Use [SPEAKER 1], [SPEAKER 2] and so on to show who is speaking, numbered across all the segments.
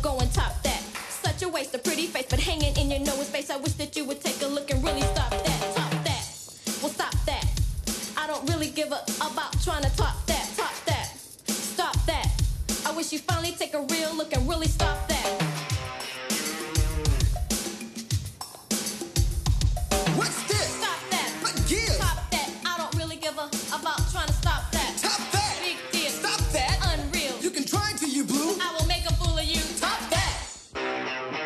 [SPEAKER 1] go and top that. Such a waste of pretty face, but hanging in your nose space. I wish that you would take a look and really stop that. Top that. Well, stop that. I don't really give a about trying to top that. Top that. Stop that. I wish you finally take a real look and really stop that.
[SPEAKER 2] What's this?
[SPEAKER 1] Stop that.
[SPEAKER 2] What gives?
[SPEAKER 1] Top that. I don't really give a about trying to stop that.
[SPEAKER 2] Top that.
[SPEAKER 1] Big deal.
[SPEAKER 2] Stop that.
[SPEAKER 1] Unreal.
[SPEAKER 2] You can try till you blue.
[SPEAKER 1] I will make a fool of you.
[SPEAKER 2] Top that.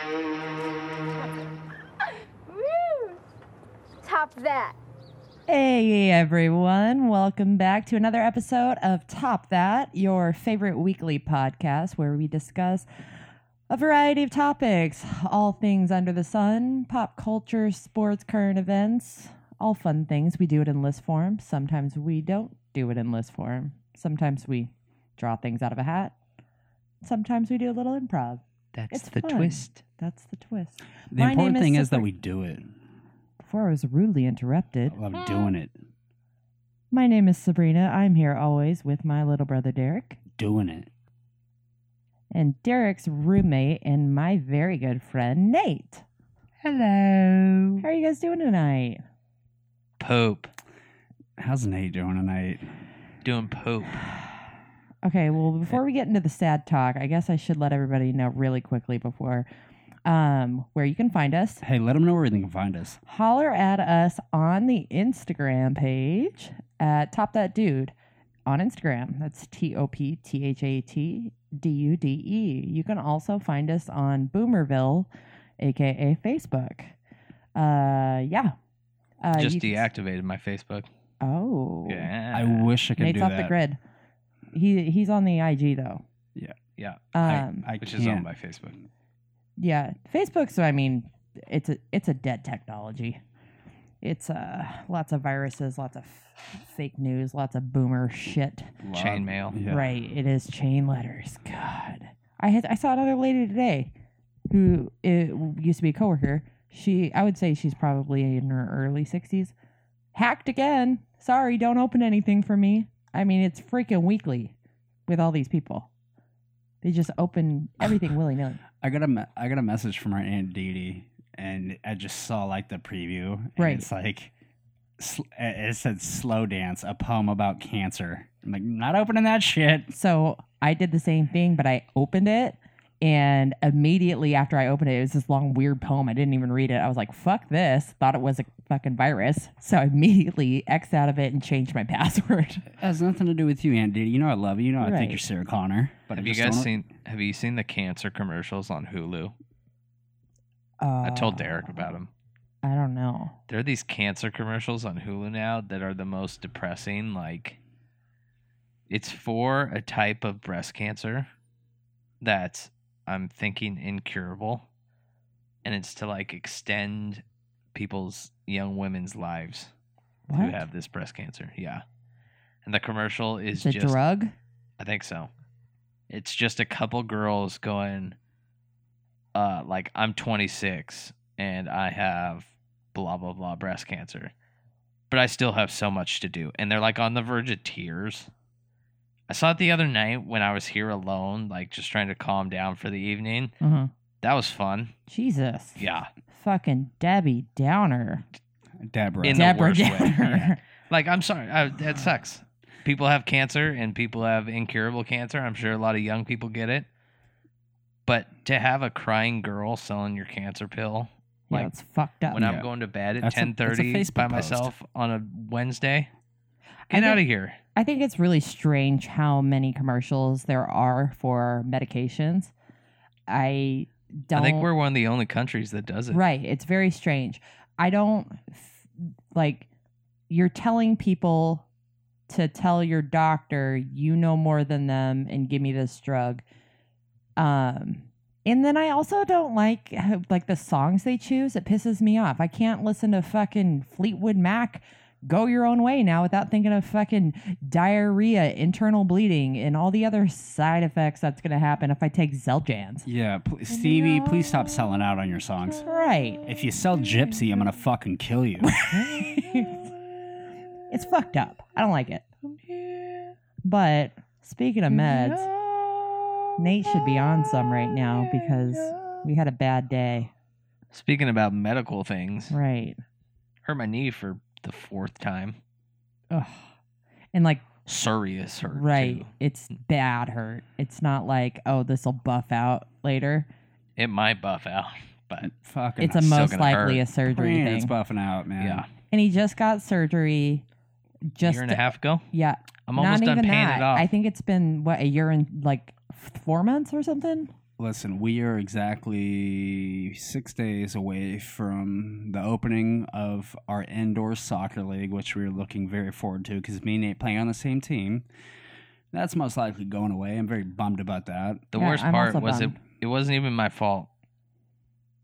[SPEAKER 3] Top that.
[SPEAKER 4] Hey everyone, welcome back to another episode of Top That, your favorite weekly podcast where we discuss a variety of topics, all things under the sun, pop culture, sports, current events, all fun things. We do it in list form. Sometimes we don't do it in list form. Sometimes we draw things out of a hat. Sometimes we do a little improv.
[SPEAKER 5] That's
[SPEAKER 4] It's
[SPEAKER 5] the
[SPEAKER 4] fun.
[SPEAKER 5] twist.
[SPEAKER 4] That's the twist.
[SPEAKER 5] The
[SPEAKER 4] My
[SPEAKER 5] important
[SPEAKER 4] name
[SPEAKER 5] thing is that
[SPEAKER 4] Sifra-
[SPEAKER 5] we do it.
[SPEAKER 4] Before I was rudely interrupted,
[SPEAKER 5] I love doing it.
[SPEAKER 4] my name is Sabrina. I'm here always with my little brother Derek.
[SPEAKER 5] Doing it.
[SPEAKER 4] and Derek's roommate and my very good friend Nate.
[SPEAKER 5] Hello.
[SPEAKER 4] How are you guys doing tonight?
[SPEAKER 6] Pope.
[SPEAKER 5] How's Nate doing tonight?
[SPEAKER 6] Doing Pope.
[SPEAKER 4] Okay, well, before we get into the sad talk, I guess I should let everybody know really quickly before um, where you can find us.
[SPEAKER 5] Hey, let them know where they can find us.
[SPEAKER 4] Holler at us on the Instagram page at Top That Dude on Instagram. That's T O P T H A T D U D E. You can also find us on Boomerville, aka Facebook. Uh, yeah. Uh,
[SPEAKER 6] Just
[SPEAKER 4] you can-
[SPEAKER 6] deactivated my Facebook.
[SPEAKER 4] Oh.
[SPEAKER 6] Yeah.
[SPEAKER 5] I wish I could
[SPEAKER 4] Nate's
[SPEAKER 5] do
[SPEAKER 4] off
[SPEAKER 5] that.
[SPEAKER 4] the grid. He he's on the IG though.
[SPEAKER 5] Yeah.
[SPEAKER 6] Yeah.
[SPEAKER 4] Um
[SPEAKER 5] I, I
[SPEAKER 6] Which
[SPEAKER 5] can't.
[SPEAKER 6] is on my Facebook.
[SPEAKER 4] yeah. Facebook's I mean, it's a it's a dead technology. It's uh lots of viruses, lots of f- fake news, lots of boomer shit.
[SPEAKER 5] Love-
[SPEAKER 6] Chainmail.
[SPEAKER 5] Yeah.
[SPEAKER 4] Right. It is chain letters. God. I had, I saw another lady today who it, used to be a coworker. She I would say she's probably in her early 60s. Hacked again. Sorry, don't open anything for me. I mean, it's freaking weekly with all these people. They just open everything willy-nilly.
[SPEAKER 5] I got a me- I got a message from our aunt Dee Dee, and I just saw like the preview. and
[SPEAKER 4] Right.
[SPEAKER 5] It's like sl- it it said "Slow Dance," a poem about cancer. I'm like, not opening that shit.
[SPEAKER 4] So, I did the same thing, but I opened it and immediately after I opened it, it was this long weird poem. I didn't even read it. I was like, fuck this. Thought it was a fucking virus. So I immediately X out of it and changed my password.
[SPEAKER 5] It has nothing to do with you, Aunt Dee. Dee. You know I love you. You know I
[SPEAKER 4] Right.
[SPEAKER 5] think you're Sarah Connor. But I
[SPEAKER 6] Have you
[SPEAKER 5] just
[SPEAKER 6] guys
[SPEAKER 5] don't-
[SPEAKER 6] seen have you seen the cancer commercials on Hulu?
[SPEAKER 4] Uh,
[SPEAKER 6] I told Derek about them.
[SPEAKER 4] I don't know.
[SPEAKER 6] There are these cancer commercials on Hulu now that are the most depressing like it's for a type of breast cancer that's I'm thinking incurable and it's to like extend people's young women's lives. who
[SPEAKER 4] What?
[SPEAKER 6] have this breast cancer. Yeah. And the commercial is
[SPEAKER 4] It's a
[SPEAKER 6] just
[SPEAKER 4] drug?
[SPEAKER 6] I think so. It's just a couple girls going uh like I'm 26 and I have blah blah blah breast cancer. But I still have so much to do and they're like on the verge of tears. I saw it the other night when I was here alone like just trying to calm down for the evening.
[SPEAKER 4] Uh-huh.
[SPEAKER 6] That was fun.
[SPEAKER 4] Jesus.
[SPEAKER 6] Mm-hmm. Yeah.
[SPEAKER 4] Fucking Debbie Downer.
[SPEAKER 5] Deborah?
[SPEAKER 6] In the
[SPEAKER 4] Deborah
[SPEAKER 6] worst way.
[SPEAKER 4] Downer.
[SPEAKER 6] Like I'm sorry, I, that sucks. People have cancer and people have incurable cancer. I'm sure a lot of young people get it. But to have a crying girl selling your cancer pill
[SPEAKER 4] Yeah,
[SPEAKER 6] Like,
[SPEAKER 4] it's fucked up.
[SPEAKER 6] when I'm
[SPEAKER 5] Yeah.
[SPEAKER 6] going to bed at
[SPEAKER 5] That's a- that's a
[SPEAKER 6] 10:30
[SPEAKER 5] Facebook
[SPEAKER 6] by
[SPEAKER 5] post.
[SPEAKER 6] myself on a Wednesday,
[SPEAKER 4] I
[SPEAKER 6] get out of
[SPEAKER 4] think-
[SPEAKER 6] here.
[SPEAKER 4] I think it's really strange how many commercials there are for medications. I don't
[SPEAKER 6] I think we're one of the only countries that does it.
[SPEAKER 4] Right. It's very strange. I don't f- like you're telling people to tell your doctor you know more than them and give me this drug. Um and then I also don't like how- like the songs they choose. It pisses me off. I can't listen to fucking Fleetwood Mac go your own way now without thinking of fucking diarrhea, internal bleeding and all the other side effects that's going to happen if I take Zeljans.
[SPEAKER 5] Yeah, pl- Stevie, please stop selling out on your songs.
[SPEAKER 4] Right.
[SPEAKER 5] If you sell Gypsy, I'm gonna fucking kill you.
[SPEAKER 4] it's fucked up. I don't like it. But speaking of meds, Nate should be on some right now because we had a bad day.
[SPEAKER 6] Speaking about medical things,
[SPEAKER 4] Right.
[SPEAKER 6] hurt my knee for the fourth time.
[SPEAKER 4] Ugh. And like
[SPEAKER 6] Serious hurt.
[SPEAKER 4] right,
[SPEAKER 6] too.
[SPEAKER 4] it's bad hurt. It's not like, oh, this'll buff out later.
[SPEAKER 6] It might buff out, but
[SPEAKER 5] Fucking
[SPEAKER 4] It's a
[SPEAKER 6] still
[SPEAKER 4] most
[SPEAKER 6] gonna
[SPEAKER 4] likely
[SPEAKER 6] hurt.
[SPEAKER 4] a surgery
[SPEAKER 5] man, It's
[SPEAKER 4] thing.
[SPEAKER 5] buffing out, man.
[SPEAKER 6] yeah,
[SPEAKER 4] And he just got surgery just
[SPEAKER 6] year and a half ago.
[SPEAKER 4] yeah.
[SPEAKER 6] I'm almost
[SPEAKER 4] not
[SPEAKER 6] done
[SPEAKER 4] even
[SPEAKER 6] paying
[SPEAKER 4] that.
[SPEAKER 6] it off.
[SPEAKER 4] I think it's been what, a year and like four months or something?
[SPEAKER 5] Listen, we are exactly six days away from the opening of our indoor soccer league, which we are looking very forward to because me and Nate playing on the same team. That's most likely going away. I'm very bummed about that.
[SPEAKER 6] the
[SPEAKER 4] Yeah,
[SPEAKER 6] worst
[SPEAKER 4] I'm
[SPEAKER 6] part
[SPEAKER 4] also
[SPEAKER 6] was it.
[SPEAKER 4] bummed.
[SPEAKER 6] It wasn't even my fault.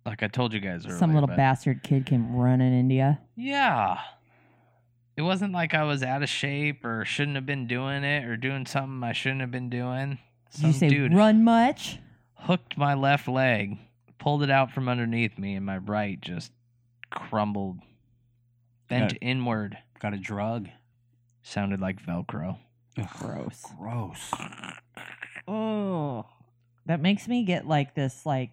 [SPEAKER 6] Like I told you guys earlier.
[SPEAKER 4] Some little
[SPEAKER 6] but-
[SPEAKER 4] bastard kid came running into you.
[SPEAKER 6] Yeah. It wasn't like I was out of shape or shouldn't have been doing it or doing something I shouldn't have been doing.
[SPEAKER 4] Did
[SPEAKER 6] Some
[SPEAKER 4] you say
[SPEAKER 6] dude
[SPEAKER 4] run much?
[SPEAKER 6] hooked my left leg, pulled it out from underneath me, and my right just crumbled, bent
[SPEAKER 5] Yeah.
[SPEAKER 6] inward.
[SPEAKER 5] Got a drug.
[SPEAKER 6] Sounded like Velcro.
[SPEAKER 5] Ugh,
[SPEAKER 4] Gross.
[SPEAKER 5] Gross.
[SPEAKER 4] Oh, that makes me get like this, like,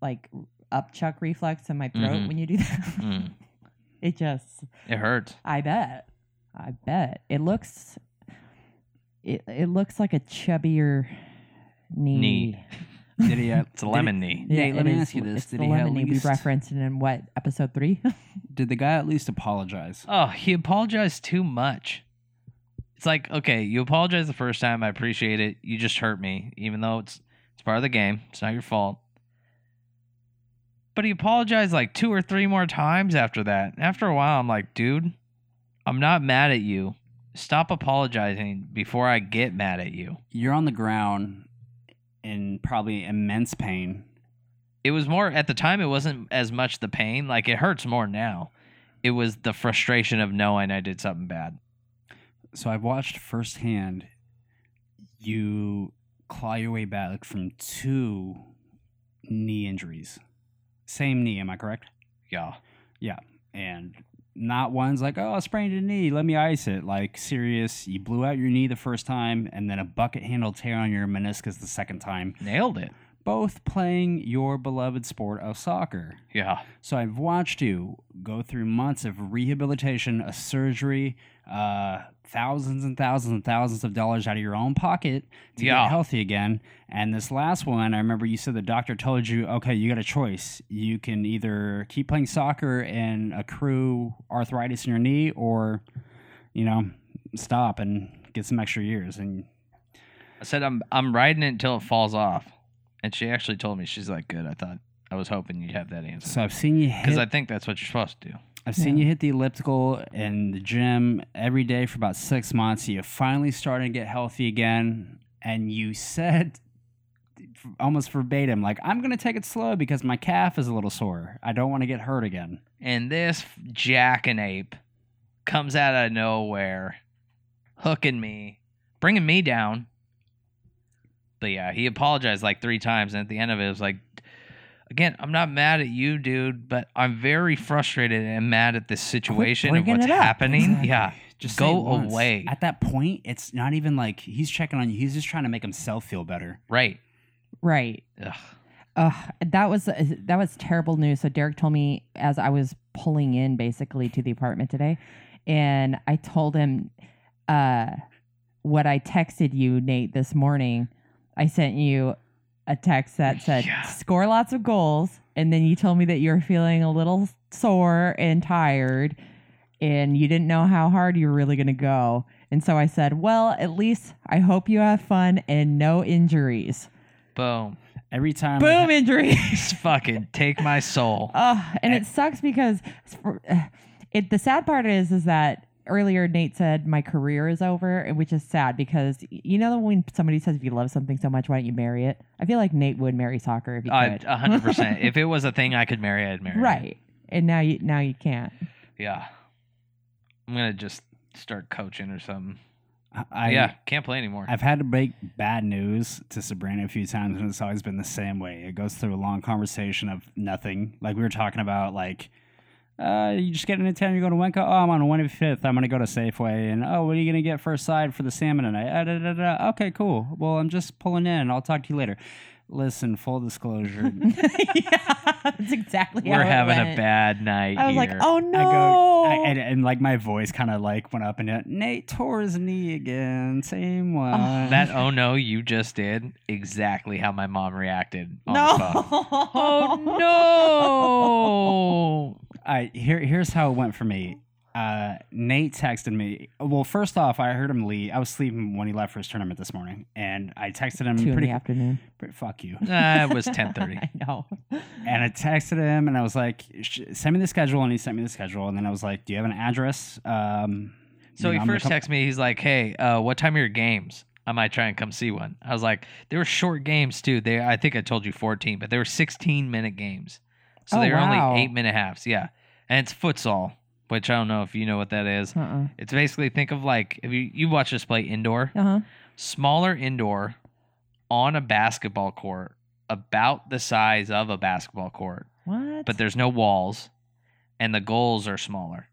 [SPEAKER 4] like upchuck reflex in my throat
[SPEAKER 6] Mhm.
[SPEAKER 4] when you do that.
[SPEAKER 6] Mm.
[SPEAKER 4] It just,
[SPEAKER 6] It hurts.
[SPEAKER 4] I bet, I bet it looks, it it looks like a chubbier knee.
[SPEAKER 6] Knee.
[SPEAKER 5] Did he? uh,
[SPEAKER 6] It's a lemon knee.
[SPEAKER 5] Did he, Nate,
[SPEAKER 4] it
[SPEAKER 5] let me
[SPEAKER 4] is-
[SPEAKER 5] ask you this:
[SPEAKER 4] It's
[SPEAKER 5] Did
[SPEAKER 4] the
[SPEAKER 5] he at
[SPEAKER 4] lemon knee
[SPEAKER 5] least?
[SPEAKER 4] we referenced in what episode three?
[SPEAKER 5] Did the guy at least apologize?
[SPEAKER 6] Oh, he apologized too much. It's like, okay, you apologize the first time. I appreciate it. You just hurt me, even though it's it's part of the game. It's not your fault. But he apologized like two or three more times after that. After a while, I'm like, dude, I'm not mad at you. Stop apologizing before I get mad at you.
[SPEAKER 5] You're on the ground in probably immense pain.
[SPEAKER 6] It was more at the time. It wasn't as much the pain. Like it hurts more now. It was the frustration of knowing I did something bad.
[SPEAKER 5] So I've watched firsthand you claw your way back from two knee injuries. Same knee, am I correct?
[SPEAKER 6] Yeah.
[SPEAKER 5] And not one's like, oh, I sprained a knee, let me ice it. Like, serious, you blew out your knee the first time, and then a bucket handle tear on your meniscus the second time.
[SPEAKER 6] Nailed it.
[SPEAKER 5] Both playing your beloved sport of soccer.
[SPEAKER 6] Yeah.
[SPEAKER 5] So I've watched you go through months of rehabilitation, a surgery, uh, thousands and thousands and thousands of dollars out of your own pocket to
[SPEAKER 6] Yeah.
[SPEAKER 5] get healthy again. And this last one, I remember you said the doctor told you, okay, you got a choice. You can either keep playing soccer and accrue arthritis in your knee, or you know, stop and get some extra years. And
[SPEAKER 6] I said I'm I'm riding it until it falls off, and she actually told me she's like, "Good." I thought I was hoping you'd have that answer
[SPEAKER 5] so I've seen you hit
[SPEAKER 6] because I think that's what you're supposed to do.
[SPEAKER 5] I've seen you hit the elliptical and the gym every day for about six months. You finally started to get healthy again, and you said almost verbatim, like, "I'm gonna take it slow because my calf is a little sore. I don't want to get hurt again."
[SPEAKER 6] And this jackanape comes out of nowhere, hooking me, bringing me down. But yeah, he apologized like three times, and at the end of it, it was like, "Again, I'm not mad at you, dude, but I'm very frustrated and mad at this situation and
[SPEAKER 4] bringing
[SPEAKER 6] what's
[SPEAKER 4] it up."
[SPEAKER 6] happening."
[SPEAKER 5] Exactly.
[SPEAKER 6] Yeah,
[SPEAKER 5] say
[SPEAKER 6] go
[SPEAKER 5] it once.
[SPEAKER 6] away.
[SPEAKER 5] At that point, it's not even like he's checking on you. He's just trying to make himself feel better.
[SPEAKER 6] right.
[SPEAKER 4] right.
[SPEAKER 6] Ugh.
[SPEAKER 4] Ugh, that was uh, that was terrible news. So Derek told me as I was pulling in basically to the apartment today, and I told him uh, what I texted you, Nate, this morning. I sent you a text that said
[SPEAKER 6] Yeah.
[SPEAKER 4] score lots of goals, and then you told me that you were feeling a little sore and tired, and you didn't know how hard you were really going to go. And so I said, "Well, at least I hope you have fun and no injuries."
[SPEAKER 6] Boom.
[SPEAKER 5] Every time,
[SPEAKER 4] Boom, injuries.
[SPEAKER 6] Just fucking take my soul.
[SPEAKER 4] Oh, and
[SPEAKER 5] Eh.
[SPEAKER 4] it sucks because it's for- eh, it. The sad part is, is that earlier Nate said my career is over, and- which is sad because y- you know when somebody says if you love something so much, why don't you marry it? I feel like Nate would marry soccer if he
[SPEAKER 6] I
[SPEAKER 4] could.
[SPEAKER 6] a hundred percent. If it was a thing I could marry, I'd marry. it.
[SPEAKER 4] right. And now you now you can't.
[SPEAKER 6] Yeah. I'm gonna just start coaching or something.
[SPEAKER 5] I,
[SPEAKER 6] yeah, can't play anymore.
[SPEAKER 5] I've had to break bad news to Sabrina a few times, and it's always been the same way. It goes through a long conversation of nothing. Like we were talking about, like Uh, you just get into town, you go to Winco. Oh, I'm on 25th. I'm going to go to Safeway. And oh, what are you going to get first side for the salmon tonight? Uh, da, da, da. Okay, cool. Well, I'm just pulling in. I'll talk to you later. Listen, full disclosure.
[SPEAKER 4] yeah, that's exactly how
[SPEAKER 6] We're
[SPEAKER 4] it
[SPEAKER 6] having a
[SPEAKER 4] went.
[SPEAKER 6] bad night.
[SPEAKER 4] I was like,
[SPEAKER 6] here.
[SPEAKER 4] oh no.
[SPEAKER 5] I go, I, and, and like my voice kind of like went up and down. Nate tore his knee again. Same one.
[SPEAKER 6] that oh no you just did exactly how my mom reacted on the phone.
[SPEAKER 4] no.
[SPEAKER 6] Oh no.
[SPEAKER 5] All right, here, here's how it went for me. Uh, Nate texted me. Well, first off, I heard him leave. I was sleeping when he left for his tournament this morning, and I texted him
[SPEAKER 4] Two in
[SPEAKER 5] pretty,
[SPEAKER 4] the afternoon.
[SPEAKER 5] pretty. Fuck you.
[SPEAKER 6] Nah, it was 10:30.
[SPEAKER 4] I know.
[SPEAKER 5] And I texted him, and I was like, "Sh- "Send me the schedule," and he sent me the schedule, and then I was like, "Do you have an address?" Um,
[SPEAKER 6] So
[SPEAKER 5] you know,
[SPEAKER 6] he
[SPEAKER 5] I'm gonna
[SPEAKER 6] first
[SPEAKER 5] come-
[SPEAKER 6] texts me. He's like, "Hey, uh, what time are your games? I might try and come see one." I was like, "They were short games too. They, I think I told you 14, but they were 16 minute games. So
[SPEAKER 4] Oh,
[SPEAKER 6] they were
[SPEAKER 4] wow.
[SPEAKER 6] only eight minute halves. Yeah, and it's futsal, which I don't know if you know what that is.
[SPEAKER 4] Uh-uh.
[SPEAKER 6] It's basically think of like if you you watch us play indoor,
[SPEAKER 4] Uh-huh.
[SPEAKER 6] smaller indoor, on a basketball court, about the size of a basketball court,
[SPEAKER 4] What?
[SPEAKER 6] but there's no walls and the goals are smaller.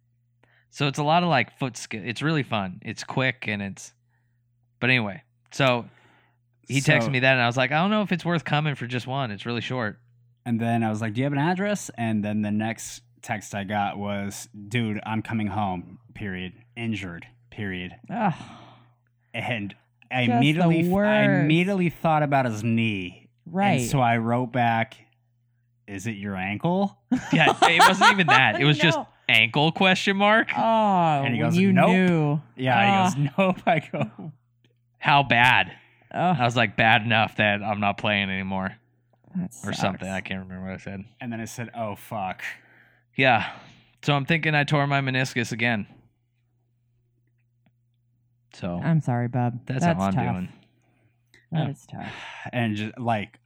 [SPEAKER 6] So it's a lot of like foot skill. It's really fun. It's quick and it's but anyway. So he
[SPEAKER 5] So-
[SPEAKER 6] texted me that and I was like, I don't know if it's worth coming for just one. It's really short.
[SPEAKER 5] And then I was like, "Do you have an address?" And then the next text I got was, "Dude, I'm coming home. Period. Injured. Period."
[SPEAKER 4] Ugh.
[SPEAKER 5] And I
[SPEAKER 4] Just the
[SPEAKER 5] immediately, I
[SPEAKER 4] worst.
[SPEAKER 5] immediately thought about his knee,
[SPEAKER 4] right.
[SPEAKER 5] And so I wrote back, "Is it your ankle?"
[SPEAKER 6] Yeah, it wasn't even that. It was just
[SPEAKER 4] No.
[SPEAKER 6] ankle question mark.
[SPEAKER 4] oh,
[SPEAKER 5] And he
[SPEAKER 4] when
[SPEAKER 5] goes,
[SPEAKER 4] you
[SPEAKER 5] "Nope."
[SPEAKER 4] knew.
[SPEAKER 5] Yeah.
[SPEAKER 4] Ah.
[SPEAKER 5] He goes, "Nope." I go,
[SPEAKER 6] How bad?
[SPEAKER 4] Ugh,
[SPEAKER 6] I
[SPEAKER 5] Uh,
[SPEAKER 6] was like bad enough that I'm not playing anymore
[SPEAKER 4] that
[SPEAKER 6] or
[SPEAKER 4] sucks.
[SPEAKER 6] something. I can't remember what I said.
[SPEAKER 5] and then I said, "Oh fuck."
[SPEAKER 6] Yeah. So I'm thinking I tore my meniscus again. So
[SPEAKER 4] I'm sorry, bub.
[SPEAKER 6] that's,
[SPEAKER 4] Um, That's
[SPEAKER 6] how I'm
[SPEAKER 4] tough.
[SPEAKER 6] doing.
[SPEAKER 4] That
[SPEAKER 5] Yeah.
[SPEAKER 4] is tough.
[SPEAKER 5] and just like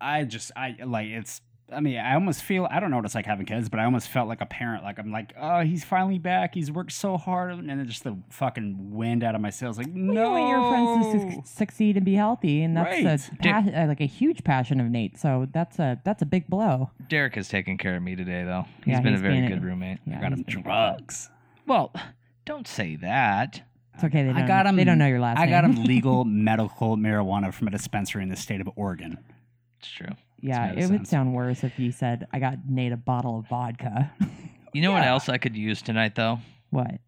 [SPEAKER 5] i just i like it's i mean i almost feel i don't know what it's like having kids but i almost felt like a parent like i'm like oh he's finally back he's worked so hard and then just the fucking wind out of my sails like
[SPEAKER 4] Well,
[SPEAKER 5] no
[SPEAKER 4] You want your friends to su- succeed and be healthy, and that's a
[SPEAKER 5] Right.
[SPEAKER 4] pa- uh, like a huge passion of Nate. So that's a that's a big blow.
[SPEAKER 6] Derek has taken care of me today, though.
[SPEAKER 4] Yeah,
[SPEAKER 6] he's been
[SPEAKER 4] he's
[SPEAKER 6] a very
[SPEAKER 4] been-
[SPEAKER 6] good roommate.
[SPEAKER 4] Yeah,
[SPEAKER 5] i got
[SPEAKER 4] he's
[SPEAKER 5] him
[SPEAKER 4] been-
[SPEAKER 5] drugs
[SPEAKER 6] Well, don't say that.
[SPEAKER 4] It's okay. They
[SPEAKER 5] I
[SPEAKER 4] don't,
[SPEAKER 5] got
[SPEAKER 4] know-
[SPEAKER 5] him-
[SPEAKER 4] They don't know your last
[SPEAKER 5] i
[SPEAKER 4] name.
[SPEAKER 5] got him legal medical marijuana from a dispensary in the state of oregon
[SPEAKER 6] It's true.
[SPEAKER 4] yeah,
[SPEAKER 5] made
[SPEAKER 4] it would
[SPEAKER 5] sense.
[SPEAKER 4] sound worse if you said, "I got Nate a bottle of vodka."
[SPEAKER 6] You know what else I could use tonight, though?
[SPEAKER 4] what?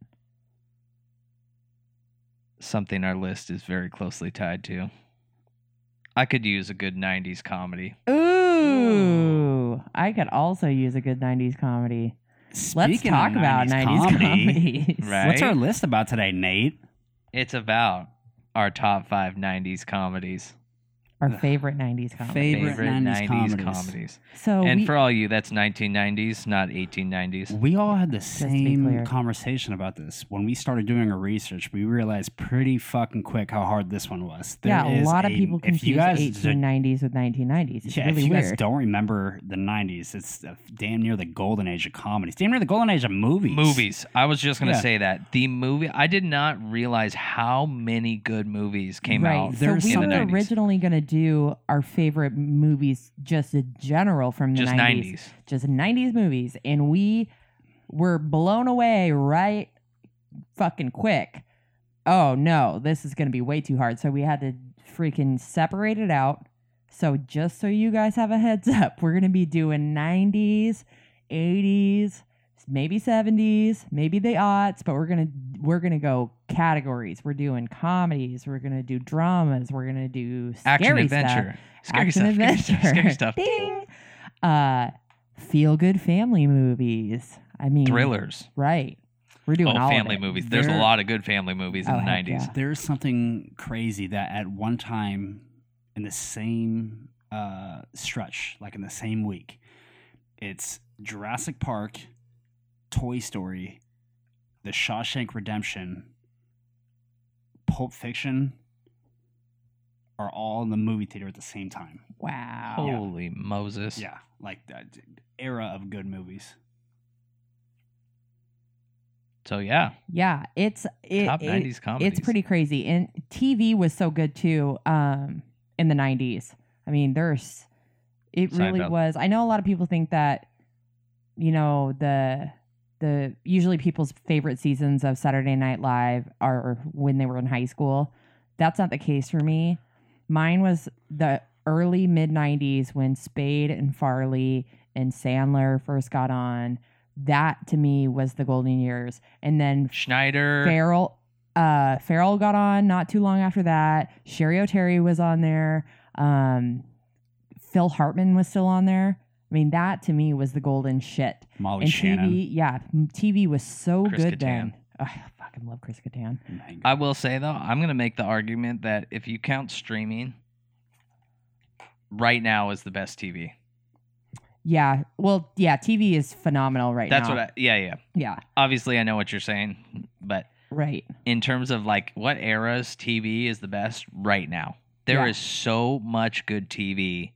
[SPEAKER 6] Something our list is very closely tied to. I could use a good 90s comedy.
[SPEAKER 4] Ooh, I could also use a good '90s comedy. Let's
[SPEAKER 5] Speaking of
[SPEAKER 4] talk about '90s comedies.
[SPEAKER 6] Right.
[SPEAKER 5] what's our list about today nate
[SPEAKER 6] It's about our top five 90s comedies.
[SPEAKER 4] Our favorite '90s comedy.
[SPEAKER 5] Favorite 90s comedies.
[SPEAKER 4] So
[SPEAKER 6] and
[SPEAKER 4] we,
[SPEAKER 6] for all you, that's 1990s, not 1890s.
[SPEAKER 5] We all had
[SPEAKER 4] to
[SPEAKER 5] the
[SPEAKER 4] be
[SPEAKER 5] same
[SPEAKER 4] clear.
[SPEAKER 5] conversation about this. When we started doing our research, we realized pretty fucking quick how hard this one was. There
[SPEAKER 4] yeah, a
[SPEAKER 5] is
[SPEAKER 4] lot of people
[SPEAKER 5] if
[SPEAKER 4] confuse
[SPEAKER 5] you guys d-
[SPEAKER 4] 1890s with 1990s. It's
[SPEAKER 5] yeah,
[SPEAKER 4] really
[SPEAKER 5] if you guys
[SPEAKER 4] weird.
[SPEAKER 5] don't remember the 90s, it's uh, damn near the golden age of comedies. Damn near the golden age of movies.
[SPEAKER 6] Movies. I was just gonna
[SPEAKER 5] Yeah.
[SPEAKER 6] say that the movie. I did not realize how many good movies came
[SPEAKER 4] right.
[SPEAKER 6] out.
[SPEAKER 4] So
[SPEAKER 5] There's
[SPEAKER 4] we
[SPEAKER 5] some
[SPEAKER 4] were
[SPEAKER 5] in
[SPEAKER 6] the 90s.
[SPEAKER 4] originally going to do our favorite movies, just in general from the
[SPEAKER 6] Just
[SPEAKER 4] 90s,
[SPEAKER 6] 90s.
[SPEAKER 4] just 90s movies, and we were blown away right fucking quick. Oh no, this is going to be way too hard. So we had to freaking separate it out. So just so you guys have a heads up, we're going to be doing 90s, 80s, maybe 70s, maybe the aughts, but we're gonna we're gonna go categories. We're doing comedies. We're gonna do dramas. We're gonna do scary
[SPEAKER 6] Action
[SPEAKER 4] stuff,
[SPEAKER 6] adventure. Scary
[SPEAKER 4] action
[SPEAKER 6] stuff. Scary stuff. Scary
[SPEAKER 4] adventure.
[SPEAKER 6] stuff.
[SPEAKER 4] Ding. Uh, feel good family movies. I mean
[SPEAKER 6] Thrillers.
[SPEAKER 4] Right. We're doing
[SPEAKER 6] Oh,
[SPEAKER 4] all of
[SPEAKER 6] family
[SPEAKER 4] it.
[SPEAKER 6] movies. There's a
[SPEAKER 5] There-
[SPEAKER 6] lot of good family movies in
[SPEAKER 4] Oh,
[SPEAKER 6] the
[SPEAKER 4] heck
[SPEAKER 6] 90s.
[SPEAKER 4] yeah.
[SPEAKER 5] There's something crazy that at one time in the same uh, stretch, like in the same week, it's Jurassic Park, Toy Story, The Shawshank Redemption, Pulp Fiction are all in the movie theater at the same time.
[SPEAKER 4] Wow.
[SPEAKER 6] Holy Moses.
[SPEAKER 5] Yeah, like that era of good movies.
[SPEAKER 6] So yeah,
[SPEAKER 4] Yeah. It's it,
[SPEAKER 6] top
[SPEAKER 4] it-
[SPEAKER 6] 90s comedies.
[SPEAKER 4] It's pretty crazy. And TV was so good too um, in the 90s. I mean, there's, it really
[SPEAKER 6] Seinfeld.
[SPEAKER 4] was. I know a lot of people think that you know the the usually people's favorite seasons of Saturday Night Live are when they were in high school. That's not the case for me. Mine was the early mid 90s when Spade and Farley and Sandler first got on. That to me was the golden years. And then
[SPEAKER 6] Schneider.
[SPEAKER 4] Farrell uh Farrell got on not too long after that. Sherry O'Terry was on there. Um Phil Hartman was still on there. I mean, that to me was the golden shit.
[SPEAKER 5] Molly
[SPEAKER 4] and
[SPEAKER 5] Shannon.
[SPEAKER 4] TV, yeah, m- TV was so
[SPEAKER 6] Chris
[SPEAKER 4] good
[SPEAKER 6] Kattan.
[SPEAKER 4] then. Ugh, I fucking love Chris Kattan.
[SPEAKER 5] My
[SPEAKER 6] I will say though, I'm gonna make the argument that if you count streaming, right now is the best TV.
[SPEAKER 4] Yeah, well, yeah, TV is phenomenal right
[SPEAKER 6] That's
[SPEAKER 4] now.
[SPEAKER 6] what I. Yeah, yeah.
[SPEAKER 4] Yeah,
[SPEAKER 6] Obviously, I know what you're saying, but
[SPEAKER 4] right.
[SPEAKER 6] in terms of like what eras TV is the best right now, there is
[SPEAKER 4] Yeah.
[SPEAKER 6] so much good TV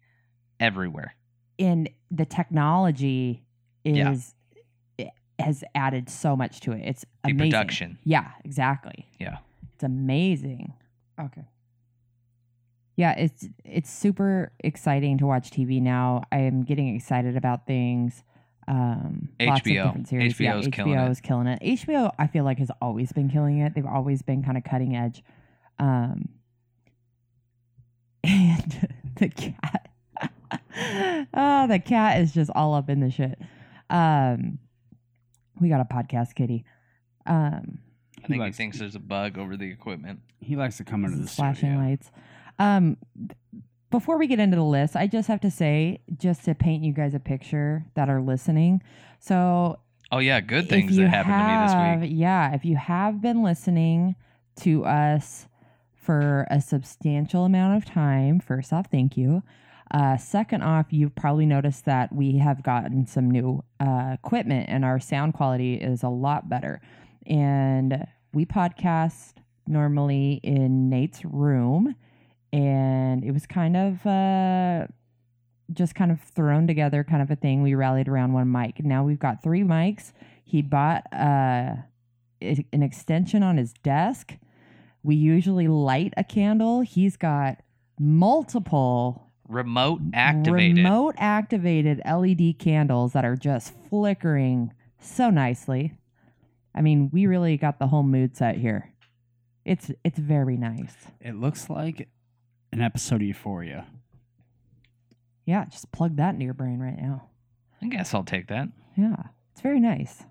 [SPEAKER 6] everywhere.
[SPEAKER 4] And the technology
[SPEAKER 6] Yeah.
[SPEAKER 4] is it has added so much to it. It's
[SPEAKER 6] The
[SPEAKER 4] amazing.
[SPEAKER 6] production.
[SPEAKER 4] Yeah, exactly.
[SPEAKER 6] Yeah.
[SPEAKER 4] It's amazing. Okay. Yeah, it's it's super exciting to watch TV now. I am getting excited about things. Um, lots of
[SPEAKER 6] HBO.
[SPEAKER 4] different series.
[SPEAKER 6] HBO
[SPEAKER 4] yeah,
[SPEAKER 6] is
[SPEAKER 4] HBO
[SPEAKER 6] killing it.
[SPEAKER 4] is killing it. HBO, I feel like, has always been killing it. They've always been kind of cutting edge. Um, and the cat, oh, the cat is just all up in the shit. Um, we got a podcast kitty. Um,
[SPEAKER 6] I think he
[SPEAKER 5] likes-
[SPEAKER 6] thinks there's a bug over the equipment.
[SPEAKER 5] He likes to come into the
[SPEAKER 4] flashing
[SPEAKER 5] studio.
[SPEAKER 4] lights. Um, th- before we get into the list, I just have to say, just to paint you guys a picture that are listening. So,
[SPEAKER 6] Oh yeah, good
[SPEAKER 4] if
[SPEAKER 6] things
[SPEAKER 4] you
[SPEAKER 6] that happened to me this week.
[SPEAKER 4] have- Yeah, if you have been listening to us for a substantial amount of time, first off, thank you. Uh, second off, you've probably noticed that we have gotten some new uh, equipment and our sound quality is a lot better. And we podcast normally in Nate's room, and it was kind of uh, just kind of thrown together, kind of a thing. We rallied around one mic. Now we've got three mics. He bought uh, i- an extension on his desk. We usually light a candle. He's got multiple
[SPEAKER 6] Remote activated.
[SPEAKER 4] remote activated LED candles that are just flickering so nicely. I mean, we really got the whole mood set here. It's it's very nice.
[SPEAKER 5] It looks like an episode of Euphoria.
[SPEAKER 4] Yeah, just plug that into your brain right now.
[SPEAKER 6] I guess I'll take that.
[SPEAKER 4] Yeah, it's very nice.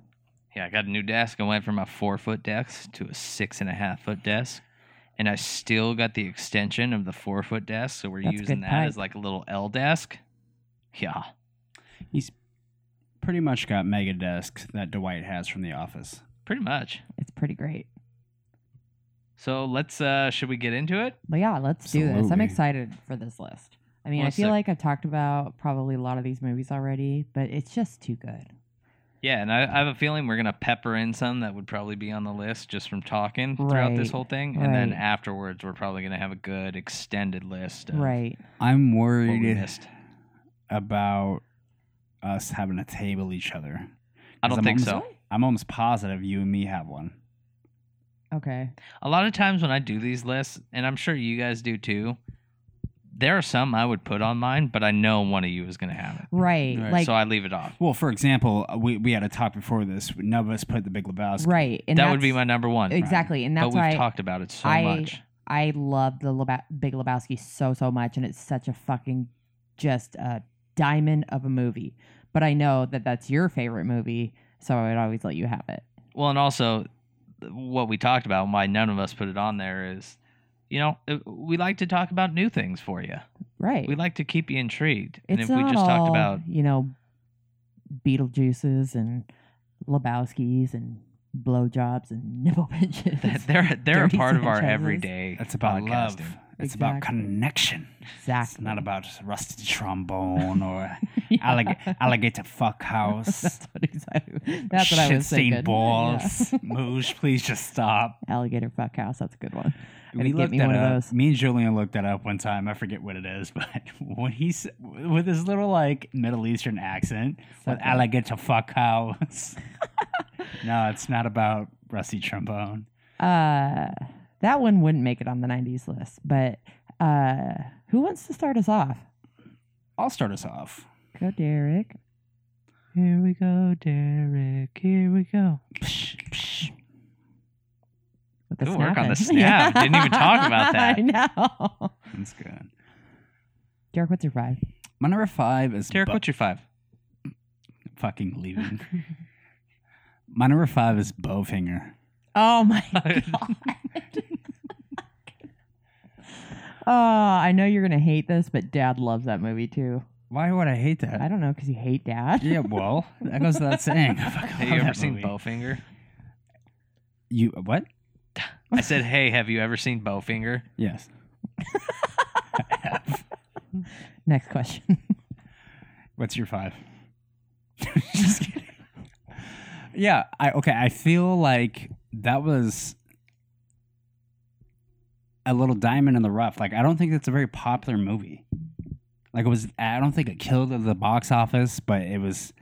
[SPEAKER 6] Yeah, I got a new desk. I went from a four foot desk to a six and a half foot desk. And I still got the extension of the four foot desk. So we're
[SPEAKER 4] That's
[SPEAKER 6] using
[SPEAKER 4] good
[SPEAKER 6] that
[SPEAKER 4] pipe.
[SPEAKER 6] as like a little L desk. Yeah.
[SPEAKER 5] He's pretty much got mega desk that Dwight has from The Office.
[SPEAKER 6] Pretty much.
[SPEAKER 4] It's pretty great.
[SPEAKER 6] So let's uh should we get into it?
[SPEAKER 4] But yeah, let's do this. I'm
[SPEAKER 5] Absolutely.
[SPEAKER 4] excited for this list. I mean,
[SPEAKER 6] Well,
[SPEAKER 4] I feel
[SPEAKER 6] so-
[SPEAKER 4] like I've talked about probably a lot of these movies already, but it's just too good.
[SPEAKER 6] Yeah, and I, I have a feeling we're gonna pepper in some that would probably be on the list just from talking throughout this
[SPEAKER 4] Right,
[SPEAKER 6] whole thing. And then
[SPEAKER 4] right.
[SPEAKER 6] afterwards we're probably gonna have a good extended list of
[SPEAKER 4] Right.
[SPEAKER 5] I'm
[SPEAKER 6] what we
[SPEAKER 5] worried
[SPEAKER 6] missed.
[SPEAKER 5] about us having to table each other.
[SPEAKER 6] I don't
[SPEAKER 5] I'm
[SPEAKER 6] think
[SPEAKER 5] almost-
[SPEAKER 6] so.
[SPEAKER 5] I'm almost positive you and me have one.
[SPEAKER 4] Okay.
[SPEAKER 6] a lot of times when I do these lists, and I'm sure you guys do too, there are some I would put on mine, but I know one of you is going to have it.
[SPEAKER 4] Right.
[SPEAKER 5] Right.
[SPEAKER 4] Like
[SPEAKER 6] so I leave it off.
[SPEAKER 5] Well, for example, uh, we, we had a talk before this. None of us put the Big Lebowski.
[SPEAKER 4] right. And
[SPEAKER 6] that would be
[SPEAKER 4] that's-
[SPEAKER 6] my number one.
[SPEAKER 4] Exactly. And
[SPEAKER 6] But
[SPEAKER 4] that's
[SPEAKER 6] we've
[SPEAKER 4] why
[SPEAKER 6] talked about it so
[SPEAKER 4] I-
[SPEAKER 6] much.
[SPEAKER 4] I love the Leba- Big Lebowski so so much, and it's such a fucking just a diamond of a movie. But I know that that's your favorite movie, so I would always let you have it.
[SPEAKER 6] Well, and also what we talked about and why none of us put it on there is, you know, uh, we like to talk about new things for you.
[SPEAKER 4] Right.
[SPEAKER 6] We like to keep you intrigued.
[SPEAKER 4] it's
[SPEAKER 6] and if we
[SPEAKER 4] not
[SPEAKER 6] just
[SPEAKER 4] all,
[SPEAKER 6] talked about,
[SPEAKER 4] you know Beetlejuices and Lebowski's and blowjobs and nipple pinches.
[SPEAKER 6] that they're, they're a
[SPEAKER 4] Dirty
[SPEAKER 6] part of our
[SPEAKER 4] Sanchez's.
[SPEAKER 6] everyday.
[SPEAKER 5] That's about love.
[SPEAKER 6] podcasting.
[SPEAKER 5] It's about
[SPEAKER 4] Exactly.
[SPEAKER 5] connection.
[SPEAKER 4] exactly.
[SPEAKER 5] It's not about rusty trombone or
[SPEAKER 4] Yeah.
[SPEAKER 5] allig- alligator fuck house.
[SPEAKER 4] That's what exactly. That's what I was
[SPEAKER 5] Shit-stained
[SPEAKER 4] thinking.
[SPEAKER 5] balls.
[SPEAKER 4] Yeah.
[SPEAKER 5] Moosh, please just stop.
[SPEAKER 4] Alligator fuck house. That's a good one. Gotta
[SPEAKER 5] We
[SPEAKER 4] get
[SPEAKER 5] looked
[SPEAKER 4] me
[SPEAKER 5] that
[SPEAKER 4] one of
[SPEAKER 5] up.
[SPEAKER 4] those.
[SPEAKER 5] Me and Julian looked that up one time. I forget what it is, but when he s- with his little like Middle Eastern accent
[SPEAKER 4] So
[SPEAKER 5] with
[SPEAKER 4] good.
[SPEAKER 5] alligator fuck house. no, it's not about rusty trombone.
[SPEAKER 4] Uh, that one wouldn't make it on the 90s list, but uh, who wants to start us off?
[SPEAKER 5] I'll start us off.
[SPEAKER 4] Go, Derek.
[SPEAKER 5] Here we go, Derek. Here we go. Psh, psh.
[SPEAKER 4] With the
[SPEAKER 6] Good work on the
[SPEAKER 4] snapping. Yeah.
[SPEAKER 6] snap. Didn't even talk about that.
[SPEAKER 4] I know.
[SPEAKER 5] That's good.
[SPEAKER 4] Derek, what's your vibe?
[SPEAKER 5] My number five is
[SPEAKER 6] Derek,
[SPEAKER 5] bu-
[SPEAKER 6] what's your five?
[SPEAKER 5] fucking leaving. My number five is Bowfinger.
[SPEAKER 4] Oh my god. oh, I know you're gonna hate this, but Dad loves that movie too.
[SPEAKER 5] Why would I hate that?
[SPEAKER 4] I don't know because you hate Dad.
[SPEAKER 5] yeah, well, that goes without saying. I fucking
[SPEAKER 6] Have
[SPEAKER 5] love
[SPEAKER 6] you ever
[SPEAKER 5] that
[SPEAKER 6] seen
[SPEAKER 5] movie.
[SPEAKER 6] Bowfinger?
[SPEAKER 5] You what?
[SPEAKER 6] I said, hey, have you ever seen Bowfinger?
[SPEAKER 5] Yes.
[SPEAKER 4] Next question.
[SPEAKER 5] What's your five? Just kidding. Yeah, I okay, I feel like that was a little diamond in the rough. Like I don't think it's a very popular movie. Like it was I don't think it killed at the box office, but it was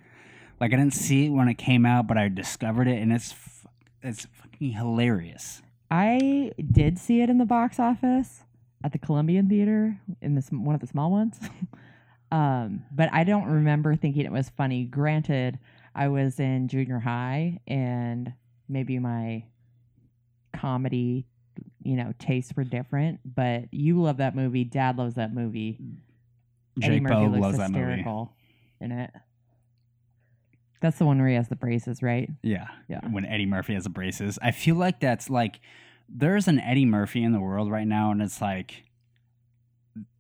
[SPEAKER 5] like I didn't see it when it came out, but I discovered it and it's f- it's fucking hilarious.
[SPEAKER 4] I did see it in the box office at the Columbian Theater in this one of the small ones. um, but I don't remember thinking it was funny. Granted, I was in junior high and maybe my comedy, you know, tastes were different, but you love that movie, dad loves that movie. Eddie
[SPEAKER 5] Jake
[SPEAKER 4] Murphy
[SPEAKER 5] Bo
[SPEAKER 4] looks
[SPEAKER 5] loves that movie.
[SPEAKER 4] hysterical in it. That's the one where he has the braces, right?
[SPEAKER 5] Yeah.
[SPEAKER 4] Yeah.
[SPEAKER 5] When Eddie Murphy has the braces. I feel like that's like there's an Eddie Murphy in the world right now, and it's like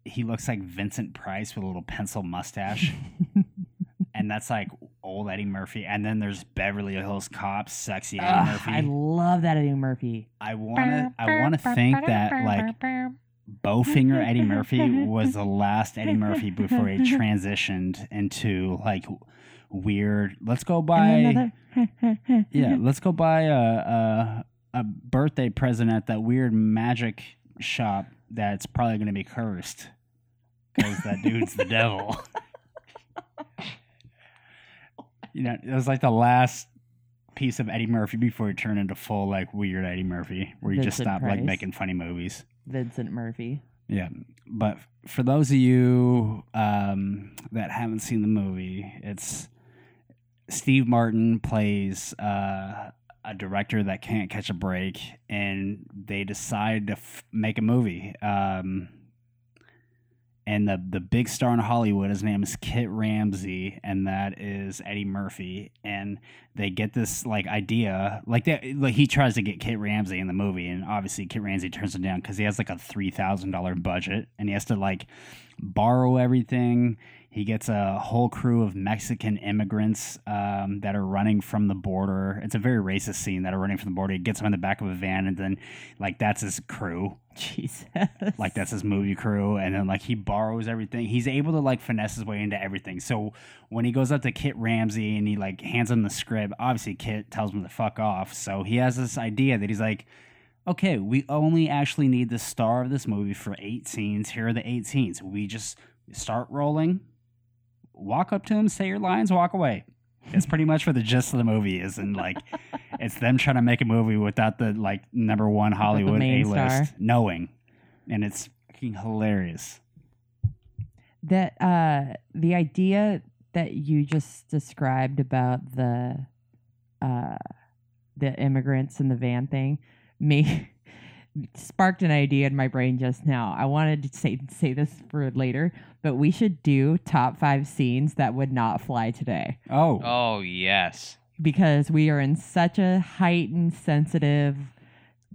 [SPEAKER 5] he looks like Vincent Price with a little pencil mustache. and that's like old Eddie Murphy. And then there's Beverly Hills Cops, sexy Eddie
[SPEAKER 4] Ugh,
[SPEAKER 5] Murphy.
[SPEAKER 4] I love that Eddie Murphy.
[SPEAKER 5] I wanna I wanna think that like Bowfinger Eddie Murphy was the last Eddie Murphy before he transitioned into like weird let's go by
[SPEAKER 4] And another-
[SPEAKER 5] yeah, let's go buy a, a a birthday present at that weird magic shop that's probably going to be cursed because that dude's the devil. you know, it was like the last piece of Eddie Murphy before he turned into full like weird Eddie Murphy, where he just
[SPEAKER 4] Vincent
[SPEAKER 5] stopped like
[SPEAKER 4] Price.
[SPEAKER 5] making funny movies.
[SPEAKER 4] Vincent Murphy.
[SPEAKER 5] Yeah, but for those of you um, that haven't seen the movie, it's Steve Martin plays uh, a director that can't catch a break, and they decide to f- make a movie. Um, and the the big star in Hollywood, his name is Kit Ramsey, and that is Eddie Murphy. And they get this like idea, like that. Like he tries to get Kit Ramsey in the movie, and obviously Kit Ramsey turns him down because he has like a three thousand dollar budget, and he has to like borrow everything. He gets a whole crew of Mexican immigrants um, that are running from the border. It's a very racist scene that are running from the border. He gets them in the back of a van, and then like that's his crew
[SPEAKER 4] Jesus.
[SPEAKER 5] like that's his movie crew and then like he borrows everything he's able to like finesse his way into everything so when he goes up to kit ramsey and he like hands him the script obviously kit tells him to fuck off so he has this idea that he's like okay we only actually need the star of this movie for eight scenes here are the eight scenes we just start rolling walk up to him say your lines walk away it's pretty much what the gist of the movie is and like it's them trying to make a movie without the like number one hollywood
[SPEAKER 4] main
[SPEAKER 5] a-list
[SPEAKER 4] star.
[SPEAKER 5] knowing and it's fucking hilarious.
[SPEAKER 4] that uh the idea that you just described about the uh the immigrants and the van thing me sparked an idea in my brain just now. I wanted to say say this for later, but we should do top 5 scenes that would not fly today
[SPEAKER 5] Oh,
[SPEAKER 6] Oh, yes.
[SPEAKER 4] because we are in such a heightened sensitive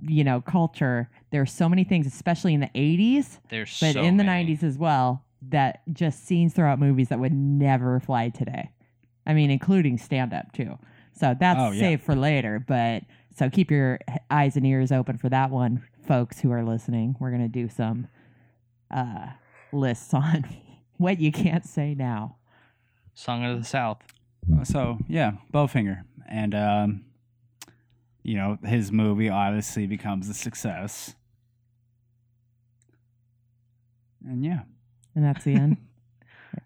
[SPEAKER 4] you know culture. There's so many things especially in the 80s
[SPEAKER 6] There's
[SPEAKER 4] but
[SPEAKER 6] so
[SPEAKER 4] in the
[SPEAKER 6] many.
[SPEAKER 4] 90s as well that just scenes throughout movies that would never fly today i mean including stand up too so that's
[SPEAKER 5] Oh, yeah.
[SPEAKER 4] saved for later but so keep your h- eyes and ears open for that one folks who are listening we're going to do some uh lists on what you can't say now
[SPEAKER 6] Song of the South. Oh.
[SPEAKER 5] so yeah, Bowfinger, and um, you know his movie obviously becomes a success, and yeah,
[SPEAKER 4] and that's the end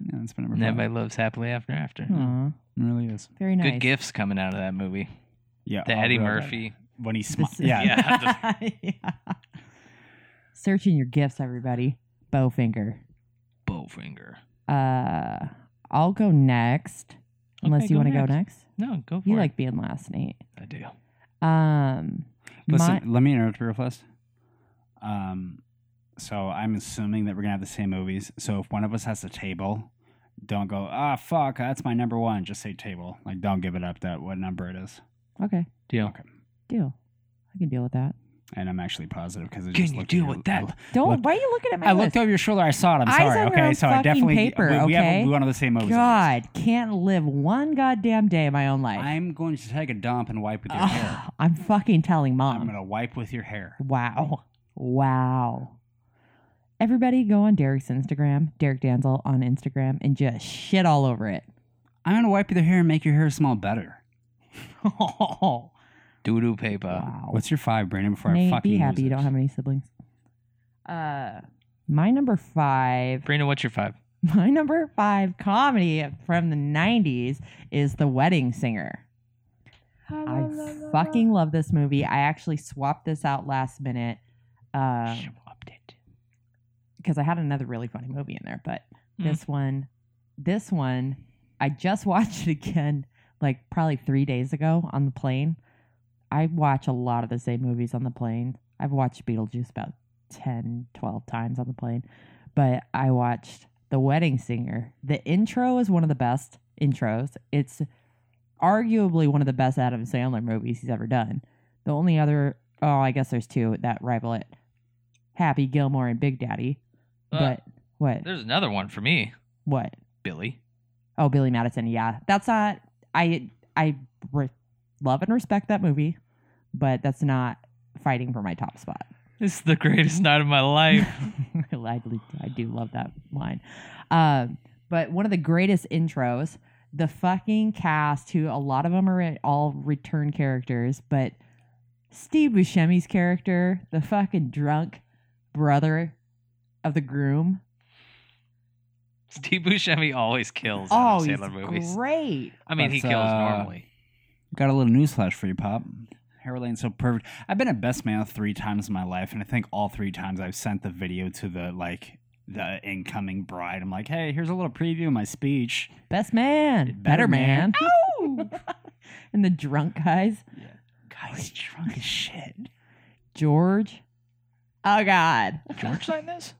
[SPEAKER 5] yeah that's been number
[SPEAKER 6] And
[SPEAKER 5] five.
[SPEAKER 6] Everybody loves Happily After After.
[SPEAKER 4] Aw,
[SPEAKER 5] It really is.
[SPEAKER 4] very nice
[SPEAKER 6] Good gifts coming out of that movie.
[SPEAKER 5] Yeah,
[SPEAKER 6] The
[SPEAKER 5] I'll
[SPEAKER 6] Eddie
[SPEAKER 5] go with
[SPEAKER 6] Murphy.
[SPEAKER 5] that. when he
[SPEAKER 4] This
[SPEAKER 5] smiles.
[SPEAKER 4] is-
[SPEAKER 5] Yeah,
[SPEAKER 6] yeah.
[SPEAKER 4] Yeah. searching your gifts everybody bowfinger
[SPEAKER 6] Bowfinger.
[SPEAKER 4] Uh, I'll go next. Unless
[SPEAKER 6] Okay,
[SPEAKER 4] you want to go next.
[SPEAKER 6] No, go for
[SPEAKER 4] You
[SPEAKER 6] it.
[SPEAKER 4] like being last, Nate.
[SPEAKER 6] I do.
[SPEAKER 4] Um,
[SPEAKER 5] Listen,
[SPEAKER 4] my-
[SPEAKER 5] let me interrupt real fast. Um, so I'm assuming that we're gonna have the same movies. So if one of us has a table, don't go. Ah, fuck, that's my number one. Just say table. Like, don't give it up. That what number it is.
[SPEAKER 4] okay,
[SPEAKER 6] Deal.
[SPEAKER 5] Okay.
[SPEAKER 4] deal. I can deal with that.
[SPEAKER 5] And I'm actually positive because
[SPEAKER 6] Can you deal with that?
[SPEAKER 4] Don't.
[SPEAKER 5] Look-
[SPEAKER 4] why are you looking at Oh my
[SPEAKER 5] I
[SPEAKER 4] list?
[SPEAKER 5] looked over your shoulder. I saw it. I'm
[SPEAKER 4] Eyes
[SPEAKER 5] sorry.
[SPEAKER 4] on your
[SPEAKER 5] okay,
[SPEAKER 4] own
[SPEAKER 5] so I
[SPEAKER 4] fucking
[SPEAKER 5] definitely
[SPEAKER 4] paper,
[SPEAKER 5] we, we
[SPEAKER 4] okay?
[SPEAKER 5] have one of the same movies. on
[SPEAKER 4] God, can't live one goddamn day of my own
[SPEAKER 5] this.
[SPEAKER 4] life.
[SPEAKER 5] I'm going to take a dump and wipe with your
[SPEAKER 4] Ugh,
[SPEAKER 5] hair.
[SPEAKER 4] I'm fucking telling mom.
[SPEAKER 5] I'm gonna wipe with your hair.
[SPEAKER 4] Wow. Wow. Everybody go on Derek's Instagram, Derek Danzel on Instagram, and just shit all over it.
[SPEAKER 5] I'm gonna wipe with your hair and make your hair smell better.
[SPEAKER 4] wow.
[SPEAKER 6] Doo doo paper.
[SPEAKER 5] What's your five, Brandon? Before I
[SPEAKER 4] Oh. Nate,
[SPEAKER 5] fucking
[SPEAKER 4] be
[SPEAKER 5] lose
[SPEAKER 4] happy you
[SPEAKER 5] it?
[SPEAKER 4] don't have any siblings. Uh, my number five,
[SPEAKER 6] Brina, what's your five?
[SPEAKER 4] my number five comedy from the 90s is The Wedding Singer. I fucking love this movie. I actually swapped this out last minute Um, because
[SPEAKER 6] Swapped it.
[SPEAKER 4] I had another really funny movie in there, but
[SPEAKER 6] Mm.
[SPEAKER 4] this one, this one, I just watched it again, like probably three days ago on the plane. I watch a lot of the same movies on the plane. I've watched Beetlejuice about 10, 12 times on the plane, but I watched The Wedding Singer. The intro is one of the best intros. It's arguably one of the best Adam Sandler movies he's ever done. The only other, oh, I guess there's two that rival it Happy Gilmore and Big Daddy.
[SPEAKER 6] Uh,
[SPEAKER 4] But what?
[SPEAKER 6] There's another one for me,
[SPEAKER 4] What?
[SPEAKER 6] Billy.
[SPEAKER 4] Oh, Billy Madison. Yeah, that's not. I I re- love and respect that movie, but that's not fighting for my top spot.
[SPEAKER 6] This is the greatest night of my life.
[SPEAKER 4] I, do- I do love that line. Um, but one of the greatest intros, the fucking cast, who a lot of them are re- all return characters, but Steve Buscemi's character, the fucking drunk brother of the groom.
[SPEAKER 6] Steve Buscemi always kills
[SPEAKER 4] Oh,
[SPEAKER 6] Adam
[SPEAKER 4] he's
[SPEAKER 6] Sandler movies.
[SPEAKER 4] great.
[SPEAKER 6] I mean, he
[SPEAKER 5] That's,
[SPEAKER 6] kills
[SPEAKER 5] uh,
[SPEAKER 6] normally.
[SPEAKER 5] Got a little newsflash for you, Pop. Hair lane's so perfect. I've been a best man three times in my life, and I think all three times I've sent the video to the like the incoming bride. I'm like, hey, here's a little preview of my speech.
[SPEAKER 4] Best man.
[SPEAKER 5] Better
[SPEAKER 4] Better,
[SPEAKER 5] man.
[SPEAKER 4] man. and the drunk guys.
[SPEAKER 5] Guys, drunk as shit.
[SPEAKER 4] George. Oh God.
[SPEAKER 6] George signed this?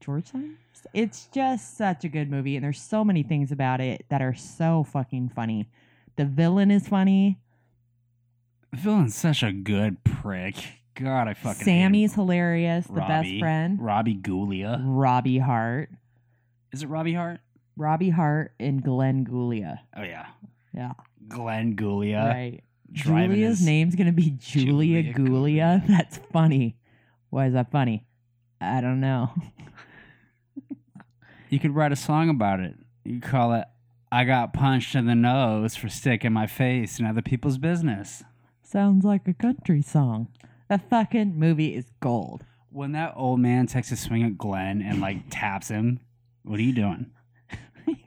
[SPEAKER 4] George Simons? It's just such a good movie, and there's so many things about it that are so fucking funny. The villain is funny.
[SPEAKER 5] The villain's such a good prick. God, I fucking hate
[SPEAKER 4] Sammy's
[SPEAKER 5] him.
[SPEAKER 4] hilarious, the best
[SPEAKER 5] Robbie.
[SPEAKER 4] friend.
[SPEAKER 5] Robbie Gulia.
[SPEAKER 4] Robbie Hart.
[SPEAKER 5] Is it Robbie Hart?
[SPEAKER 4] Robbie Hart and Glenn Gulia.
[SPEAKER 5] Oh yeah.
[SPEAKER 4] Yeah.
[SPEAKER 5] Glenn Gulia.
[SPEAKER 4] Right.
[SPEAKER 5] Driving
[SPEAKER 4] Julia's
[SPEAKER 5] his-
[SPEAKER 4] name's gonna be Julia,
[SPEAKER 6] Julia
[SPEAKER 4] Gulia.
[SPEAKER 6] Gulia.
[SPEAKER 4] That's funny. Why is that funny? I don't know.
[SPEAKER 5] You could write a song about it. You could call it I got punched in the nose for sticking my face in other people's business.
[SPEAKER 4] Sounds like a country song. That fucking movie is gold.
[SPEAKER 5] When that old man takes a swing at Glenn and like taps him, what are you doing?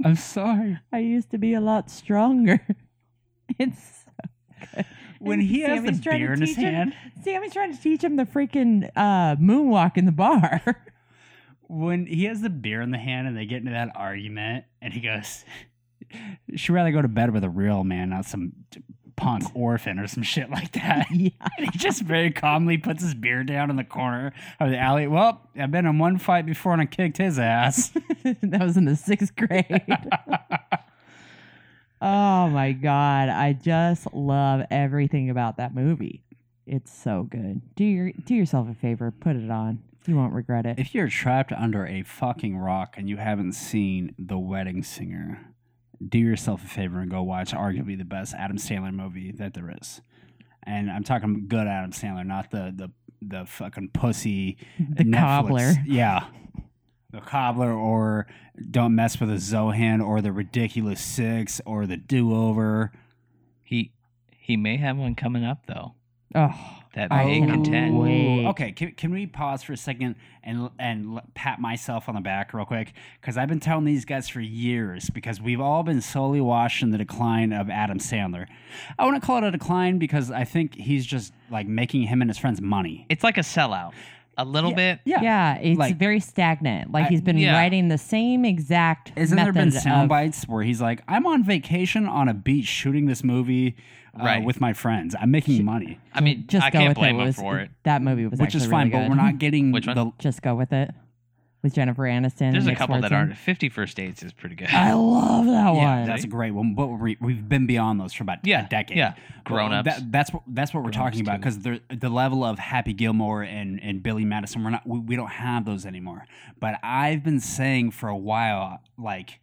[SPEAKER 5] I'm sorry.
[SPEAKER 4] I used to be a lot stronger. It's
[SPEAKER 5] When he has the
[SPEAKER 4] Sammy's trying to
[SPEAKER 5] beer in his
[SPEAKER 4] teach him-
[SPEAKER 5] hand,
[SPEAKER 4] Sammy's trying to teach him the freaking uh, moonwalk in the bar.
[SPEAKER 5] when he has the beer in the hand and they get into that argument, and he goes, "She'd rather go to bed with a real man, not some punk orphan or some shit like that."
[SPEAKER 4] yeah,
[SPEAKER 5] And he just very calmly puts his beer down in the corner of the alley. Well, I've been in one fight before and I kicked his ass.
[SPEAKER 4] that was in the sixth grade. oh my god, I just love everything about that movie. It's so good. Do your do yourself a favor, put it on. You won't regret it.
[SPEAKER 5] if you're trapped under a fucking rock and you haven't seen The Wedding Singer, do yourself a favor and go watch arguably the best Adam Sandler movie that there is. And I'm talking good Adam Sandler, not the the the fucking pussy
[SPEAKER 4] the
[SPEAKER 5] Netflix.
[SPEAKER 4] cobbler.
[SPEAKER 5] Yeah. The cobbler or Don't Mess with a Zohan or The Ridiculous Six or The Do Over.
[SPEAKER 6] He he may have one coming up though.
[SPEAKER 4] Oh,
[SPEAKER 6] That
[SPEAKER 4] I
[SPEAKER 6] may
[SPEAKER 4] cannot
[SPEAKER 6] contend.
[SPEAKER 4] wait.
[SPEAKER 5] Okay, can, can we pause for a second and and l- pat myself on the back real quick? Because I've been telling these guys for years because we've all been slowly watching the decline of Adam Sandler. I want to call it a decline because I think he's just like making him and his friends money.
[SPEAKER 6] It's like a sellout. a little bit.
[SPEAKER 5] Yeah.
[SPEAKER 4] Yeah, it's
[SPEAKER 5] Like-
[SPEAKER 4] very stagnant. Like
[SPEAKER 5] I-
[SPEAKER 4] he's been
[SPEAKER 6] yeah.
[SPEAKER 4] writing the same exact.
[SPEAKER 5] Isn't there been
[SPEAKER 4] method
[SPEAKER 5] sound
[SPEAKER 4] of-
[SPEAKER 5] bites where he's like, "I'm on vacation on a beach shooting this movie uh,
[SPEAKER 6] Right.
[SPEAKER 5] with my friends. I'm making money,"
[SPEAKER 6] I mean,
[SPEAKER 4] just
[SPEAKER 6] I
[SPEAKER 4] go
[SPEAKER 6] can't
[SPEAKER 4] with
[SPEAKER 6] blame
[SPEAKER 4] it.
[SPEAKER 6] him
[SPEAKER 4] was-
[SPEAKER 6] for it.
[SPEAKER 4] That movie was
[SPEAKER 5] which is
[SPEAKER 4] actually
[SPEAKER 5] fine.
[SPEAKER 4] really good.
[SPEAKER 5] but we're not getting
[SPEAKER 6] Which one?
[SPEAKER 5] the.
[SPEAKER 4] just go with it with Jennifer Aniston. and Uh,
[SPEAKER 6] There's a
[SPEAKER 4] Nick
[SPEAKER 6] couple that
[SPEAKER 4] Swartzen.
[SPEAKER 6] aren't. 50 First Dates is pretty good.
[SPEAKER 4] I love that
[SPEAKER 5] Yeah,
[SPEAKER 4] one.
[SPEAKER 5] that's a great one. But we, we've been beyond those for about
[SPEAKER 6] Yeah,
[SPEAKER 5] a decade.
[SPEAKER 6] yeah.
[SPEAKER 5] But
[SPEAKER 6] Grown-ups.
[SPEAKER 5] That, that's what that's what we're
[SPEAKER 6] Grown-ups
[SPEAKER 5] talking about
[SPEAKER 6] too.
[SPEAKER 5] because the the level of Happy Gilmore and and Billy Madison, we're not we, we don't have those anymore. But I've been saying for a while, like.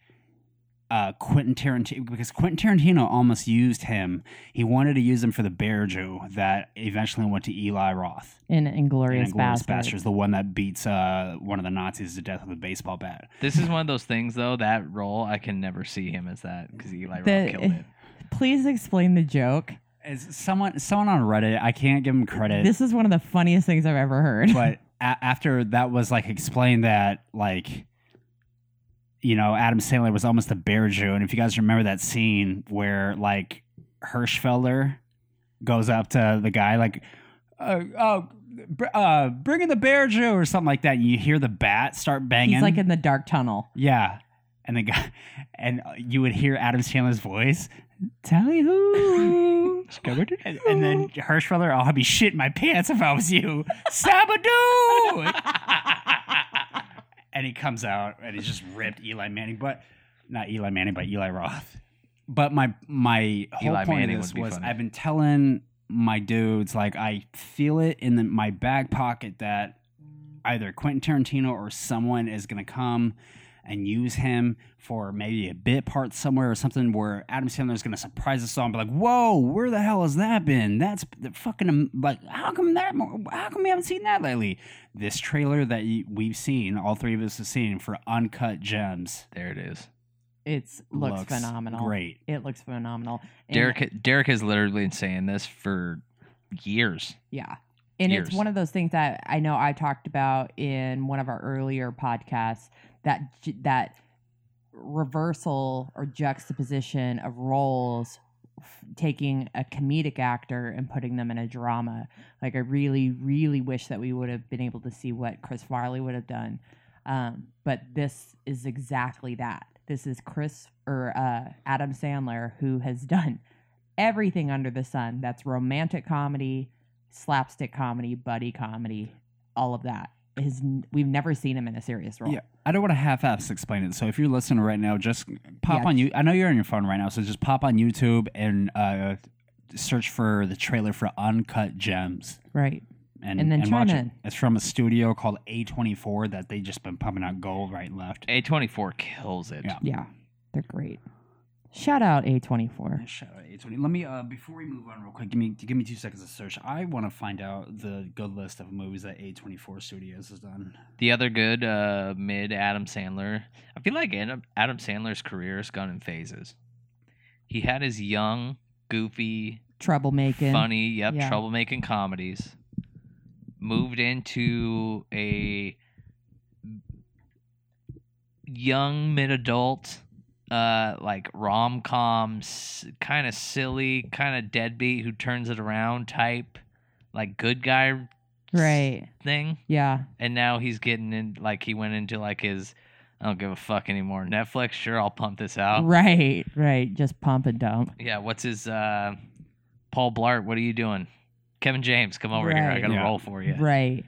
[SPEAKER 5] Uh, Quentin Tarantino, because Quentin Tarantino almost used him. He wanted to use him for the Bear Jew that eventually went to Eli Roth.
[SPEAKER 4] In Inglorious
[SPEAKER 5] and Glorious
[SPEAKER 4] Bastards.
[SPEAKER 5] the one that beats uh, one of the Nazis to death with a baseball bat.
[SPEAKER 6] This is one of those things, though. That role, I can never see him as that because Eli Roth
[SPEAKER 4] The- eh,
[SPEAKER 6] killed it.
[SPEAKER 4] Please explain the joke.
[SPEAKER 5] As someone, someone on Reddit, I can't give him credit,
[SPEAKER 4] This is one of the funniest things I've ever heard.
[SPEAKER 5] but a- after that was like explained that like. You know, Adam Sandler was almost a bear Jew, and if you guys remember that scene where like Hirschfelder goes up to the guy like, uh, "Oh, br- uh, bring in the bear Jew" or something like that, and you hear the bat start banging.
[SPEAKER 4] He's like in the dark tunnel.
[SPEAKER 5] Yeah. And the guy, and you would hear Adam Sandler's voice, Tally who? and, and then Hirschfeller, I'll be shit in my pants if I was you. Sabadoo! and he comes out and he's just ripped Eli Manning, but not Eli Manning, but Eli Roth. But my my whole
[SPEAKER 6] Eli
[SPEAKER 5] point
[SPEAKER 6] Manning
[SPEAKER 5] of this
[SPEAKER 6] would be
[SPEAKER 5] was
[SPEAKER 6] funny.
[SPEAKER 5] I've been telling my dudes like I feel it in the, my back pocket that either Quentin Tarantino or someone is going to come and use him for maybe a bit part somewhere or something where Adam Sandler is going to surprise us all and be like, "Whoa, where the hell has that been? That's the fucking am- like how come that mo- how come we haven't seen that lately?" This trailer that y- we've seen, all three of us have seen for Uncut Gems
[SPEAKER 6] There it is.
[SPEAKER 4] It's looks, phenomenal.
[SPEAKER 5] Great.
[SPEAKER 4] It looks phenomenal. And-
[SPEAKER 6] Derek Derek has literally been saying this for years.
[SPEAKER 4] Yeah. And it's
[SPEAKER 6] years.
[SPEAKER 4] one of those things that I know I talked about in one of our earlier podcasts that j- that reversal or juxtaposition of roles f- taking a comedic actor and putting them in a drama. Like I really really wish that we would have been able to see what Chris Farley would have done. Um, but this is exactly that. This is Chris or uh, Adam Sandler who has done everything under the sun. That's romantic comedy, slapstick comedy, buddy comedy, all of that. His we've never seen him in a serious role.
[SPEAKER 5] Yeah, I don't want to half-ass explain it. So if you're listening right now, just pop
[SPEAKER 4] Yeah.
[SPEAKER 5] on you. I know you're on your phone right now, so just pop on YouTube and uh, search for the trailer for Uncut Gems
[SPEAKER 4] Right.
[SPEAKER 5] and
[SPEAKER 4] And then
[SPEAKER 5] and watch
[SPEAKER 4] chime
[SPEAKER 5] it.
[SPEAKER 4] in.
[SPEAKER 5] It's from a studio called A24 that they just been pumping out gold right and left.
[SPEAKER 6] A twenty four kills it.
[SPEAKER 5] Yeah.
[SPEAKER 4] Yeah. They're great. Shout out A24.
[SPEAKER 5] Shout out A20. Let me uh, before we move on real quick. Give me give me two seconds to search. I want to find out the good list of movies that A24 Studios has done.
[SPEAKER 6] The other good uh, mid Adam Sandler. I feel like Adam, Adam Sandler's career has gone in phases. He had his young, goofy,
[SPEAKER 4] Troublemaking.
[SPEAKER 6] funny, yep,
[SPEAKER 4] Yeah.
[SPEAKER 6] troublemaking comedies. Moved into a young mid adult, uh, like rom com, kind of silly, kind of deadbeat who turns it around type, like good guy
[SPEAKER 4] Right.
[SPEAKER 6] thing.
[SPEAKER 4] Yeah.
[SPEAKER 6] And now he's getting in, like, he went into like his. I don't give a fuck anymore. Netflix, sure, I'll pump this out.
[SPEAKER 4] Right. Right. Just pump and dump.
[SPEAKER 6] Yeah, what's his uh Paul Blart, what are you doing? Kevin James, come over here. I
[SPEAKER 4] Right.
[SPEAKER 6] got a
[SPEAKER 5] Yeah.
[SPEAKER 6] roll for you.
[SPEAKER 4] Right.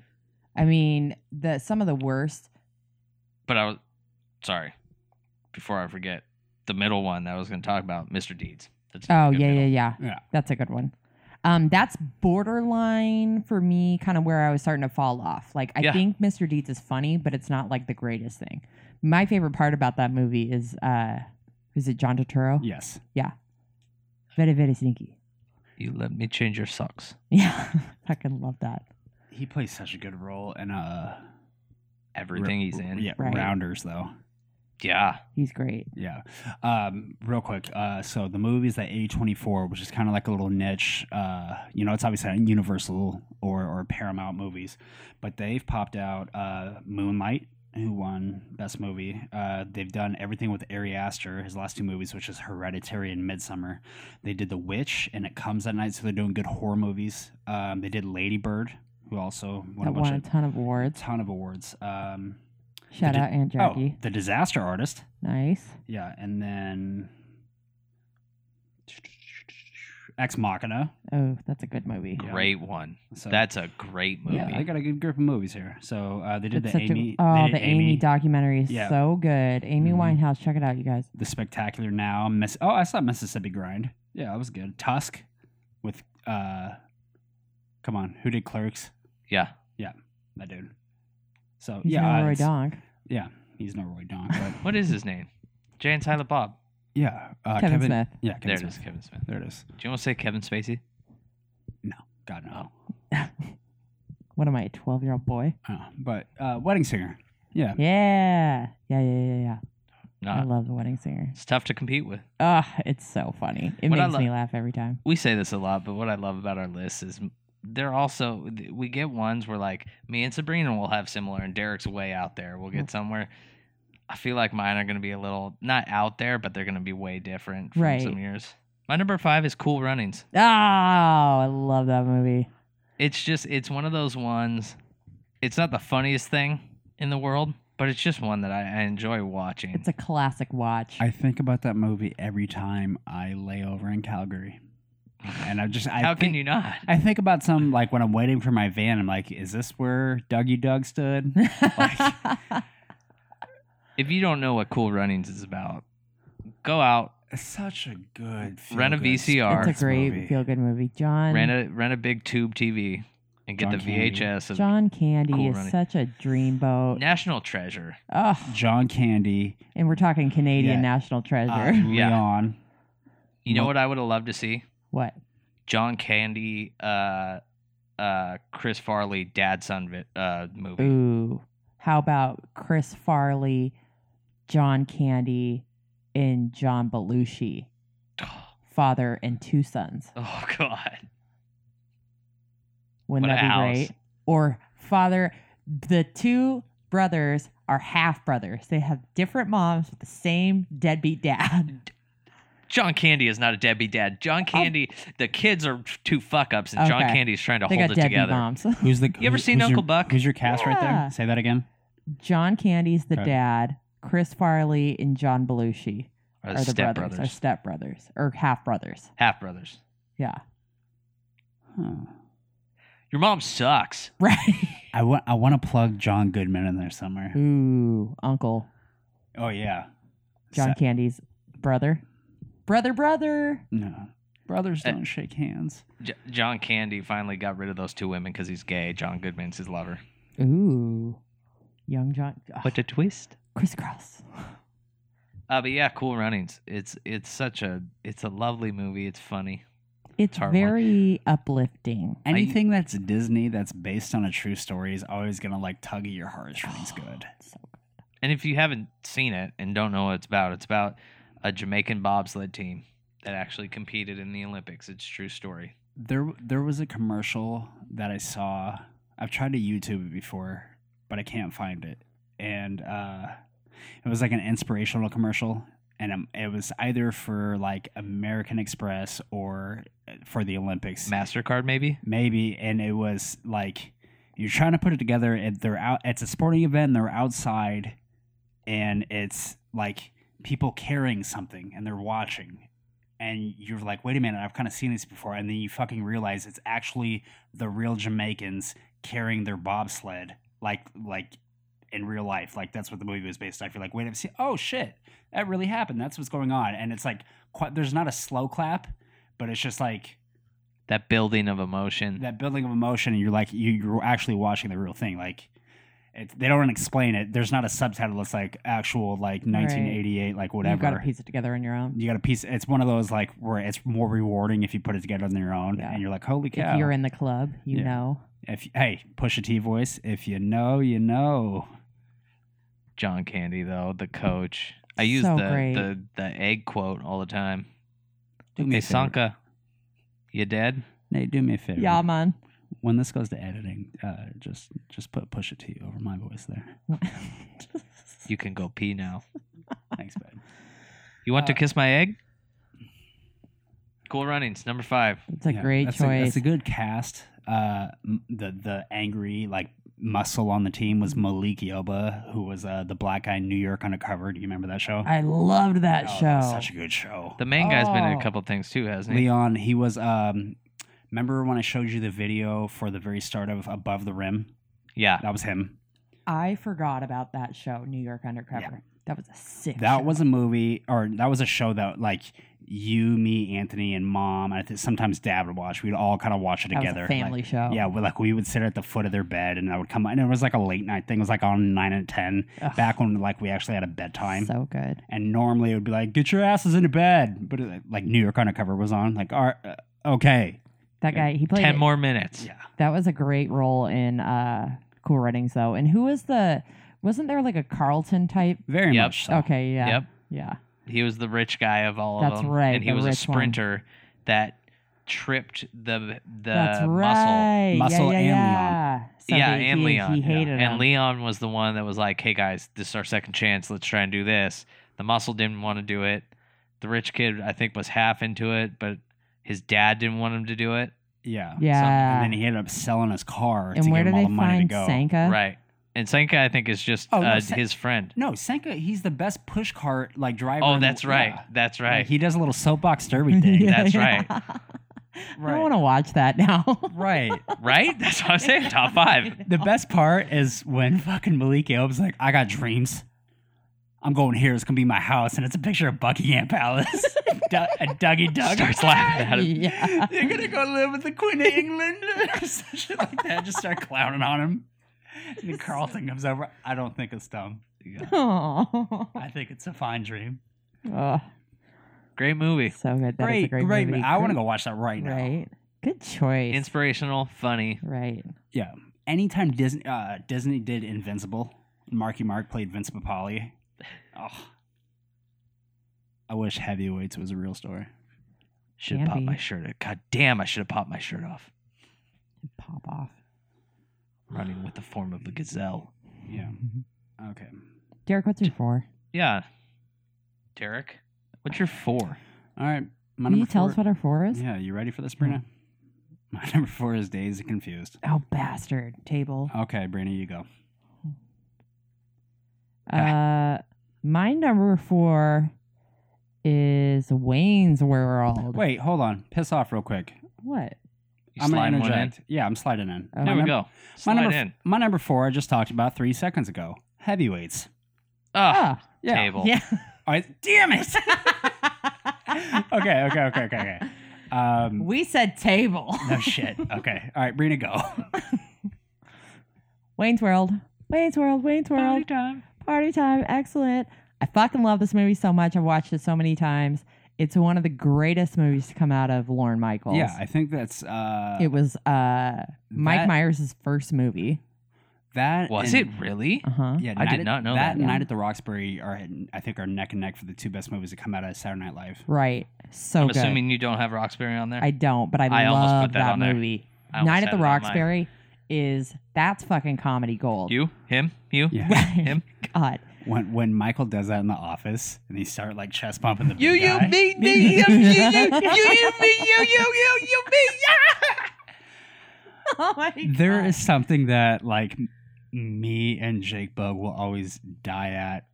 [SPEAKER 4] I mean, the some of the worst.
[SPEAKER 6] But I was sorry. Before I forget, the middle one that I was going to talk about, Mr. Deeds. That's
[SPEAKER 4] Oh,
[SPEAKER 6] good
[SPEAKER 4] yeah, yeah,
[SPEAKER 6] middle.
[SPEAKER 4] yeah.
[SPEAKER 5] Yeah.
[SPEAKER 4] That's a good one. Um, that's borderline for me, kind of where I was starting to fall off. Like, I
[SPEAKER 6] Yeah.
[SPEAKER 4] think Mr. Deeds is funny, but it's not like the greatest thing. My favorite part about that movie is, uh, is it John Turturro?
[SPEAKER 5] Yes.
[SPEAKER 4] Very, very sneaky.
[SPEAKER 6] You let me change your socks.
[SPEAKER 4] Yeah, fucking love that.
[SPEAKER 5] He plays such a good role in uh
[SPEAKER 6] Everything he's in.
[SPEAKER 5] Yeah,
[SPEAKER 4] Right.
[SPEAKER 5] Rounders though.
[SPEAKER 6] Yeah.
[SPEAKER 4] He's great.
[SPEAKER 5] Yeah. Um, real quick. Uh, so the movies that A24, which is kind of like a little niche, uh, you know, it's obviously not Universal or, or Paramount movies, but they've popped out uh, Moonlight, who won Best Movie. Uh, they've done everything with Ari Aster, his last two movies, which is Hereditary and Midsummer. They did The Witch and It Comes at Night, so they're doing good horror movies. Um, they did Lady Bird, who also won a
[SPEAKER 4] That
[SPEAKER 5] bunch
[SPEAKER 4] won a
[SPEAKER 5] of
[SPEAKER 4] ton of
[SPEAKER 5] a
[SPEAKER 4] awards.
[SPEAKER 5] ton of awards. Um,
[SPEAKER 4] Shout
[SPEAKER 5] di-
[SPEAKER 4] out Aunt Jackie.
[SPEAKER 5] Oh, the disaster artist.
[SPEAKER 4] Nice.
[SPEAKER 5] Yeah, and then Ex Machina.
[SPEAKER 4] Oh, that's a good movie.
[SPEAKER 5] Yeah.
[SPEAKER 6] Great one.
[SPEAKER 5] So
[SPEAKER 6] That's a great movie.
[SPEAKER 5] yeah, they got a good group of movies here. So uh, they did
[SPEAKER 4] It's
[SPEAKER 5] the
[SPEAKER 4] such a-
[SPEAKER 5] Amy,
[SPEAKER 4] oh,
[SPEAKER 5] they
[SPEAKER 4] the
[SPEAKER 5] did
[SPEAKER 4] Amy, documentary is
[SPEAKER 5] Yeah.
[SPEAKER 4] so good. Amy
[SPEAKER 5] Mhm.
[SPEAKER 4] Winehouse, check it out, you guys.
[SPEAKER 5] the Spectacular Now. Miss, oh, I saw Mississippi Grind. Yeah, that was good. Tusk with uh, come on, who did Clerks?
[SPEAKER 6] Yeah.
[SPEAKER 5] That dude. So
[SPEAKER 4] He's
[SPEAKER 5] yeah, uh,
[SPEAKER 4] Roy
[SPEAKER 5] it's-
[SPEAKER 4] Donk.
[SPEAKER 5] yeah, he's no Roy Donk, but
[SPEAKER 6] What is his name? Jay and Silent Bob.
[SPEAKER 5] yeah, uh,
[SPEAKER 4] Kevin Smith.
[SPEAKER 5] Yeah, Kevin
[SPEAKER 6] there
[SPEAKER 5] Smith.
[SPEAKER 6] it is, Kevin Smith.
[SPEAKER 5] There it is.
[SPEAKER 6] Do you want to say Kevin Spacey?
[SPEAKER 5] God
[SPEAKER 6] Oh.
[SPEAKER 5] no.
[SPEAKER 4] What am I, a 12 year old boy?
[SPEAKER 5] Uh, but uh, Wedding Singer. Yeah.
[SPEAKER 4] Yeah. Yeah, yeah, yeah, yeah. I
[SPEAKER 6] No.
[SPEAKER 4] love The Wedding Singer.
[SPEAKER 6] It's tough to compete with.
[SPEAKER 4] Ah, it's so funny. It
[SPEAKER 6] What I
[SPEAKER 4] makes
[SPEAKER 6] lo-
[SPEAKER 4] me laugh every time.
[SPEAKER 6] we say this a lot, but what I love about our list is they're also we get ones where like me and Sabrina will have similar, and Derek's way out there. We'll
[SPEAKER 4] Mm.
[SPEAKER 6] get somewhere. I feel like mine are going to be a little not out there, but they're going to be way different from
[SPEAKER 4] Right.
[SPEAKER 6] some years. My number five is Cool Runnings.
[SPEAKER 4] Oh, I love that movie.
[SPEAKER 6] It's just it's one of those ones. It's not the funniest thing in the world, but it's just one that I, I enjoy watching.
[SPEAKER 4] It's a classic watch.
[SPEAKER 5] I think about that movie every time I lay over in Calgary, and I just I
[SPEAKER 6] How can
[SPEAKER 5] think-
[SPEAKER 6] you not?
[SPEAKER 5] I think about some like when I'm waiting for my van. I'm like, is this where Dougie Doug stood?
[SPEAKER 6] If you don't know what Cool Runnings is about, go out,
[SPEAKER 5] It's such a good
[SPEAKER 6] Rent a
[SPEAKER 5] feel-good
[SPEAKER 6] VCR.
[SPEAKER 5] sports
[SPEAKER 4] it's a great
[SPEAKER 5] movie.
[SPEAKER 4] feel good movie. John
[SPEAKER 6] rent a rent a big tube TV, and get
[SPEAKER 5] John
[SPEAKER 6] the
[SPEAKER 5] Candy.
[SPEAKER 6] VHS of
[SPEAKER 4] John Candy
[SPEAKER 6] Cool
[SPEAKER 4] is
[SPEAKER 6] Running.
[SPEAKER 4] such a dreamboat.
[SPEAKER 6] National Treasure.
[SPEAKER 4] Oh,
[SPEAKER 5] John Candy,
[SPEAKER 4] and we're talking Canadian
[SPEAKER 5] Yeah.
[SPEAKER 4] national treasure.
[SPEAKER 5] uh,
[SPEAKER 6] Yeah.
[SPEAKER 5] Leon.
[SPEAKER 6] You know
[SPEAKER 5] Mo-
[SPEAKER 6] what I would have loved to see?
[SPEAKER 4] what?
[SPEAKER 6] John Candy, uh, uh, Chris Farley dad son vi- uh, movie.
[SPEAKER 4] Ooh. How about Chris Farley, John Candy, and John Belushi, father and two sons?
[SPEAKER 6] Oh God,
[SPEAKER 4] Wouldn't
[SPEAKER 6] What a
[SPEAKER 4] that be
[SPEAKER 6] house.
[SPEAKER 4] great? Or father, the two brothers are half brothers. They have different moms with the same deadbeat dad.
[SPEAKER 6] John Candy is not a Debbie dad. John Candy, the kids are two fuck ups, and John
[SPEAKER 4] Oh. Okay.
[SPEAKER 6] Candy's trying to
[SPEAKER 4] they
[SPEAKER 6] hold
[SPEAKER 4] got
[SPEAKER 6] it
[SPEAKER 4] deadbeat
[SPEAKER 6] together.
[SPEAKER 4] moms.
[SPEAKER 5] Who's the?
[SPEAKER 6] You ever
[SPEAKER 5] who-
[SPEAKER 6] seen
[SPEAKER 5] who's
[SPEAKER 6] Uncle
[SPEAKER 5] your,
[SPEAKER 6] Buck?
[SPEAKER 5] Who's your cast right
[SPEAKER 4] Yeah.
[SPEAKER 5] there? Say that again.
[SPEAKER 4] John Candy's the
[SPEAKER 5] Okay.
[SPEAKER 4] dad. Chris Farley and John Belushi
[SPEAKER 6] Or
[SPEAKER 4] are the
[SPEAKER 6] step
[SPEAKER 4] brothers,
[SPEAKER 6] brothers,
[SPEAKER 4] are step brothers or half brothers.
[SPEAKER 6] half brothers.
[SPEAKER 4] Yeah,
[SPEAKER 5] Huh.
[SPEAKER 6] Your mom sucks.
[SPEAKER 4] right.
[SPEAKER 5] I want. I want to plug John Goodman in there somewhere.
[SPEAKER 4] Ooh, Uncle
[SPEAKER 5] Oh yeah,
[SPEAKER 4] John
[SPEAKER 5] Sa-
[SPEAKER 4] Candy's brother, brother, brother.
[SPEAKER 5] No, brothers
[SPEAKER 6] Uh,
[SPEAKER 5] don't shake hands.
[SPEAKER 6] J- John Candy finally got rid of those two women because he's gay. John Goodman's his lover.
[SPEAKER 4] Ooh, young John. Ugh,
[SPEAKER 6] What a twist.
[SPEAKER 4] crisscross.
[SPEAKER 6] Uh, but yeah, Cool Runnings. It's it's such a it's a lovely movie. It's funny.
[SPEAKER 4] It's
[SPEAKER 6] hard one.
[SPEAKER 4] very uplifting.
[SPEAKER 5] Anything that's Disney that's based on a true story is always gonna like tug at your heartstrings. Good.
[SPEAKER 4] So
[SPEAKER 6] And if you haven't seen it and don't know what it's about, it's about a Jamaican bobsled team that actually competed in the Olympics. It's a true story.
[SPEAKER 5] There, there was a commercial that I saw. I've tried to YouTube it before, but I can't find it. And uh, it was like an inspirational commercial, and um, it was either for like American Express or uh, for the Olympics.
[SPEAKER 6] Mastercard, maybe.
[SPEAKER 5] maybe and it was like you're trying to put it together and they're out it's a sporting event and they're outside and it's like people carrying something and they're watching and you're like wait a minute i've kind of seen this before and then you fucking realize it's actually the real jamaicans carrying their bobsled like like in real life like that's what the movie was based off you're like wait a minute oh shit that really happened that's what's going on and it's like quite, there's not a slow clap but it's just like
[SPEAKER 6] That building of emotion.
[SPEAKER 5] that building of emotion and you're like you, you're actually watching the real thing like it, they don't explain it there's not a subtitle it's like actual like 1988 like
[SPEAKER 4] you
[SPEAKER 5] whatever
[SPEAKER 4] got to piece it together on your own.
[SPEAKER 5] You gotta piece it's one of those like where it's more rewarding if you put it together on your own
[SPEAKER 4] Yeah.
[SPEAKER 5] and you're like holy cow
[SPEAKER 4] If you're in the club, you
[SPEAKER 5] Yeah.
[SPEAKER 4] know.
[SPEAKER 5] if hey push a t voice if you know you know
[SPEAKER 6] John Candy, though the coach. I use
[SPEAKER 4] So
[SPEAKER 6] the,
[SPEAKER 4] great.
[SPEAKER 6] the the egg quote all the time.
[SPEAKER 5] Do me a favor.
[SPEAKER 6] Sanka, you dead?
[SPEAKER 5] Nate do me a favor
[SPEAKER 4] Yeah, man.
[SPEAKER 5] when this goes to editing uh just just put push a t over my voice there
[SPEAKER 6] You can go pee now.
[SPEAKER 5] thanks babe
[SPEAKER 6] You want to
[SPEAKER 5] Uh,
[SPEAKER 6] kiss my egg? Cool Runnings, number five.
[SPEAKER 4] It's a
[SPEAKER 5] Yeah,
[SPEAKER 4] great
[SPEAKER 5] that's
[SPEAKER 4] choice.
[SPEAKER 5] that's a good cast uh, m- the the angry like muscle on the team
[SPEAKER 4] Mm-hmm.
[SPEAKER 5] was Malik Yoba, who was uh, the black guy in New York Undercover. Do you remember that show?
[SPEAKER 4] I loved that
[SPEAKER 5] Oh,
[SPEAKER 4] show.
[SPEAKER 5] was Such a good show.
[SPEAKER 6] The main guy's been in
[SPEAKER 4] Oh.
[SPEAKER 6] a couple things too, hasn't he?
[SPEAKER 5] Leon, he was. Um, remember when I showed you the video for the very start of Above the Rim?
[SPEAKER 6] Yeah.
[SPEAKER 5] That was him.
[SPEAKER 4] I forgot about that show, New York Undercover.
[SPEAKER 5] Yeah.
[SPEAKER 4] That was a sick.
[SPEAKER 5] That
[SPEAKER 4] show.
[SPEAKER 5] was a movie, or that was a show that like you, me, Anthony, and mom, and I think sometimes dad would watch. We'd all kind of watch it
[SPEAKER 4] That was
[SPEAKER 5] together.
[SPEAKER 4] a
[SPEAKER 5] like-
[SPEAKER 4] family show.
[SPEAKER 5] Yeah, we, like we would sit at the foot of their bed, and I would come. And it was like a late night thing. It was like on nine and ten
[SPEAKER 4] Ugh,
[SPEAKER 5] back when like we actually had a bedtime.
[SPEAKER 4] So good.
[SPEAKER 5] and normally it would be like, "Get your asses into bed," but it, like New York Undercover was on. Like, all right, uh, okay,
[SPEAKER 4] That guy, he played
[SPEAKER 6] Ten more minutes.
[SPEAKER 5] yeah.
[SPEAKER 4] That was a great role in uh Cool Runnings though. And who was the wasn't there like a Carlton type?
[SPEAKER 5] Very
[SPEAKER 6] Yep.
[SPEAKER 5] much so.
[SPEAKER 4] Okay, yeah.
[SPEAKER 6] Yep.
[SPEAKER 4] Yeah.
[SPEAKER 6] He was the rich guy of all of
[SPEAKER 4] That's
[SPEAKER 6] them.
[SPEAKER 4] right,
[SPEAKER 6] And he
[SPEAKER 4] the
[SPEAKER 6] was a
[SPEAKER 4] rich one.
[SPEAKER 6] sprinter that tripped the the
[SPEAKER 4] That's
[SPEAKER 6] muscle.
[SPEAKER 4] right.
[SPEAKER 5] Muscle
[SPEAKER 4] yeah, yeah,
[SPEAKER 5] and
[SPEAKER 4] yeah. So
[SPEAKER 6] yeah,
[SPEAKER 4] he-
[SPEAKER 6] and
[SPEAKER 4] he-
[SPEAKER 6] Leon.
[SPEAKER 4] He
[SPEAKER 6] yeah.
[SPEAKER 4] hated
[SPEAKER 6] And
[SPEAKER 4] him.
[SPEAKER 6] Leon was the one that was like, "Hey guys, this is our second chance. Let's try and do this." The muscle didn't want to do it. The rich kid, I think, was half into it, but his dad didn't want him to do it.
[SPEAKER 5] Yeah.
[SPEAKER 4] Yeah.
[SPEAKER 5] And then he ended up selling his car
[SPEAKER 4] And
[SPEAKER 5] to
[SPEAKER 4] where
[SPEAKER 5] give
[SPEAKER 4] do
[SPEAKER 5] him all
[SPEAKER 4] they
[SPEAKER 5] the money to
[SPEAKER 4] find
[SPEAKER 5] go.
[SPEAKER 4] Sanka?
[SPEAKER 6] Right. And Senka, I think, is just
[SPEAKER 5] Oh, no,
[SPEAKER 6] uh,
[SPEAKER 5] Sen-
[SPEAKER 6] his friend.
[SPEAKER 5] No, Senka, he's the best push cart like driver.
[SPEAKER 6] Oh,
[SPEAKER 5] in the-
[SPEAKER 6] that's right.
[SPEAKER 5] yeah.
[SPEAKER 6] That's
[SPEAKER 5] Like,
[SPEAKER 6] right.
[SPEAKER 5] he does a little soapbox derby thing.
[SPEAKER 4] Yeah,
[SPEAKER 6] That's
[SPEAKER 4] yeah.
[SPEAKER 6] right.
[SPEAKER 4] I
[SPEAKER 5] Right.
[SPEAKER 4] want to watch that now.
[SPEAKER 5] Right.
[SPEAKER 6] right? That's what I'm saying. Top five.
[SPEAKER 5] The best part is when fucking Malik Yobe's like, I got dreams. I'm going here. It's gonna be my house, and it's a picture of Buckingham Palace. Du- a Dougie Doug
[SPEAKER 6] Starts laughing at him.
[SPEAKER 4] yeah.
[SPEAKER 5] You're gonna go live with the Queen of England, or some shit like that. Just start clowning on him. And then Carlton comes over. I don't think it's dumb.
[SPEAKER 4] Aw.
[SPEAKER 5] I think it's a fine dream.
[SPEAKER 4] Ugh,
[SPEAKER 6] Great movie.
[SPEAKER 4] so good. That is
[SPEAKER 5] great,
[SPEAKER 4] a great,
[SPEAKER 5] great.
[SPEAKER 4] movie.
[SPEAKER 5] I want to
[SPEAKER 4] Great-
[SPEAKER 5] go watch that right now.
[SPEAKER 4] Right. Good choice.
[SPEAKER 6] Inspirational, funny.
[SPEAKER 4] right.
[SPEAKER 5] Yeah. Anytime Disney uh, Disney did Invincible, Marky Mark played Vince Papali. Oh. I wish Heavyweights was a real story.
[SPEAKER 6] Should
[SPEAKER 4] Can
[SPEAKER 6] have popped
[SPEAKER 4] be.
[SPEAKER 6] my shirt. off. God damn, I should have popped my shirt off.
[SPEAKER 4] Pop off.
[SPEAKER 6] Running with the form of a gazelle.
[SPEAKER 5] Yeah. Okay.
[SPEAKER 4] Derek, what's your four?
[SPEAKER 6] Yeah. Derek, what's your four?
[SPEAKER 5] All right. My
[SPEAKER 4] Will you
[SPEAKER 5] number
[SPEAKER 4] tell us
[SPEAKER 5] four-
[SPEAKER 4] what our four is?
[SPEAKER 5] Yeah, you ready for this, Brina? My number four is Days of Confused.
[SPEAKER 4] Oh, bastard. Table.
[SPEAKER 5] Okay, Brina, you go.
[SPEAKER 4] Uh, my number four is Wayne's World.
[SPEAKER 5] Wait, hold on. Piss off real quick.
[SPEAKER 4] What?
[SPEAKER 6] You
[SPEAKER 5] I'm gonna
[SPEAKER 6] slide one in?
[SPEAKER 5] interject. Yeah, I'm sliding in.
[SPEAKER 4] Oh.
[SPEAKER 5] My
[SPEAKER 6] There we
[SPEAKER 5] num-
[SPEAKER 6] go.
[SPEAKER 5] My
[SPEAKER 6] Slide
[SPEAKER 5] number,
[SPEAKER 6] in.
[SPEAKER 5] my number four, I just talked about three seconds ago. Heavyweights.
[SPEAKER 6] Ah,
[SPEAKER 4] Ah,
[SPEAKER 5] Yeah.
[SPEAKER 6] table.
[SPEAKER 4] yeah.
[SPEAKER 5] All right, damn it. okay, okay, okay, okay, okay. Um,
[SPEAKER 4] We said table.
[SPEAKER 5] no shit. Okay. All right, Brina, go.
[SPEAKER 4] Wayne's World. Wayne's World. Wayne's World.
[SPEAKER 6] Party time.
[SPEAKER 4] Party time. Excellent. I fucking love this movie so much. I've watched it so many times. It's one of the greatest movies to come out of Lorne Michaels.
[SPEAKER 5] yeah, I think that's uh,
[SPEAKER 4] it was uh, Mike
[SPEAKER 5] that-
[SPEAKER 4] Myers' first movie.
[SPEAKER 5] that.
[SPEAKER 6] Was
[SPEAKER 5] and-
[SPEAKER 6] it really?
[SPEAKER 4] Uh huh.
[SPEAKER 5] Yeah,
[SPEAKER 6] I
[SPEAKER 5] Night
[SPEAKER 6] did
[SPEAKER 5] at-
[SPEAKER 6] not know
[SPEAKER 5] that.
[SPEAKER 6] that.
[SPEAKER 5] and Night at the Roxbury are, I think, are neck and neck for the two best movies that come out of Saturday Night Live.
[SPEAKER 4] Right. So
[SPEAKER 6] I'm
[SPEAKER 4] good.
[SPEAKER 6] assuming you don't have Roxbury on there.
[SPEAKER 4] I don't, but I,
[SPEAKER 6] I
[SPEAKER 4] love
[SPEAKER 6] almost put that
[SPEAKER 4] that,
[SPEAKER 6] on there.
[SPEAKER 4] movie.
[SPEAKER 6] I almost
[SPEAKER 4] Night at
[SPEAKER 6] had
[SPEAKER 4] the
[SPEAKER 6] it on mine.
[SPEAKER 4] Roxbury is that's fucking comedy gold.
[SPEAKER 6] You? Him? You?
[SPEAKER 5] Yeah.
[SPEAKER 6] Him?
[SPEAKER 4] God.
[SPEAKER 5] When when Michael does that in the office and he start like chest bumping the big guy.
[SPEAKER 6] me,
[SPEAKER 4] me, you, you, you, you,
[SPEAKER 6] me, you, you, you, you, me,
[SPEAKER 4] Oh my God.
[SPEAKER 5] There is something that like m- me and Jake Bug will always die at,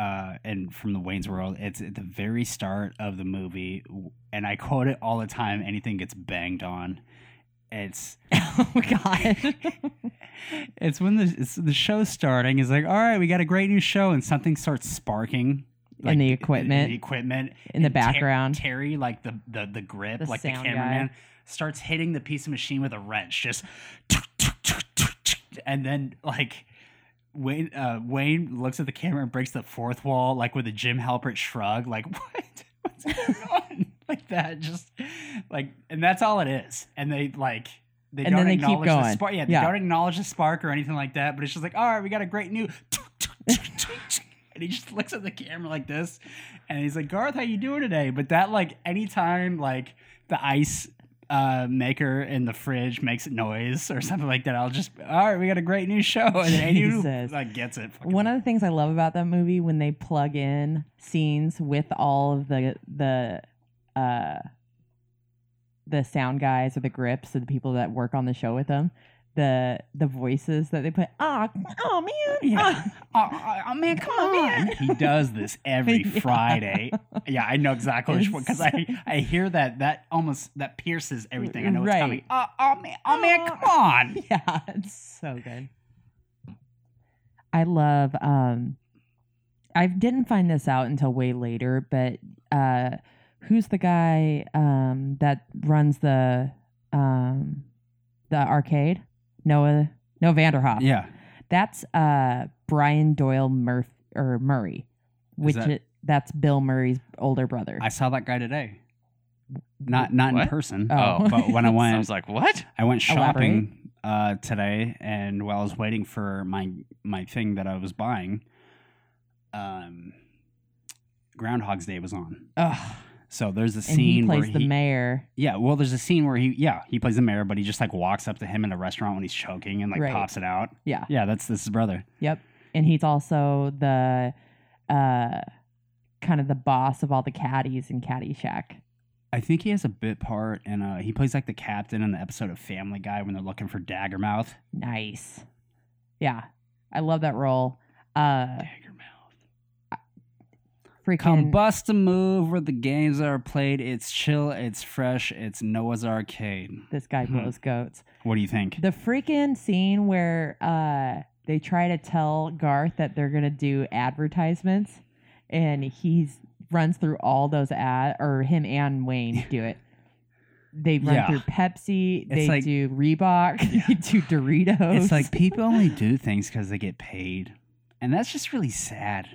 [SPEAKER 5] uh, and from the Wayne's World, it's at the very start of the movie, w- and I quote it all the time. Anything gets banged on, it's
[SPEAKER 4] Oh God.
[SPEAKER 5] it's when the it's the show's starting. It's like, all right, we got a great new show, and something starts sparking.
[SPEAKER 4] the equipment.
[SPEAKER 5] the equipment
[SPEAKER 4] In the
[SPEAKER 5] and Ter-
[SPEAKER 4] background.
[SPEAKER 5] Terry, like the the the grip,
[SPEAKER 4] The
[SPEAKER 5] like the
[SPEAKER 4] sound guy.
[SPEAKER 5] cameraman, starts hitting the piece of machine with a wrench, just, and then like. Wayne uh, Wayne looks at the camera and breaks the fourth wall, like with a Jim Halpert shrug, like what? What's going on? like that, just like, and that's all it is. And they like, they
[SPEAKER 4] And
[SPEAKER 5] don't
[SPEAKER 4] then they keep
[SPEAKER 5] acknowledge the
[SPEAKER 4] going.
[SPEAKER 5] spark. Yeah, they
[SPEAKER 4] Yeah.
[SPEAKER 5] don't acknowledge the spark or anything like that. But it's just like, all right, we got a great new. and he just looks at the camera like this, and he's like, Garth, how you doing today? But that like anytime like the ice. Uh, maker in the fridge makes noise or something like that. I'll just all right. We got a great new show, and anyone
[SPEAKER 4] Jesus.
[SPEAKER 5] like gets it. fucking-
[SPEAKER 4] One of the things I love about that movie when they plug in scenes with all of the the uh the sound guys or the grips or the people that work on the show with them, the the voices that they put. Oh, oh man.
[SPEAKER 5] Yeah.
[SPEAKER 4] ah."
[SPEAKER 5] Oh, oh, oh, man, come
[SPEAKER 4] Come
[SPEAKER 5] on.
[SPEAKER 4] on.
[SPEAKER 5] He does this every
[SPEAKER 4] Yeah.
[SPEAKER 5] Friday. Yeah, I know exactly which one because I,
[SPEAKER 4] It's-
[SPEAKER 5] I hear that that almost that pierces everything. I know it's
[SPEAKER 4] Right.
[SPEAKER 5] coming. Oh, oh man, oh man, come on.
[SPEAKER 4] yeah, it's so good. I love um I didn't find this out until way later, but uh who's the guy um that runs the um the arcade? Noah Noah Vanderhoff.
[SPEAKER 5] Yeah,
[SPEAKER 4] That's uh Brian Doyle Murph or Murray, which
[SPEAKER 5] that-
[SPEAKER 4] i- that's Bill Murray's older brother.
[SPEAKER 5] I saw that guy today. Not not in
[SPEAKER 6] What?
[SPEAKER 5] person,
[SPEAKER 4] Oh.
[SPEAKER 5] but when I
[SPEAKER 6] I
[SPEAKER 5] went,
[SPEAKER 6] was like, what?
[SPEAKER 5] I went shopping uh, today, and while I was waiting for my my thing that I was buying, um, Groundhog's Day was on.
[SPEAKER 4] Ugh.
[SPEAKER 5] So there's a
[SPEAKER 4] And he
[SPEAKER 5] scene
[SPEAKER 4] plays
[SPEAKER 5] where
[SPEAKER 4] the
[SPEAKER 5] he,
[SPEAKER 4] mayor.
[SPEAKER 5] yeah, well, there's a scene where he, yeah, he plays the mayor, but he just like walks up to him in a restaurant when he's choking and like
[SPEAKER 4] Right.
[SPEAKER 5] pops it out.
[SPEAKER 4] Yeah.
[SPEAKER 5] Yeah, that's this is brother.
[SPEAKER 4] Yep. And he's also the uh kind of the boss of all the caddies in Caddyshack.
[SPEAKER 5] I think he has a bit part, and uh, he plays like the captain in the episode of Family Guy when they're looking for Daggermouth.
[SPEAKER 4] Nice. Yeah. I love that role. Uh
[SPEAKER 5] Daggermouth.
[SPEAKER 4] freaking
[SPEAKER 5] Come bust a move where the games are played. It's chill, it's fresh, it's Noah's Arcade.
[SPEAKER 4] this guy
[SPEAKER 5] Hmm.
[SPEAKER 4] blows goats.
[SPEAKER 5] What do you think?
[SPEAKER 4] The freaking scene where uh they try to tell Garth that they're gonna do advertisements and he's runs through all those ad or him and Wayne do it. They run
[SPEAKER 5] Yeah.
[SPEAKER 4] through Pepsi,
[SPEAKER 5] It's
[SPEAKER 4] they
[SPEAKER 5] like-
[SPEAKER 4] do Reebok, they do Doritos.
[SPEAKER 5] It's like people only do things because they get paid, and that's just really sad.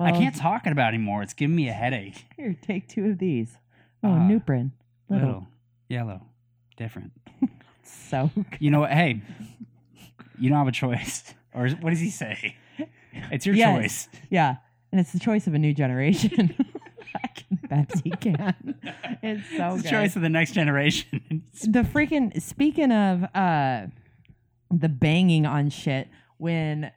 [SPEAKER 5] I
[SPEAKER 4] Well,
[SPEAKER 5] can't talk it about it anymore. It's giving me a headache.
[SPEAKER 4] Oh, Here, take two of these. Oh,
[SPEAKER 5] Uh,
[SPEAKER 4] Nuprin. Little.
[SPEAKER 5] yellow, different.
[SPEAKER 4] So
[SPEAKER 5] You know what? Hey, you don't have a choice. Or is- what does he say? It's your
[SPEAKER 4] Yes.
[SPEAKER 5] choice.
[SPEAKER 4] Yeah. And it's the choice of a new generation. Back in the Pepsi can. It's so
[SPEAKER 5] it's
[SPEAKER 4] good.
[SPEAKER 5] the choice of the next generation.
[SPEAKER 4] The freaking speaking of uh the banging on shit when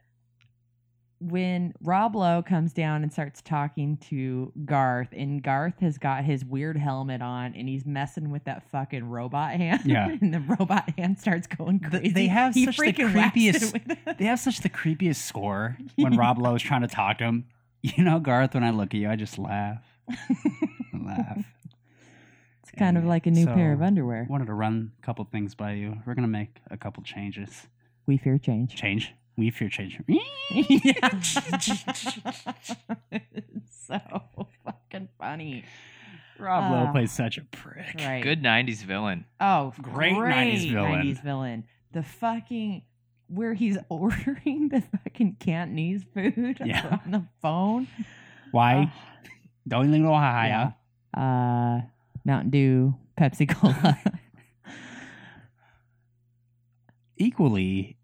[SPEAKER 4] when Rob Lowe comes down and starts talking to Garth, and Garth has got his weird helmet on and he's messing with that fucking robot hand.
[SPEAKER 5] Yeah.
[SPEAKER 4] and the robot hand starts going
[SPEAKER 5] Th-
[SPEAKER 4] crazy.
[SPEAKER 5] they have
[SPEAKER 4] He
[SPEAKER 5] such the
[SPEAKER 4] freaking whacks
[SPEAKER 5] creepiest-
[SPEAKER 4] it with it.
[SPEAKER 5] they have such the creepiest score when Rob Lowe's trying to talk to him. You know, Garth, when I look at you, I just laugh. I laugh.
[SPEAKER 4] It's kind of
[SPEAKER 5] And
[SPEAKER 4] like a new pair of
[SPEAKER 5] so-
[SPEAKER 4] underwear.
[SPEAKER 5] Wanted to run a couple things by you. We're going to make a couple changes.
[SPEAKER 4] We fear change.
[SPEAKER 5] Change. We fear change.
[SPEAKER 4] Yeah. so fucking funny.
[SPEAKER 5] Rob Lowe
[SPEAKER 4] Uh,
[SPEAKER 5] plays such a prick.
[SPEAKER 4] Right.
[SPEAKER 6] Good 90s villain.
[SPEAKER 4] Oh,
[SPEAKER 5] Great
[SPEAKER 4] great,
[SPEAKER 5] 90s villain.
[SPEAKER 4] 90s villain. The fucking where he's ordering the fucking Cantonese food
[SPEAKER 5] Yeah.
[SPEAKER 4] on the phone.
[SPEAKER 5] Why? Don't even know why.
[SPEAKER 4] Uh, Yeah. Uh, Mountain Dew, Pepsi Cola.
[SPEAKER 5] equally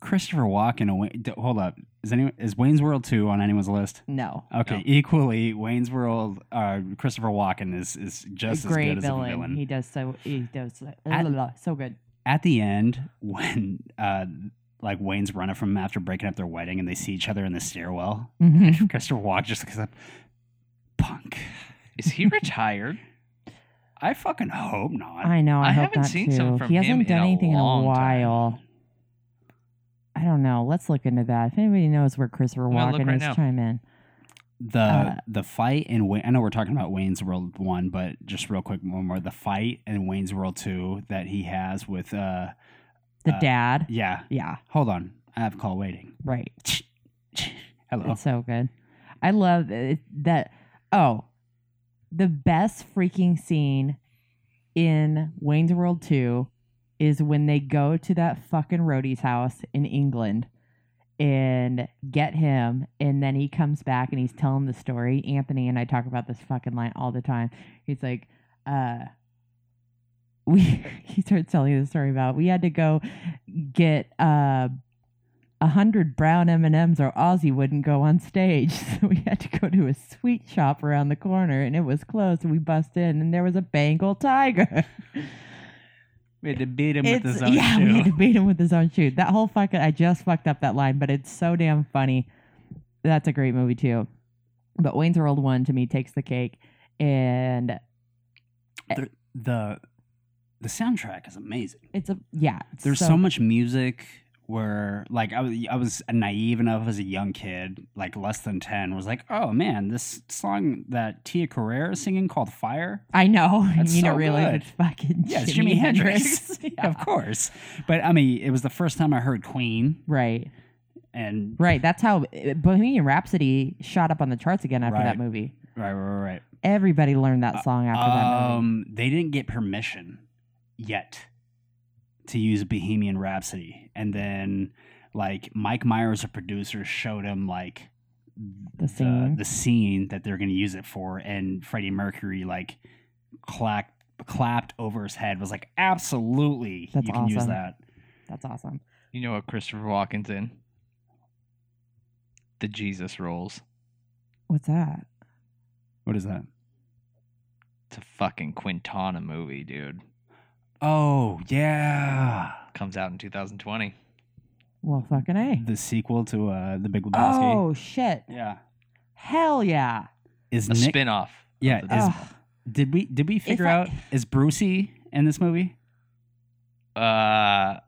[SPEAKER 5] Christopher Walken. Away, hold up, is anyone is Wayne's World two on anyone's list?
[SPEAKER 4] no.
[SPEAKER 5] Okay,
[SPEAKER 6] No.
[SPEAKER 5] equally Wayne's World. Uh, Christopher Walken is is just
[SPEAKER 4] a
[SPEAKER 5] as
[SPEAKER 4] great
[SPEAKER 5] good
[SPEAKER 4] villain.
[SPEAKER 5] as a villain.
[SPEAKER 4] He does so he does so-
[SPEAKER 5] At-
[SPEAKER 4] blah, blah, so good.
[SPEAKER 5] At the end, when uh, like Wayne's running from him after breaking up their wedding, and they see each other in the stairwell,
[SPEAKER 4] Mhm.
[SPEAKER 5] Christopher Walken just looks up, punk.
[SPEAKER 6] Is he retired?
[SPEAKER 5] I fucking hope not.
[SPEAKER 4] I know. I,
[SPEAKER 6] I
[SPEAKER 4] hope
[SPEAKER 6] haven't
[SPEAKER 4] not
[SPEAKER 6] seen
[SPEAKER 4] too.
[SPEAKER 6] something from
[SPEAKER 4] he
[SPEAKER 6] him
[SPEAKER 4] hasn't
[SPEAKER 6] in
[SPEAKER 4] done
[SPEAKER 6] a
[SPEAKER 4] anything
[SPEAKER 6] long
[SPEAKER 4] in a
[SPEAKER 6] time.
[SPEAKER 4] while. I don't know. Let's look into that. If anybody knows where Christopher
[SPEAKER 6] I'm gonna look
[SPEAKER 4] Walken
[SPEAKER 6] right
[SPEAKER 4] is,
[SPEAKER 6] now.
[SPEAKER 4] chime in.
[SPEAKER 5] the
[SPEAKER 4] Uh,
[SPEAKER 5] the fight in Wayne. I know we're talking about Wayne's World one, but just real quick, one more. The fight in Wayne's World two that he has with uh,
[SPEAKER 4] The
[SPEAKER 5] Uh,
[SPEAKER 4] dad.
[SPEAKER 5] yeah.
[SPEAKER 4] Yeah.
[SPEAKER 5] Hold on, I have a call waiting.
[SPEAKER 4] Right.
[SPEAKER 5] Hello.
[SPEAKER 4] It's so good. I love it, that. Oh, the best freaking scene in Wayne's World 2 is when they go to that fucking roadie's house in England and get him. And then he comes back and he's telling the story. Anthony and I talk about this fucking line all the time. He's like, uh, we, he starts telling the story about we had to go get, uh, a hundred brown M and M's or Ozzy wouldn't go on stage, so we had to go to a sweet shop around the corner, and it was closed. And we bust in, and there was a Bengal tiger.
[SPEAKER 5] We had to beat him
[SPEAKER 4] It's- yeah, we had to beat him with his own shoe. That whole fucking I just fucked up that line, but it's so damn funny. That's a great movie too. But Wayne's World one to me takes the cake, and
[SPEAKER 5] The the soundtrack is amazing.
[SPEAKER 4] It's a yeah. it's
[SPEAKER 5] There's so, much music where like I was, I was naive enough as a young kid, like less than 10, was like, "Oh man, this song that Tia Carrere is singing called Fire?"
[SPEAKER 4] I know.
[SPEAKER 5] That's
[SPEAKER 4] you
[SPEAKER 5] so
[SPEAKER 4] don't realize
[SPEAKER 5] good.
[SPEAKER 4] it's fucking
[SPEAKER 5] Yeah, it's
[SPEAKER 4] Jimi
[SPEAKER 5] Jimi Hendrix.
[SPEAKER 4] Hendrix.
[SPEAKER 5] Yeah, of course. But I mean, it was the first time I heard Queen
[SPEAKER 4] Right.
[SPEAKER 5] and
[SPEAKER 4] Right. That's how uh, Bohemian Rhapsody shot up on the charts again after
[SPEAKER 5] Right.
[SPEAKER 4] that movie.
[SPEAKER 5] right right right.
[SPEAKER 4] Everybody learned that song after that movie.
[SPEAKER 5] Um, they didn't get permission yet to use Bohemian Rhapsody, and then like Mike Myers, a producer, showed him like
[SPEAKER 4] The scene.
[SPEAKER 5] the scene that they're going to use it for, and Freddie Mercury like clacked clapped over his head was like absolutely
[SPEAKER 4] That's
[SPEAKER 5] you can use
[SPEAKER 4] awesome.
[SPEAKER 5] that
[SPEAKER 4] That's awesome.
[SPEAKER 6] You know what Christopher Walken's in? The Jesus Rolls.
[SPEAKER 4] What's that?
[SPEAKER 5] what is that
[SPEAKER 6] It's a fucking Quintana movie, dude.
[SPEAKER 5] oh yeah
[SPEAKER 6] Comes out in 2020.
[SPEAKER 4] Well, fucking a.
[SPEAKER 5] the sequel to uh the big lebowski
[SPEAKER 4] Oh shit!
[SPEAKER 5] yeah
[SPEAKER 4] Hell yeah!
[SPEAKER 5] is
[SPEAKER 6] A
[SPEAKER 5] nick
[SPEAKER 6] spin-off. of
[SPEAKER 5] Yeah,
[SPEAKER 6] the
[SPEAKER 5] it is-
[SPEAKER 6] Dismal.
[SPEAKER 5] did we did we figure
[SPEAKER 4] I-
[SPEAKER 5] out is brucey in this movie
[SPEAKER 6] Uh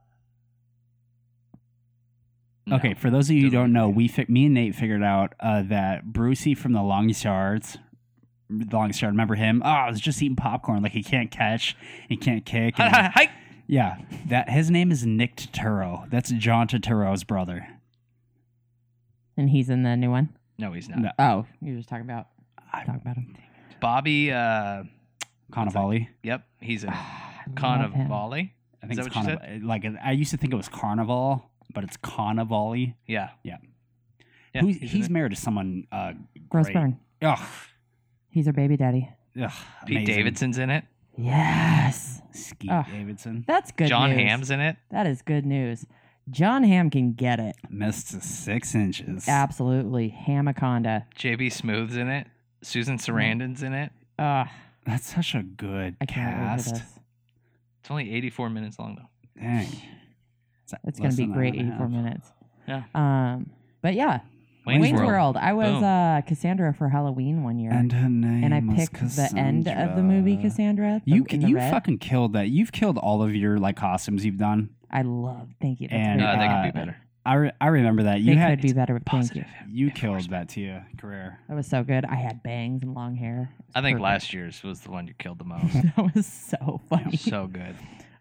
[SPEAKER 6] no.
[SPEAKER 5] Okay, for those of you who
[SPEAKER 6] Doesn't
[SPEAKER 5] don't know,
[SPEAKER 6] make
[SPEAKER 5] we fi- me and Nate figured out uh, that Brucey from the Longest Yards, the Longest Yard, remember him? Oh, I was just eating popcorn. Like he can't catch, he can't kick. and-
[SPEAKER 6] Hi.
[SPEAKER 5] yeah, that his name is Nick Turturro. That's John Turturro's brother.
[SPEAKER 4] And he's in the new one.
[SPEAKER 6] No, he's not.
[SPEAKER 5] No.
[SPEAKER 4] Oh, you're just talking about
[SPEAKER 5] I-
[SPEAKER 4] talking about him.
[SPEAKER 6] Bobby uh
[SPEAKER 5] Cannavale.
[SPEAKER 6] yep, he's in
[SPEAKER 4] Ah, I love him.
[SPEAKER 6] Cannavale.
[SPEAKER 5] I think
[SPEAKER 6] Is
[SPEAKER 5] it's
[SPEAKER 6] that what you
[SPEAKER 5] Carnival. Like I used to think it was Carnival, but it's Cannavale.
[SPEAKER 6] Yeah.
[SPEAKER 5] Yeah.
[SPEAKER 6] Yeah,
[SPEAKER 5] Who's,
[SPEAKER 6] in
[SPEAKER 5] he's
[SPEAKER 6] it.
[SPEAKER 5] married to someone. Uh,
[SPEAKER 4] Gross
[SPEAKER 5] great.
[SPEAKER 4] burn.
[SPEAKER 5] Ugh.
[SPEAKER 4] He's her baby daddy.
[SPEAKER 5] Ugh.
[SPEAKER 6] Pete
[SPEAKER 5] amazing.
[SPEAKER 6] Davidson's in it.
[SPEAKER 4] Yes,
[SPEAKER 5] Skeet
[SPEAKER 4] Ugh.
[SPEAKER 5] Davidson.
[SPEAKER 4] that's good.
[SPEAKER 6] John
[SPEAKER 4] news.
[SPEAKER 6] Hamm's in it.
[SPEAKER 4] That is good news. John Ham can get it.
[SPEAKER 5] Missed to six inches.
[SPEAKER 4] Absolutely, Hamaconda.
[SPEAKER 6] JB Smooth's in it. Susan Sarandon's in it.
[SPEAKER 4] Ugh,
[SPEAKER 5] That's such a good
[SPEAKER 4] I can't wait for
[SPEAKER 5] cast.
[SPEAKER 4] this.
[SPEAKER 6] It's only 84 minutes long though.
[SPEAKER 5] Dang.
[SPEAKER 4] It's gonna be great. Eighty-four minutes.
[SPEAKER 6] Yeah.
[SPEAKER 4] Um. But yeah,
[SPEAKER 6] Wayne's, World.
[SPEAKER 4] I was
[SPEAKER 6] Boom.
[SPEAKER 4] uh Cassandra for Halloween one year,
[SPEAKER 5] And her name
[SPEAKER 4] and I
[SPEAKER 5] was
[SPEAKER 4] picked the end of the movie Cassandra. the-
[SPEAKER 5] You
[SPEAKER 4] in
[SPEAKER 5] c-
[SPEAKER 4] the
[SPEAKER 5] you
[SPEAKER 4] red.
[SPEAKER 5] fucking killed that. You've killed all of your like costumes you've done.
[SPEAKER 4] I love. Thank you. That's
[SPEAKER 5] And,
[SPEAKER 4] very
[SPEAKER 6] No, they
[SPEAKER 4] kind.
[SPEAKER 6] could be
[SPEAKER 5] Uh,
[SPEAKER 6] better.
[SPEAKER 5] I, re- I remember that. You
[SPEAKER 4] They
[SPEAKER 5] had
[SPEAKER 4] could be better. But thank you.
[SPEAKER 5] you killed that Tia career.
[SPEAKER 4] That was so good. I had bangs and long hair. It was
[SPEAKER 6] I think
[SPEAKER 4] perfect.
[SPEAKER 6] last year's was the one you killed the most.
[SPEAKER 4] that was so funny.
[SPEAKER 6] so good.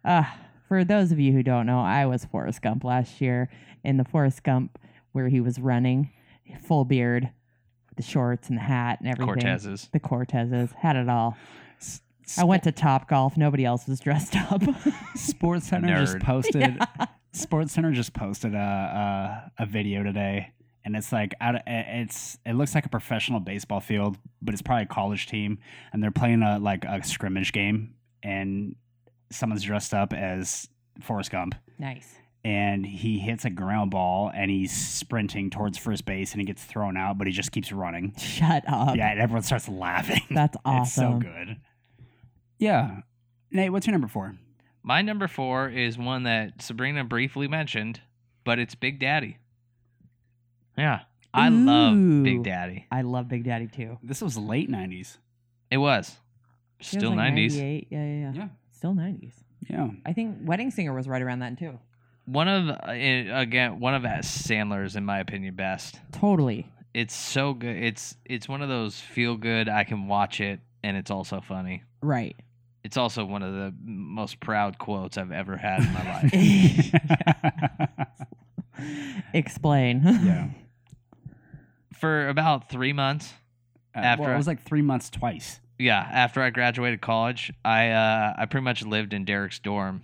[SPEAKER 4] Uh, for those of you who don't know, I was Forrest Gump last year in the Forrest Gump where he was running, full beard, the shorts and the hat and everything.
[SPEAKER 6] Cortez's.
[SPEAKER 4] The Cortezes had it all. I went to Top Golf. Nobody else was dressed up.
[SPEAKER 5] Sports Center just
[SPEAKER 6] Nerd.
[SPEAKER 5] posted. Sports Center just posted a, a a video today, and it's like out. of- It's it looks like a professional baseball field, but it's probably a college team, and they're playing a like a scrimmage game, and someone's dressed up as Forrest Gump,
[SPEAKER 4] nice.
[SPEAKER 5] and he hits a ground ball, and he's sprinting towards first base, and he gets thrown out, but he just keeps running.
[SPEAKER 4] Shut up.
[SPEAKER 5] Yeah, and everyone starts laughing.
[SPEAKER 4] That's
[SPEAKER 5] It's so
[SPEAKER 4] awesome.
[SPEAKER 5] good. Yeah, Nate, what's your number four?
[SPEAKER 6] My number four is one that Sabrina briefly mentioned, but it's Big Daddy. Yeah. I love
[SPEAKER 4] Ooh.
[SPEAKER 6] Big Daddy.
[SPEAKER 4] I love Big Daddy too.
[SPEAKER 5] This was late '90s.
[SPEAKER 6] It was.
[SPEAKER 4] She was
[SPEAKER 6] Still
[SPEAKER 4] like
[SPEAKER 6] 90s.
[SPEAKER 4] 98. Yeah, yeah, yeah.
[SPEAKER 5] Yeah.
[SPEAKER 4] Still 90s.
[SPEAKER 5] Yeah.
[SPEAKER 4] I think Wedding Singer was right around that too.
[SPEAKER 6] One of, uh, again, one of Sandler's, in my opinion, best.
[SPEAKER 4] Totally.
[SPEAKER 6] It's so good. It's It's one of those feel good, I can watch it, and it's also funny.
[SPEAKER 4] Right.
[SPEAKER 6] It's also one of the most proud quotes I've ever had in my life.
[SPEAKER 4] Explain.
[SPEAKER 5] yeah. Uh,
[SPEAKER 6] For about three months,
[SPEAKER 5] After
[SPEAKER 6] After
[SPEAKER 5] well, it
[SPEAKER 6] I-
[SPEAKER 5] was like three months twice.
[SPEAKER 6] yeah, after I graduated college, I uh, I pretty much lived in Derek's dorm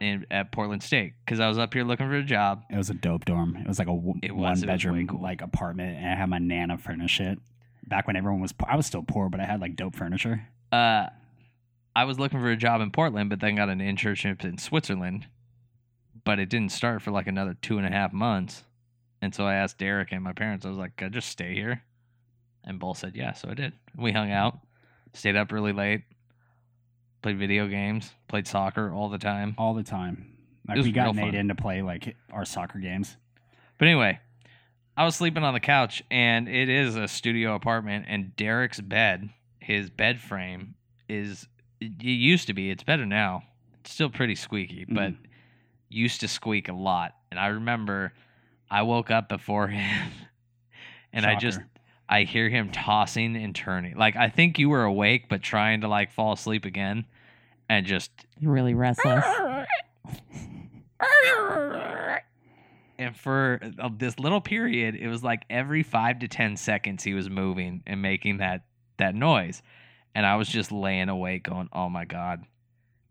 [SPEAKER 6] in at Portland State because I was up here looking for a job.
[SPEAKER 5] It was a dope dorm. It was like a w-
[SPEAKER 6] It was,
[SPEAKER 5] one
[SPEAKER 6] it was way
[SPEAKER 5] bedroom
[SPEAKER 6] cool.
[SPEAKER 5] like apartment, and I had my nana furnish it. Back when everyone was, po- I was still poor, but I had like dope furniture.
[SPEAKER 6] Uh, I was looking for a job in Portland, but then got an internship in Switzerland, but it didn't start for like another two and a half months, and so I asked Derek and my parents. I was like, "Can I just stay here?" And both said, "Yeah," so I did. We hung out, stayed up really late, played video games, played soccer all the time.
[SPEAKER 5] all the time. Like
[SPEAKER 6] It was
[SPEAKER 5] we got
[SPEAKER 6] real
[SPEAKER 5] Nate
[SPEAKER 6] fun.
[SPEAKER 5] in to play like our soccer games.
[SPEAKER 6] But anyway, I was sleeping on the couch, and it is a studio apartment, and Derek's bed, his bed frame, is it used to be. It's better now. still pretty squeaky, but used to squeak a lot. And I remember I woke up before him and I just
[SPEAKER 5] Shocker.
[SPEAKER 6] I hear him tossing and turning. Like I think you were awake but trying to like fall asleep again and just
[SPEAKER 4] Really restless.
[SPEAKER 6] and for uh, this little period it was like every 5 to 10 seconds he was moving and making that that noise and i was just laying awake going oh my god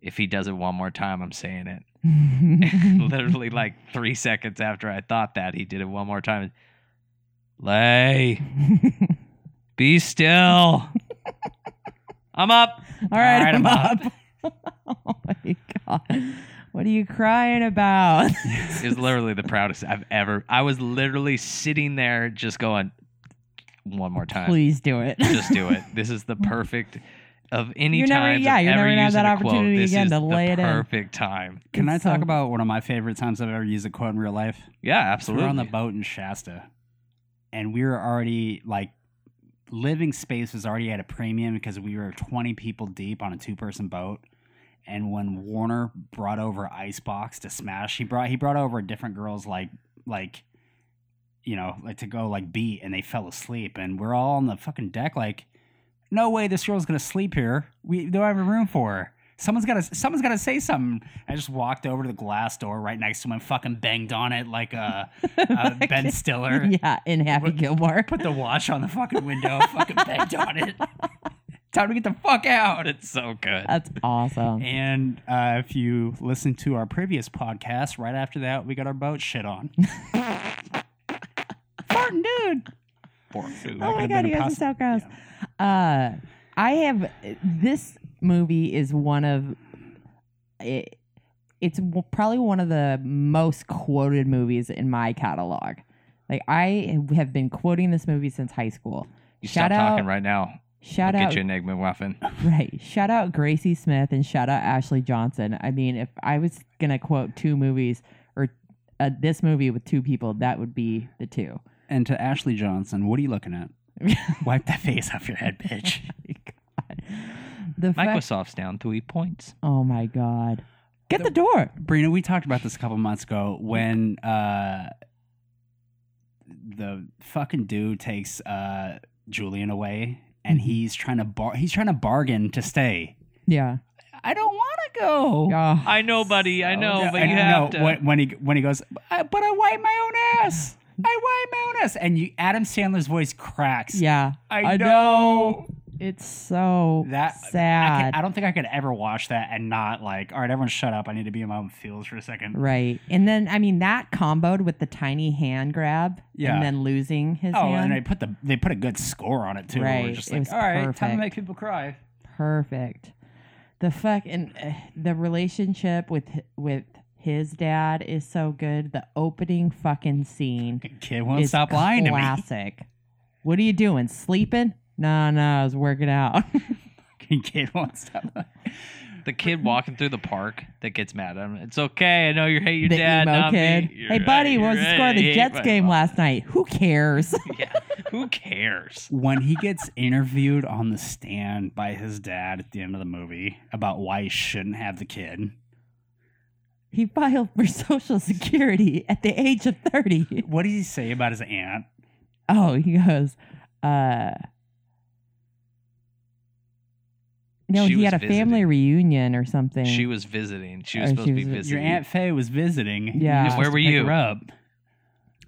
[SPEAKER 6] if he does it one more time i'm saying it literally like 3 seconds after i thought that he did it one more time lay be still i'm up
[SPEAKER 4] All right,
[SPEAKER 6] All right,
[SPEAKER 4] I'm
[SPEAKER 6] I'm
[SPEAKER 4] up. oh my god. What are you crying about?
[SPEAKER 6] is literally the proudest i've ever i was literally sitting there just going one more time
[SPEAKER 4] Please do it.
[SPEAKER 6] just do it. This is the perfect of any
[SPEAKER 4] You're
[SPEAKER 6] time.
[SPEAKER 4] never- yeah, you're
[SPEAKER 6] ever
[SPEAKER 4] never gonna have
[SPEAKER 6] using
[SPEAKER 4] that
[SPEAKER 6] a quote,
[SPEAKER 4] opportunity
[SPEAKER 6] this
[SPEAKER 4] again
[SPEAKER 6] is
[SPEAKER 4] to
[SPEAKER 6] the
[SPEAKER 4] lay it in.
[SPEAKER 6] Perfect time.
[SPEAKER 5] Can I
[SPEAKER 4] It's so
[SPEAKER 5] talk about one of my favorite times I've ever used a quote in real life?
[SPEAKER 6] Yeah,
[SPEAKER 5] So we
[SPEAKER 6] absolutely.
[SPEAKER 5] were on the boat in Shasta, and we were already like living space was already at a premium because we were 20 people deep on a two-person boat. And when Warner brought over Icebox to smash, he brought he brought over different girls like like you know like to go like beat, and they fell asleep, and we're all on the fucking deck like. No way, this girl's gonna sleep here. We don't have a room for her. Someone's gotta, someone's gotta say something. I just walked over to the glass door right next to him and fucking banged on it like uh, uh, Ben Stiller.
[SPEAKER 4] yeah, in Happy
[SPEAKER 5] What-
[SPEAKER 4] Gilmore.
[SPEAKER 5] Put the watch on the fucking window, fucking banged on it. Time to get the fuck out.
[SPEAKER 6] it's so good.
[SPEAKER 4] That's awesome.
[SPEAKER 5] And uh, if you listen to our previous podcast, right after that, we got our boat shit on. Farting dude.
[SPEAKER 6] Poor food.
[SPEAKER 4] Oh my
[SPEAKER 5] could've
[SPEAKER 4] god,
[SPEAKER 5] been
[SPEAKER 4] you guys are so
[SPEAKER 5] impossible.
[SPEAKER 4] gross. Uh, I have this movie is one of it, it's w- probably one of the most quoted movies in my catalog. Like I have been quoting this movie since high school.
[SPEAKER 6] You
[SPEAKER 4] shout
[SPEAKER 6] stop
[SPEAKER 4] out-
[SPEAKER 6] talking right now. I'll
[SPEAKER 4] Shout
[SPEAKER 6] get
[SPEAKER 4] out
[SPEAKER 6] you an egg McMuffin.
[SPEAKER 4] Right. Shout out Gracie Smith and shout out Ashley Johnson. I mean, if I was going to quote two movies or uh, this movie with two people, that would be the two.
[SPEAKER 5] And to Ashley Johnson, what are you looking at? Wipe that face off your head, bitch.
[SPEAKER 4] Oh God. The fact-
[SPEAKER 6] Microsoft's down three points.
[SPEAKER 4] Oh my God. Get the door.
[SPEAKER 5] Brina, we talked about this a couple months ago when uh, the fucking dude takes uh, Julian away, and
[SPEAKER 4] Mhm.
[SPEAKER 5] he's trying to bar- he's trying to bargain to stay.
[SPEAKER 4] Yeah.
[SPEAKER 5] I don't want to go.
[SPEAKER 4] Oh,
[SPEAKER 6] I know, buddy. I know,
[SPEAKER 5] Yeah,
[SPEAKER 6] but
[SPEAKER 5] and
[SPEAKER 6] you have
[SPEAKER 5] no,
[SPEAKER 6] to.
[SPEAKER 5] When, when he when he goes, I, but I wipe my own ass. I wipe my own ass, and you Adam Sandler's voice cracks.
[SPEAKER 4] yeah.
[SPEAKER 5] I,
[SPEAKER 4] I
[SPEAKER 5] know.
[SPEAKER 4] It's so
[SPEAKER 5] That I,
[SPEAKER 4] sad.
[SPEAKER 5] can, I don't think I could ever watch that and not like, all right, everyone, shut up. I need to be in my own feels for a second.
[SPEAKER 4] Right. And then, I mean, that comboed with the tiny hand grab
[SPEAKER 5] Yeah.
[SPEAKER 4] and then losing his
[SPEAKER 5] Oh,
[SPEAKER 4] hand.
[SPEAKER 5] and they put the they put a good score on it too. Right.
[SPEAKER 4] Right,
[SPEAKER 5] Just
[SPEAKER 4] it
[SPEAKER 5] like,
[SPEAKER 4] was
[SPEAKER 5] all right, time to
[SPEAKER 4] perfect.
[SPEAKER 5] make people cry.
[SPEAKER 4] perfect. The fuck and uh, the relationship with hi- with his dad is so good. The opening fucking scene
[SPEAKER 5] Kid won't
[SPEAKER 4] is
[SPEAKER 5] stop lying to
[SPEAKER 4] classic. What are you doing? Sleeping? No, no, I was working out.
[SPEAKER 5] me. Kid won't stop. lying.
[SPEAKER 6] the kid walking through the park that gets mad at him. It's okay. I know you hate your
[SPEAKER 4] the
[SPEAKER 6] dad.
[SPEAKER 4] emo
[SPEAKER 6] not
[SPEAKER 4] kid.
[SPEAKER 6] Me. You're
[SPEAKER 4] Hey,
[SPEAKER 6] right,
[SPEAKER 4] buddy, what was
[SPEAKER 6] you're
[SPEAKER 4] the score of the
[SPEAKER 6] right.
[SPEAKER 4] Jets
[SPEAKER 6] But-
[SPEAKER 4] game last night? Who cares?
[SPEAKER 6] Yeah. Who cares?
[SPEAKER 5] When he gets interviewed on the stand by his dad at the end of the movie about why he shouldn't have the kid,
[SPEAKER 4] he filed for Social Security at the age of thirty.
[SPEAKER 5] what did he say about his aunt?
[SPEAKER 4] Oh, he goes, uh No, he
[SPEAKER 6] She was
[SPEAKER 4] had a family
[SPEAKER 6] visiting.
[SPEAKER 4] reunion or something.
[SPEAKER 6] She was visiting. She was
[SPEAKER 4] Oh,
[SPEAKER 6] supposed
[SPEAKER 4] she
[SPEAKER 6] to be
[SPEAKER 4] was- Your
[SPEAKER 6] visiting.
[SPEAKER 5] Your aunt Faye was visiting. You
[SPEAKER 4] Yeah.
[SPEAKER 5] supposed
[SPEAKER 6] Where
[SPEAKER 5] to
[SPEAKER 6] were
[SPEAKER 5] pick
[SPEAKER 6] you?
[SPEAKER 5] her up.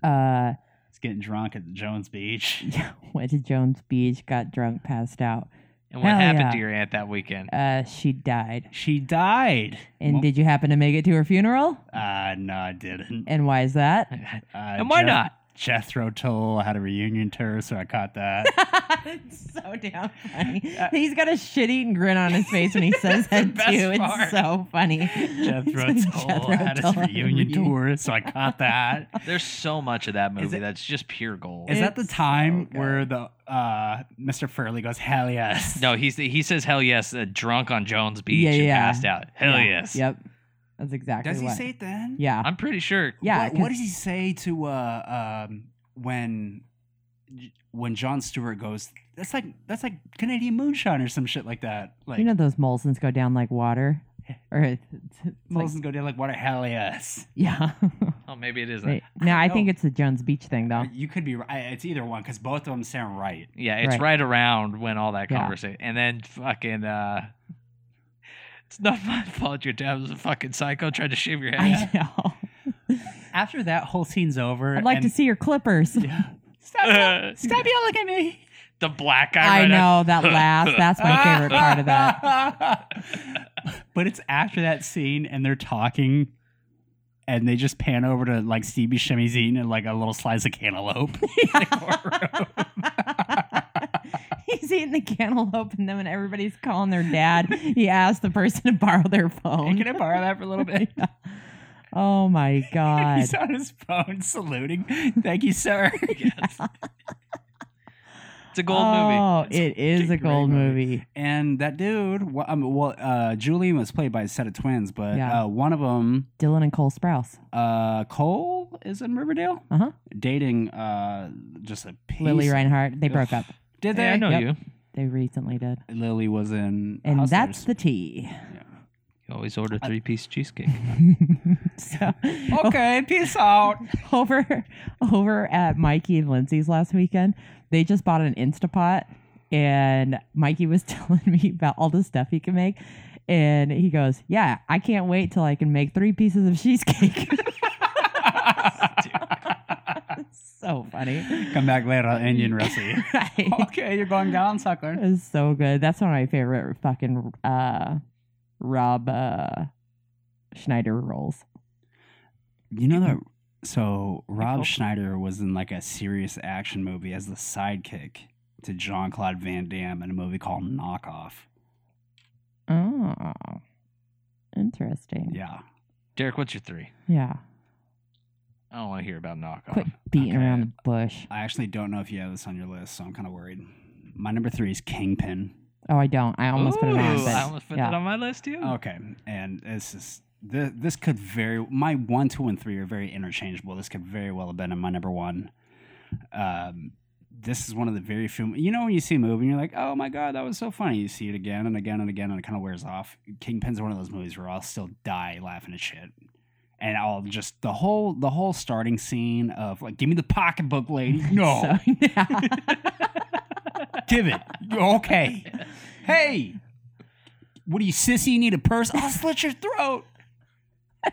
[SPEAKER 4] uh
[SPEAKER 5] He's getting drunk at the Jones Beach.
[SPEAKER 4] went to Jones Beach, got drunk, passed out.
[SPEAKER 6] and what
[SPEAKER 4] Hell
[SPEAKER 6] happened
[SPEAKER 4] yeah.
[SPEAKER 6] to your aunt that weekend?
[SPEAKER 4] Uh she died.
[SPEAKER 5] She died.
[SPEAKER 4] And
[SPEAKER 5] Well,
[SPEAKER 4] did you happen to make it to her funeral?
[SPEAKER 5] uh, no, I didn't.
[SPEAKER 4] And why is that?
[SPEAKER 5] Uh,
[SPEAKER 6] and why
[SPEAKER 5] Jeth-
[SPEAKER 6] not?
[SPEAKER 5] Jethro Tull had a reunion tour, so I caught that.
[SPEAKER 4] it's so damn funny. He's got a shit-eating grin on his face when he says that
[SPEAKER 5] Uh, best
[SPEAKER 4] too.
[SPEAKER 5] part.
[SPEAKER 4] It's so funny.
[SPEAKER 5] Jethro
[SPEAKER 4] It's like
[SPEAKER 5] Tull
[SPEAKER 4] Jethro
[SPEAKER 5] had
[SPEAKER 4] Tull
[SPEAKER 5] his
[SPEAKER 4] on a
[SPEAKER 5] reunion tour, so I caught that.
[SPEAKER 6] There's so much of that movie
[SPEAKER 5] it-
[SPEAKER 6] that's just pure gold.
[SPEAKER 5] Is that the
[SPEAKER 4] It's so
[SPEAKER 5] time
[SPEAKER 4] good.
[SPEAKER 5] where the uh, Mr. Furley goes, "Hell yes"?
[SPEAKER 6] no, he's he says hell yes, uh, drunk on Jones Beach
[SPEAKER 4] Yeah,
[SPEAKER 6] and
[SPEAKER 4] yeah.
[SPEAKER 6] passed out. Hell
[SPEAKER 4] Yeah.
[SPEAKER 6] yes.
[SPEAKER 4] Yep. That's exactly
[SPEAKER 5] Does he
[SPEAKER 4] what.
[SPEAKER 5] say it then?
[SPEAKER 4] yeah.
[SPEAKER 6] I'm pretty sure.
[SPEAKER 4] yeah.
[SPEAKER 5] What,
[SPEAKER 4] 'cause-
[SPEAKER 5] what does he say to uh, um, when when John Stewart goes? That's like that's like Canadian moonshine or some shit like that. Like
[SPEAKER 4] you know those Molsons go down like water. or it's, it's like,
[SPEAKER 5] Molson's gonna be like, what a hell yes.
[SPEAKER 4] yeah.
[SPEAKER 6] Oh, maybe it isn't.
[SPEAKER 4] Wait, no, I think
[SPEAKER 5] know.
[SPEAKER 4] it's the Jones Beach thing though.
[SPEAKER 5] You could be right. It's either one because both of them sound right.
[SPEAKER 6] Yeah, it's
[SPEAKER 4] Right.
[SPEAKER 6] right, around when all that
[SPEAKER 4] Yeah.
[SPEAKER 6] conversation, and then fucking. uh It's not my fault. Your dad was a fucking psycho trying to shave your head.
[SPEAKER 4] I know.
[SPEAKER 5] After that whole scene's over,
[SPEAKER 4] I'd like to
[SPEAKER 5] and-
[SPEAKER 4] see your clippers.
[SPEAKER 5] Stop! yell- Stop yelling at me!
[SPEAKER 6] the black
[SPEAKER 4] I
[SPEAKER 6] guy. right
[SPEAKER 4] know that last. That's my favorite
[SPEAKER 5] Ah!
[SPEAKER 4] part of that.
[SPEAKER 5] but it's after that scene, and they're talking, and they just pan over to like Stevie Shimmy's eating and like a little slice of cantaloupe.
[SPEAKER 4] He's eating the cantaloupe, and then when everybody's calling their dad, he asks the person to borrow their
[SPEAKER 5] Hey,
[SPEAKER 4] phone.
[SPEAKER 5] Can I borrow that for a little bit?
[SPEAKER 4] Oh my god!
[SPEAKER 5] He's on his phone saluting. Thank you, sir.
[SPEAKER 6] It's a gold
[SPEAKER 4] oh,
[SPEAKER 6] movie.
[SPEAKER 4] it is
[SPEAKER 5] fucking
[SPEAKER 4] a
[SPEAKER 5] great
[SPEAKER 4] gold
[SPEAKER 5] movie.
[SPEAKER 4] movie.
[SPEAKER 5] And that dude, well, um, well uh, Julian was played by a set of twins, but
[SPEAKER 4] Yeah.
[SPEAKER 5] uh, one of them
[SPEAKER 4] Dylan and Cole Sprouse.
[SPEAKER 5] uh Cole is in Riverdale.
[SPEAKER 4] Uh-huh.
[SPEAKER 5] Dating uh just a piece.
[SPEAKER 4] Lily Reinhart. They broke up.
[SPEAKER 5] Did they?
[SPEAKER 6] Hey, I know
[SPEAKER 4] Yep.
[SPEAKER 6] you.
[SPEAKER 4] They recently did.
[SPEAKER 5] Lily was in
[SPEAKER 4] And
[SPEAKER 5] Hustlers.
[SPEAKER 4] that's the tea.
[SPEAKER 6] You always order three piece cheesecake.
[SPEAKER 4] so
[SPEAKER 5] Okay, peace out.
[SPEAKER 4] over over at Mikey and Lindsay's last weekend, they just bought an Instapot and Mikey was telling me about all the stuff he can make. And he goes, Yeah, I can't wait till I can make three pieces of cheesecake. so funny.
[SPEAKER 5] Come back later, Indian recipe.
[SPEAKER 4] Right.
[SPEAKER 5] okay, you're going down, sucker.
[SPEAKER 4] It's so good. That's one of my favorite fucking uh Rob uh Schneider rolls.
[SPEAKER 5] You know that so Rob
[SPEAKER 6] Nicole?
[SPEAKER 5] Schneider was in like a serious action movie as the sidekick to Jean Claude Van Damme in a movie called Knockoff.
[SPEAKER 4] Oh. Interesting.
[SPEAKER 5] Yeah.
[SPEAKER 6] Derek, what's your three?
[SPEAKER 4] Yeah.
[SPEAKER 6] I don't want to hear about knockoff.
[SPEAKER 4] Quit beating
[SPEAKER 5] Okay.
[SPEAKER 4] around the bush.
[SPEAKER 5] I actually don't know if you have this on your list, so I'm kind of worried. My number three is Kingpin.
[SPEAKER 4] Oh, I don't. I almost put it on.
[SPEAKER 6] Ooh,
[SPEAKER 4] But
[SPEAKER 6] I almost put
[SPEAKER 4] yeah.
[SPEAKER 6] that on my list too.
[SPEAKER 5] Okay, and this is this, this could very my one, two, and three are very interchangeable. This could very well have been in my number one. Um, this is one of the very few. You know, when you see a movie and you're like, "Oh my god, that was so funny," you see it again and again and again, and it kind of wears off. Kingpin's one of those movies where I'll still die laughing at shit. And I'll just the whole the whole starting scene of like, give me the pocketbook, lady. No,
[SPEAKER 6] Oh.
[SPEAKER 4] So, yeah.
[SPEAKER 5] Give it. Okay. Hey. What do you sissy? You need a purse? I'll slit your throat.
[SPEAKER 4] I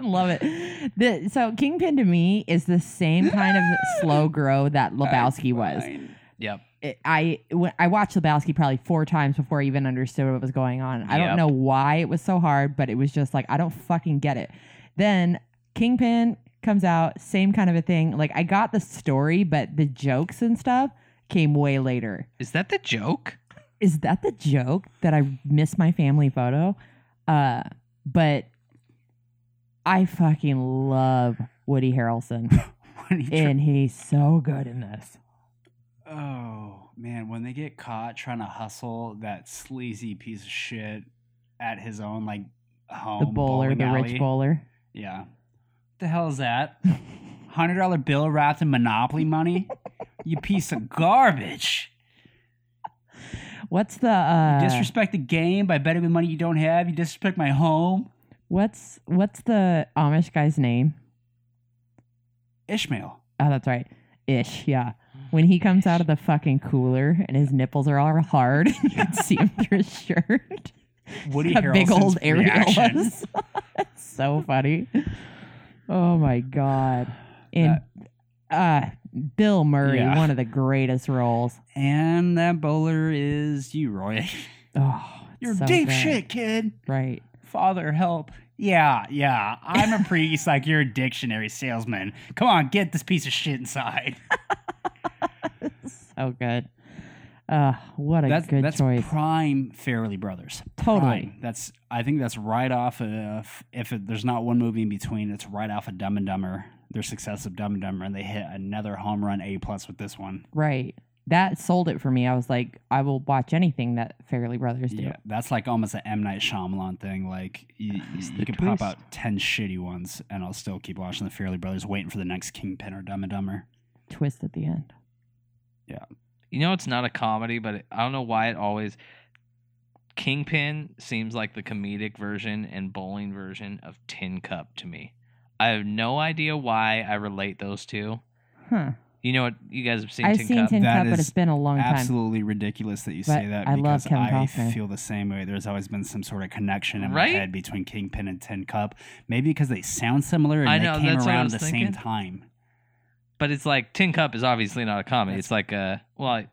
[SPEAKER 4] love it. The, so Kingpin to me is the same kind of slow grow that Lebowski was.
[SPEAKER 5] Fine.
[SPEAKER 6] Yep.
[SPEAKER 4] It- I when- I watched Lebowski probably four times before I even understood what was going on. I don't
[SPEAKER 6] Yep.
[SPEAKER 4] know why it was so hard, but it was just like I don't fucking get it. Then Kingpin comes out, same kind of a thing. Like I got the story, but the jokes and stuff came way later.
[SPEAKER 6] Is that the joke?
[SPEAKER 4] is that the joke that I miss my family photo? Uh, but I fucking love Woody Harrelson,
[SPEAKER 5] When he tr-
[SPEAKER 4] and he's so good in this.
[SPEAKER 5] oh man, when they get caught trying to hustle that sleazy piece of shit at his own like home,
[SPEAKER 4] The bowler,
[SPEAKER 5] bowling
[SPEAKER 4] the
[SPEAKER 5] alley.
[SPEAKER 4] rich bowler.
[SPEAKER 5] Yeah. The hell is that? Hundred dollar bill wrapped in Monopoly money. you piece of garbage.
[SPEAKER 4] What's the
[SPEAKER 5] You
[SPEAKER 4] uh,
[SPEAKER 5] disrespect the game by betting with money you don't have. You disrespect my home.
[SPEAKER 4] what's what's the Amish guy's name?
[SPEAKER 5] Ishmael.
[SPEAKER 4] Oh, that's right, Ish. Yeah, when he comes out of the fucking cooler and his nipples are all hard, you can see him through his shirt.
[SPEAKER 5] Woody
[SPEAKER 4] a big
[SPEAKER 5] Harrelson's
[SPEAKER 4] old
[SPEAKER 5] reaction.
[SPEAKER 4] areolas. It's so funny. Oh my god! And uh, Bill Murray,
[SPEAKER 5] Yeah.
[SPEAKER 4] one of the greatest roles.
[SPEAKER 5] And that bowler is you, Roy.
[SPEAKER 4] Oh, it's
[SPEAKER 5] You're
[SPEAKER 4] so
[SPEAKER 5] deep
[SPEAKER 4] good.
[SPEAKER 5] shit, kid.
[SPEAKER 4] right?
[SPEAKER 5] Father, help. Yeah, yeah. I'm a priest like you're a dictionary salesman. Come on, get this piece of shit inside.
[SPEAKER 4] So good. Uh, what a
[SPEAKER 5] that's
[SPEAKER 4] good
[SPEAKER 5] that's
[SPEAKER 4] choice.
[SPEAKER 5] prime Fairly Brothers.
[SPEAKER 4] Totally.
[SPEAKER 5] Prime. That's I think that's right off of if it, there's not one movie in between, it's right off of Dumb and Dumber. Their success of Dumb and Dumber, and they hit another home run A plus with this one.
[SPEAKER 4] right. That sold it for me. I was like, I will watch anything that Fairly Brothers do.
[SPEAKER 5] Yeah, that's like almost an M Night Shyamalan thing. Like
[SPEAKER 4] Ah,
[SPEAKER 5] you,
[SPEAKER 6] It's
[SPEAKER 5] you
[SPEAKER 6] the
[SPEAKER 5] could pop
[SPEAKER 6] twist.
[SPEAKER 5] out ten shitty ones, and I'll still keep watching the Fairly Brothers, waiting for the next Kingpin or Dumb and Dumber.
[SPEAKER 4] Twist at the end.
[SPEAKER 6] You know, it's not a comedy, but it, I don't know why it always Kingpin seems like the comedic version and bowling version of Tin Cup to me. I have no idea why I relate those two.
[SPEAKER 4] Huh.
[SPEAKER 6] You know what? You guys have seen
[SPEAKER 4] I've
[SPEAKER 6] Tin
[SPEAKER 4] seen
[SPEAKER 6] Cup.
[SPEAKER 4] Tin
[SPEAKER 5] That
[SPEAKER 4] Cup, but
[SPEAKER 5] is
[SPEAKER 4] it's been a long time.
[SPEAKER 5] Absolutely ridiculous that you say
[SPEAKER 4] But
[SPEAKER 5] that
[SPEAKER 4] I love
[SPEAKER 5] because
[SPEAKER 4] Kevin
[SPEAKER 5] I
[SPEAKER 4] Costner.
[SPEAKER 5] feel the same way. There's always been some sort of connection in
[SPEAKER 6] Right?
[SPEAKER 5] my head between Kingpin and Tin Cup. Maybe because they sound similar and
[SPEAKER 6] I know,
[SPEAKER 5] they came
[SPEAKER 6] that's what I
[SPEAKER 5] around
[SPEAKER 6] was
[SPEAKER 5] at the
[SPEAKER 6] thinking.
[SPEAKER 5] same time.
[SPEAKER 6] but it's like Tin Cup is obviously not a comedy.
[SPEAKER 5] That's-
[SPEAKER 6] it's like a well,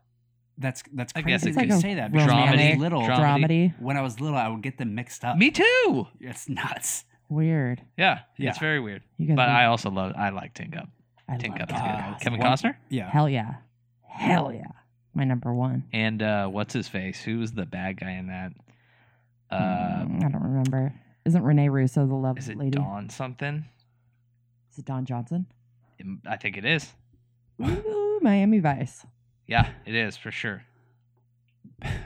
[SPEAKER 5] That's that's
[SPEAKER 6] I
[SPEAKER 5] crazy.
[SPEAKER 6] guess it
[SPEAKER 5] that
[SPEAKER 6] could-
[SPEAKER 5] you
[SPEAKER 6] It's
[SPEAKER 5] say
[SPEAKER 4] like
[SPEAKER 5] that.
[SPEAKER 4] a
[SPEAKER 5] because when I was
[SPEAKER 6] romantic
[SPEAKER 5] little,
[SPEAKER 6] drama.
[SPEAKER 4] Dramedy.
[SPEAKER 5] when I was little, I would get them mixed up.
[SPEAKER 6] me too.
[SPEAKER 5] It's nuts.
[SPEAKER 4] Weird.
[SPEAKER 6] Yeah, it's
[SPEAKER 5] Yeah.
[SPEAKER 6] very weird.
[SPEAKER 4] You guys
[SPEAKER 6] But
[SPEAKER 4] are-
[SPEAKER 6] I also love. I like Tin Cup.
[SPEAKER 4] I
[SPEAKER 6] Tin
[SPEAKER 4] love
[SPEAKER 6] Cup is
[SPEAKER 4] Kevin
[SPEAKER 5] Costner.
[SPEAKER 6] good. Kevin
[SPEAKER 5] One-
[SPEAKER 6] Costner
[SPEAKER 5] Yeah.
[SPEAKER 4] Hell yeah. Hell yeah. My number one.
[SPEAKER 6] and uh, what's his face? Who was the bad guy in that? Uh,
[SPEAKER 4] Mm, I don't remember. Isn't Renee Russo the love
[SPEAKER 6] is it
[SPEAKER 4] lady?
[SPEAKER 6] Dawn something?
[SPEAKER 4] Is it Don Johnson?
[SPEAKER 6] I think it is.
[SPEAKER 4] Ooh, Miami Vice.
[SPEAKER 6] Yeah, it is for sure.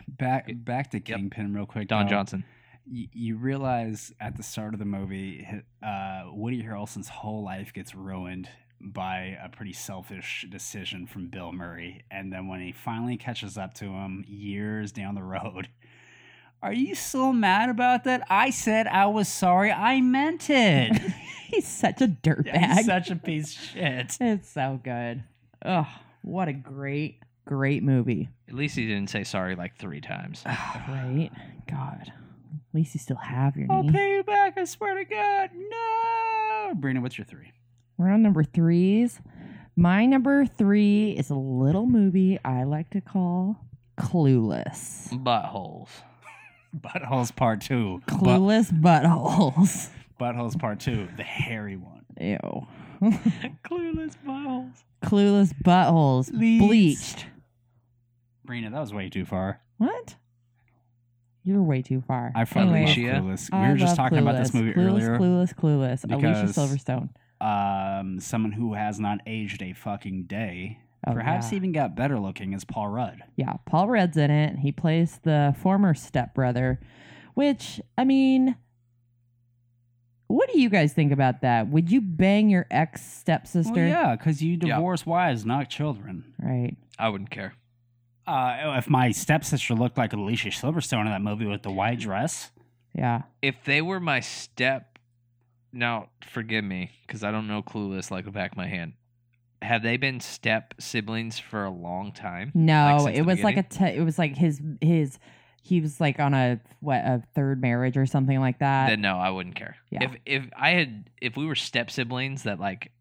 [SPEAKER 5] Back back to Kingpin real quick.
[SPEAKER 6] Don
[SPEAKER 5] though.
[SPEAKER 6] Johnson.
[SPEAKER 5] you, you realize at the start of the movie, hi- uh, Woody Harrelson's whole life gets ruined by a pretty selfish decision from Bill Murray. And then when he finally catches up to him years down the road, are you still mad about that? I said I was sorry. I meant it.
[SPEAKER 4] He's such a
[SPEAKER 5] Yeah,
[SPEAKER 4] dirtbag.
[SPEAKER 5] he's such a piece of shit.
[SPEAKER 4] it's so good. Oh, what a great, great movie.
[SPEAKER 6] At least he didn't say sorry like three times.
[SPEAKER 4] right? God. At least you still have your
[SPEAKER 5] I'll
[SPEAKER 4] name.
[SPEAKER 5] pay you back. I swear to God. No. Brina, what's your three?
[SPEAKER 4] We're on number threes. My number three is a little movie I like to call Clueless.
[SPEAKER 6] Buttholes.
[SPEAKER 5] Buttholes part two. But-
[SPEAKER 4] Clueless buttholes.
[SPEAKER 5] buttholes part two. The hairy one.
[SPEAKER 4] Ew.
[SPEAKER 6] Clueless buttholes.
[SPEAKER 4] Clueless buttholes.
[SPEAKER 5] Bleached.
[SPEAKER 4] Bleached.
[SPEAKER 5] Brina, that was way too far.
[SPEAKER 4] What? You're way too far.
[SPEAKER 5] I fucking
[SPEAKER 6] Anyway.
[SPEAKER 5] love Clueless.
[SPEAKER 6] Alicia.
[SPEAKER 5] We
[SPEAKER 4] I
[SPEAKER 5] were just
[SPEAKER 4] love
[SPEAKER 5] talking about this
[SPEAKER 4] Clueless.
[SPEAKER 5] movie
[SPEAKER 4] Clueless,
[SPEAKER 5] earlier.
[SPEAKER 4] Clueless, Clueless.
[SPEAKER 5] because-
[SPEAKER 4] Alicia Silverstone.
[SPEAKER 5] Um, someone who has not aged a fucking day,
[SPEAKER 4] Oh,
[SPEAKER 5] perhaps
[SPEAKER 4] yeah.
[SPEAKER 5] even got better looking, is Paul Rudd.
[SPEAKER 4] Yeah, Paul Rudd's in it. He plays the former stepbrother, which, I mean, what do you guys think about that? Would you bang your ex stepsister?
[SPEAKER 5] Well, yeah, because you
[SPEAKER 6] Oh, Yeah.
[SPEAKER 5] divorce wives, not children.
[SPEAKER 4] Right.
[SPEAKER 6] I wouldn't care.
[SPEAKER 5] Uh, if my stepsister looked like Alicia Silverstone in that movie with the white dress,
[SPEAKER 4] Yeah.
[SPEAKER 6] If they were my step, now forgive me because I don't know Clueless like the back of my hand. Have they been step siblings for a long time?
[SPEAKER 4] No,
[SPEAKER 6] since
[SPEAKER 4] it
[SPEAKER 6] the
[SPEAKER 4] was like a te- it was like his his he was like on a what a third marriage or something like that.
[SPEAKER 6] then no, I wouldn't care.
[SPEAKER 4] Yeah.
[SPEAKER 6] If if I had if we were step siblings that like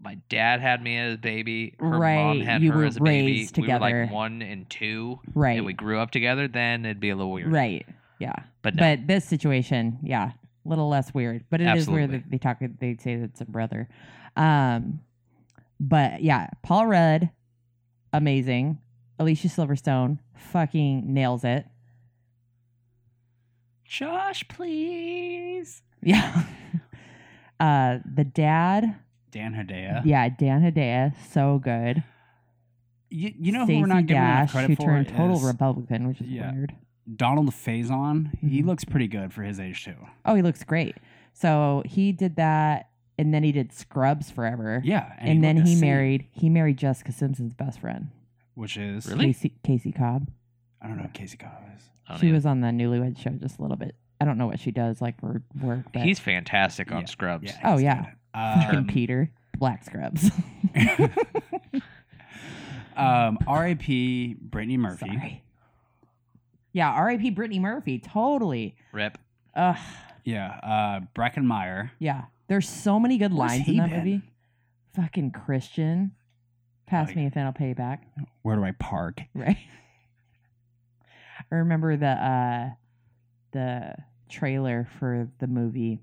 [SPEAKER 6] my dad had me as a baby, her mom
[SPEAKER 4] Right,
[SPEAKER 6] had
[SPEAKER 4] you
[SPEAKER 6] her
[SPEAKER 4] were
[SPEAKER 6] as a baby,
[SPEAKER 4] raised
[SPEAKER 6] we were
[SPEAKER 4] together.
[SPEAKER 6] like one and two,
[SPEAKER 4] right.
[SPEAKER 6] and we grew up together. Then it'd be a little weird,
[SPEAKER 4] Right. Yeah.
[SPEAKER 6] But no,
[SPEAKER 4] But this situation, yeah, a little less weird. But it is weird
[SPEAKER 6] Absolutely.
[SPEAKER 4] that they talk. They say that it's a brother. Um, but yeah, Paul Rudd, amazing. Alicia Silverstone fucking nails it.
[SPEAKER 5] Josh, please.
[SPEAKER 4] Yeah. uh, the dad,
[SPEAKER 5] Dan Hedaya.
[SPEAKER 4] yeah, Dan Hedaya, so good.
[SPEAKER 5] You, you know who
[SPEAKER 4] Stacey
[SPEAKER 5] we're not giving enough
[SPEAKER 4] Dash,
[SPEAKER 5] credit
[SPEAKER 4] who
[SPEAKER 5] for
[SPEAKER 4] turned total
[SPEAKER 5] is
[SPEAKER 4] Republican, which is
[SPEAKER 5] yeah.
[SPEAKER 4] weird.
[SPEAKER 5] Donald Faison. He
[SPEAKER 4] Mhm.
[SPEAKER 5] looks pretty good for his age too.
[SPEAKER 4] Oh, he looks great. So he did that, and then he did Scrubs forever.
[SPEAKER 5] Yeah,
[SPEAKER 4] And, then
[SPEAKER 5] looked the
[SPEAKER 4] he
[SPEAKER 5] same,
[SPEAKER 4] married. He married Jessica Simpson's best friend.
[SPEAKER 5] which is
[SPEAKER 6] Really? Oh,
[SPEAKER 4] Casey, Casey Cobb.
[SPEAKER 5] I don't know who Casey Cobb is.
[SPEAKER 6] I don't
[SPEAKER 4] She
[SPEAKER 6] know.
[SPEAKER 4] was on the Newlywed Show just a little bit. I don't know what she does, like for work. But
[SPEAKER 6] he's fantastic on
[SPEAKER 5] Yeah,
[SPEAKER 6] Scrubs.
[SPEAKER 4] Oh,
[SPEAKER 5] he's
[SPEAKER 4] yeah.
[SPEAKER 5] good.
[SPEAKER 4] fucking
[SPEAKER 5] Um,
[SPEAKER 4] Peter Black Scrubs.
[SPEAKER 5] um, R.I.P. Brittany Murphy.
[SPEAKER 4] Sorry. Yeah, R.I.P. Brittany Murphy. Totally.
[SPEAKER 6] Rip.
[SPEAKER 4] Ugh.
[SPEAKER 5] Yeah, uh, Breckenmeyer.
[SPEAKER 4] Yeah. There's so many good
[SPEAKER 5] Where's
[SPEAKER 4] lines
[SPEAKER 5] he
[SPEAKER 4] in that
[SPEAKER 5] been? Oh,
[SPEAKER 4] movie. Fucking Christian. Pass
[SPEAKER 5] Like-
[SPEAKER 4] me a fan, I'll pay you back.
[SPEAKER 5] Where do I park?
[SPEAKER 4] Right. I remember the uh the trailer for the movie.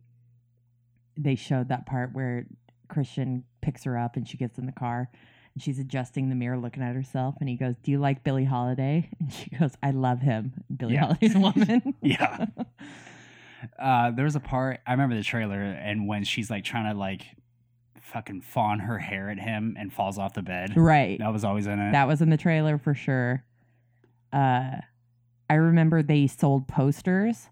[SPEAKER 4] They showed that part where Christian picks her up and she gets in the car and she's adjusting the mirror looking at herself and he goes, "Do you like Billie Holiday?" And she goes, "I love him." Billie
[SPEAKER 5] Yeah.
[SPEAKER 4] Holiday's a woman.
[SPEAKER 5] Yeah. Uh, there was a part I remember the trailer, and when she's like trying to like fucking fawn her hair at him and falls off the bed.
[SPEAKER 4] right.
[SPEAKER 5] That was always in it.
[SPEAKER 4] That was in the trailer for sure. Uh, I remember they sold posters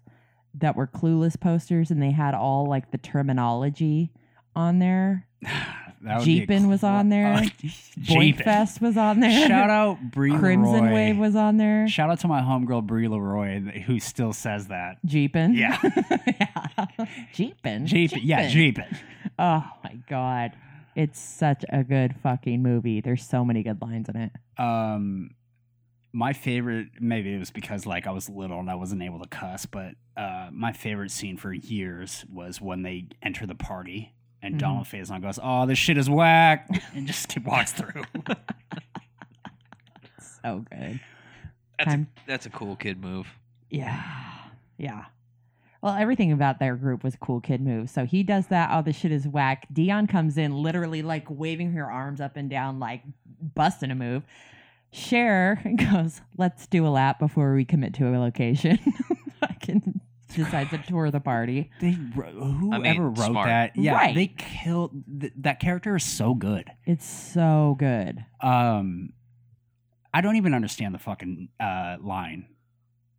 [SPEAKER 4] that were clueless posters, and they had all like the terminology on there.
[SPEAKER 5] That, That would be a
[SPEAKER 4] Jeepin'
[SPEAKER 5] cl-
[SPEAKER 4] was on there.
[SPEAKER 5] Uh,
[SPEAKER 4] Boink
[SPEAKER 5] Jeepin'.
[SPEAKER 4] Fest was on there.
[SPEAKER 5] Shout out Bree
[SPEAKER 4] Crimson
[SPEAKER 5] Leroy.
[SPEAKER 4] Wave was on there.
[SPEAKER 5] Shout out to my homegirl Bree Leroy th- who still says that.
[SPEAKER 4] Jeepin.
[SPEAKER 5] Yeah.
[SPEAKER 4] yeah. Jeepin.
[SPEAKER 5] Jeep, yeah, Jeepin.
[SPEAKER 4] Oh my god. It's such a good fucking movie. There's so many good lines in it.
[SPEAKER 5] Um, my favorite, maybe it was because like I was little and I wasn't able to cuss, but uh, my favorite scene for years was when they enter the party and
[SPEAKER 4] Mhm.
[SPEAKER 5] Donald Faison goes, "Oh, this shit is whack," and just walks through.
[SPEAKER 4] So good.
[SPEAKER 6] That's a,
[SPEAKER 4] Time-
[SPEAKER 6] that's a cool kid move.
[SPEAKER 4] Yeah. Yeah. Well, everything about their group was cool kid moves. So he does that. All the shit is whack. Dion comes in literally like waving her arms up and down, like busting a move. Cher goes, let's do a lap before we commit to a location. Fucking decides to tour the party.
[SPEAKER 5] they wro- whoever
[SPEAKER 6] I mean,
[SPEAKER 5] wrote
[SPEAKER 6] smart.
[SPEAKER 5] that, yeah,
[SPEAKER 4] Right.
[SPEAKER 5] they killed th- that character is so good.
[SPEAKER 4] It's so good.
[SPEAKER 5] Um, I don't even understand the fucking uh, line,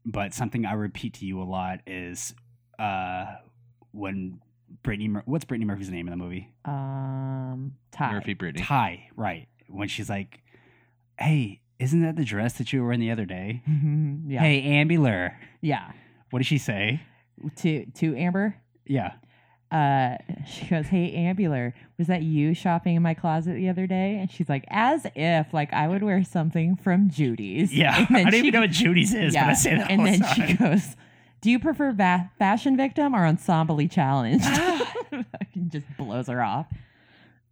[SPEAKER 5] but something I repeat to you a lot is uh, when Brittany, Mur- what's Brittany Murphy's name in the movie?
[SPEAKER 4] Um, Ty.
[SPEAKER 6] Murphy Brittany.
[SPEAKER 5] Ty, right? When she's like, "Hey, isn't that the dress that you were wearing the other day?"
[SPEAKER 4] yeah.
[SPEAKER 5] Hey, Ambular,
[SPEAKER 4] Yeah.
[SPEAKER 5] what did she say?
[SPEAKER 4] To to Amber,
[SPEAKER 5] Yeah,
[SPEAKER 4] uh, she goes, "Hey, Ambular, was that you shopping in my closet the other day?" And she's like, "As if like I would wear something from Judy's."
[SPEAKER 5] yeah.
[SPEAKER 4] And
[SPEAKER 5] I
[SPEAKER 4] then
[SPEAKER 5] don't
[SPEAKER 4] she-
[SPEAKER 5] even know what Judy's is, but I say that.
[SPEAKER 4] And
[SPEAKER 5] all the
[SPEAKER 4] then
[SPEAKER 5] time.
[SPEAKER 4] she goes, "Do you prefer va- fashion victim or ensemble challenged?" Fucking Just blows her off.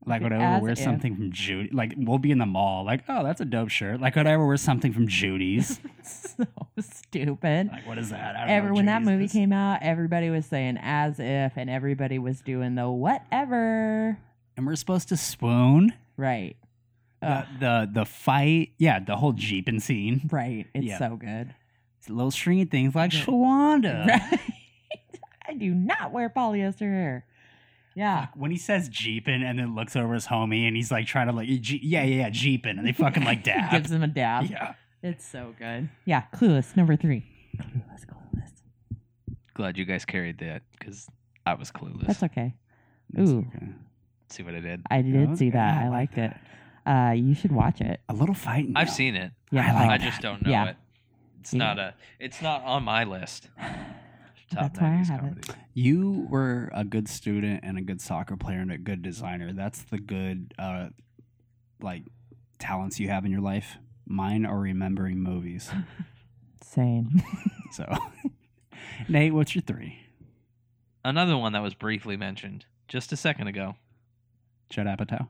[SPEAKER 5] Like, would I
[SPEAKER 4] As
[SPEAKER 5] ever wear
[SPEAKER 4] if.
[SPEAKER 5] something from Judy? Like, we'll be in the mall. Like, oh, that's a dope shirt. Like, would I ever wear something from Judy's?
[SPEAKER 4] so stupid.
[SPEAKER 5] like, what is that? I don't know
[SPEAKER 4] Ever
[SPEAKER 5] what
[SPEAKER 4] when that
[SPEAKER 5] Judy's
[SPEAKER 4] movie
[SPEAKER 5] is.
[SPEAKER 4] came out, everybody was saying "as if," and everybody was doing the whatever.
[SPEAKER 5] and we're supposed to swoon.
[SPEAKER 4] Right.
[SPEAKER 5] The,
[SPEAKER 4] Ugh,
[SPEAKER 5] the the fight, yeah, the whole jeeping scene.
[SPEAKER 4] right. It's
[SPEAKER 5] yeah.
[SPEAKER 4] so good.
[SPEAKER 5] Little stringy things like
[SPEAKER 4] Yeah.
[SPEAKER 5] Shawanda.
[SPEAKER 4] Right. I do not wear polyester hair. Yeah.
[SPEAKER 5] When he says jeeping and then looks over his homie and he's like trying to like, "Je- yeah, yeah, yeah, jeeping, and they fucking like dab.
[SPEAKER 4] Gives him a dab.
[SPEAKER 5] yeah.
[SPEAKER 4] It's so good. Yeah. Clueless number three. Clueless, clueless.
[SPEAKER 6] Glad you guys carried that because I was clueless.
[SPEAKER 4] That's okay.
[SPEAKER 5] That's
[SPEAKER 4] Ooh.
[SPEAKER 5] okay.
[SPEAKER 6] See what I did?
[SPEAKER 4] I did
[SPEAKER 5] was
[SPEAKER 4] see
[SPEAKER 5] good.
[SPEAKER 4] that. I liked it. Uh, you should watch it.
[SPEAKER 5] A little fighting.
[SPEAKER 6] I've
[SPEAKER 5] though.
[SPEAKER 6] seen it.
[SPEAKER 4] Yeah.
[SPEAKER 5] I like
[SPEAKER 6] I
[SPEAKER 5] that.
[SPEAKER 6] just don't know
[SPEAKER 4] Yeah.
[SPEAKER 6] it. It's
[SPEAKER 4] Yeah.
[SPEAKER 6] not a. It's not on my list. Top
[SPEAKER 4] That's why I
[SPEAKER 6] 90s
[SPEAKER 4] have it.
[SPEAKER 6] comedies.
[SPEAKER 5] You were a good student and a good soccer player and a good designer. That's the good, uh, like, talents you have in your life. Mine are remembering movies.
[SPEAKER 4] Same.
[SPEAKER 5] So, Nate, what's your three?
[SPEAKER 6] Another one that was briefly mentioned just a second ago.
[SPEAKER 5] Judd Apatow.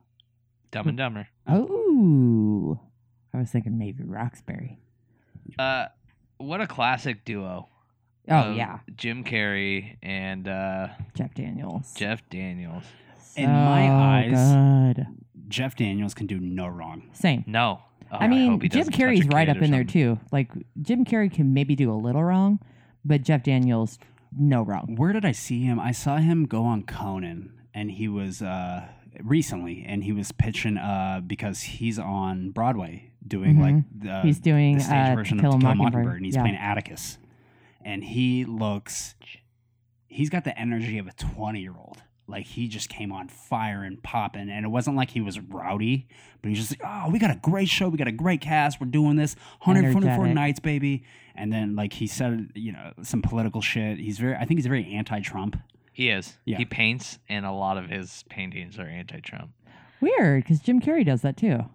[SPEAKER 6] Dumb
[SPEAKER 4] Hmm.
[SPEAKER 6] and Dumber.
[SPEAKER 4] oh. I was thinking maybe Roxbury.
[SPEAKER 6] Uh, what a classic duo.
[SPEAKER 4] Oh,
[SPEAKER 6] of
[SPEAKER 4] yeah.
[SPEAKER 6] Jim Carrey and uh,
[SPEAKER 4] Jeff Daniels.
[SPEAKER 6] Jeff Daniels.
[SPEAKER 5] In my
[SPEAKER 4] So
[SPEAKER 5] eyes-
[SPEAKER 4] Good.
[SPEAKER 5] Jeff Daniels can do no wrong.
[SPEAKER 4] Same.
[SPEAKER 6] No. Oh,
[SPEAKER 4] I
[SPEAKER 6] hope
[SPEAKER 4] mean,
[SPEAKER 6] he
[SPEAKER 4] Jim
[SPEAKER 6] doesn't touch a
[SPEAKER 4] Carrey's right
[SPEAKER 6] kid
[SPEAKER 4] up
[SPEAKER 6] or
[SPEAKER 4] in there
[SPEAKER 6] something.
[SPEAKER 4] too. Like Jim Carrey can maybe do a little wrong, but Jeff Daniels no wrong.
[SPEAKER 5] Where did I see him? I saw him go on Conan, and he was uh, recently, and he was pitching uh, because he's on Broadway doing
[SPEAKER 4] Mhm.
[SPEAKER 5] like the,
[SPEAKER 4] He's doing
[SPEAKER 5] um, the stage
[SPEAKER 4] uh,
[SPEAKER 5] version
[SPEAKER 4] To Kill
[SPEAKER 5] of
[SPEAKER 4] a
[SPEAKER 5] To Kill a
[SPEAKER 4] Mockingbird.
[SPEAKER 5] Mockingbird, and he's
[SPEAKER 4] yeah.
[SPEAKER 5] playing Atticus, and he looks, he's got the energy of a twenty-year-old. Like he just came on fire and popping, and it wasn't like he was rowdy, but he's just like, oh, we got a great show, we got a great cast, we're doing this, hundred forty-four
[SPEAKER 4] Energetic.
[SPEAKER 5] nights, baby. And then like he said, you know, some political shit. He's very, I think he's very anti-Trump.
[SPEAKER 6] He is.
[SPEAKER 5] Yeah.
[SPEAKER 6] He paints, and a lot of his paintings are anti-Trump.
[SPEAKER 4] Weird, because Jim Carrey does that too.
[SPEAKER 5] Mm-hmm.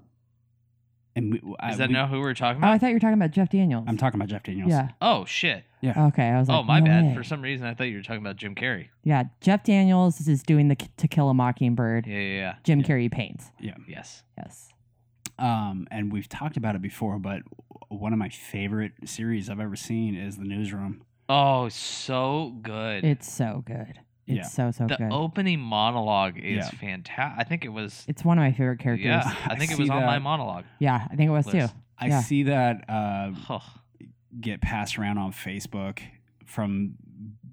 [SPEAKER 5] And we, I-
[SPEAKER 6] Is that
[SPEAKER 5] we-
[SPEAKER 6] not who we're talking
[SPEAKER 4] Oh, I
[SPEAKER 6] about?
[SPEAKER 4] thought you were talking about Jeff Daniels.
[SPEAKER 5] I'm talking about Jeff Daniels.
[SPEAKER 4] Yeah.
[SPEAKER 6] Oh, shit.
[SPEAKER 4] Okay. I was like,
[SPEAKER 6] oh, my
[SPEAKER 4] no
[SPEAKER 6] bad.
[SPEAKER 4] way.
[SPEAKER 6] For some reason, I thought you were talking about Jim Carrey.
[SPEAKER 4] yeah, Jeff Daniels is doing the K- To Kill a Mockingbird.
[SPEAKER 6] Yeah, yeah, yeah.
[SPEAKER 4] Jim Carrey paints.
[SPEAKER 6] Yes.
[SPEAKER 4] Yes. Oh.
[SPEAKER 5] Um, and we've talked about it before, but one of my favorite series I've ever seen is The Newsroom.
[SPEAKER 6] Oh, so good.
[SPEAKER 4] It's so good. It's
[SPEAKER 5] Yeah.
[SPEAKER 4] so so
[SPEAKER 6] the
[SPEAKER 4] good.
[SPEAKER 6] opening monologue is
[SPEAKER 5] Yeah.
[SPEAKER 6] fantastic. I think it was.
[SPEAKER 4] it's one of my favorite characters.
[SPEAKER 6] Yeah,
[SPEAKER 4] Yeah,
[SPEAKER 6] I
[SPEAKER 5] I
[SPEAKER 6] think it
[SPEAKER 5] see
[SPEAKER 6] was on my
[SPEAKER 5] that.
[SPEAKER 6] monologue.
[SPEAKER 4] I think it was
[SPEAKER 6] Liz.
[SPEAKER 4] too.
[SPEAKER 5] I
[SPEAKER 4] Yeah.
[SPEAKER 5] see that uh,
[SPEAKER 6] Ugh.
[SPEAKER 5] get passed around on Facebook from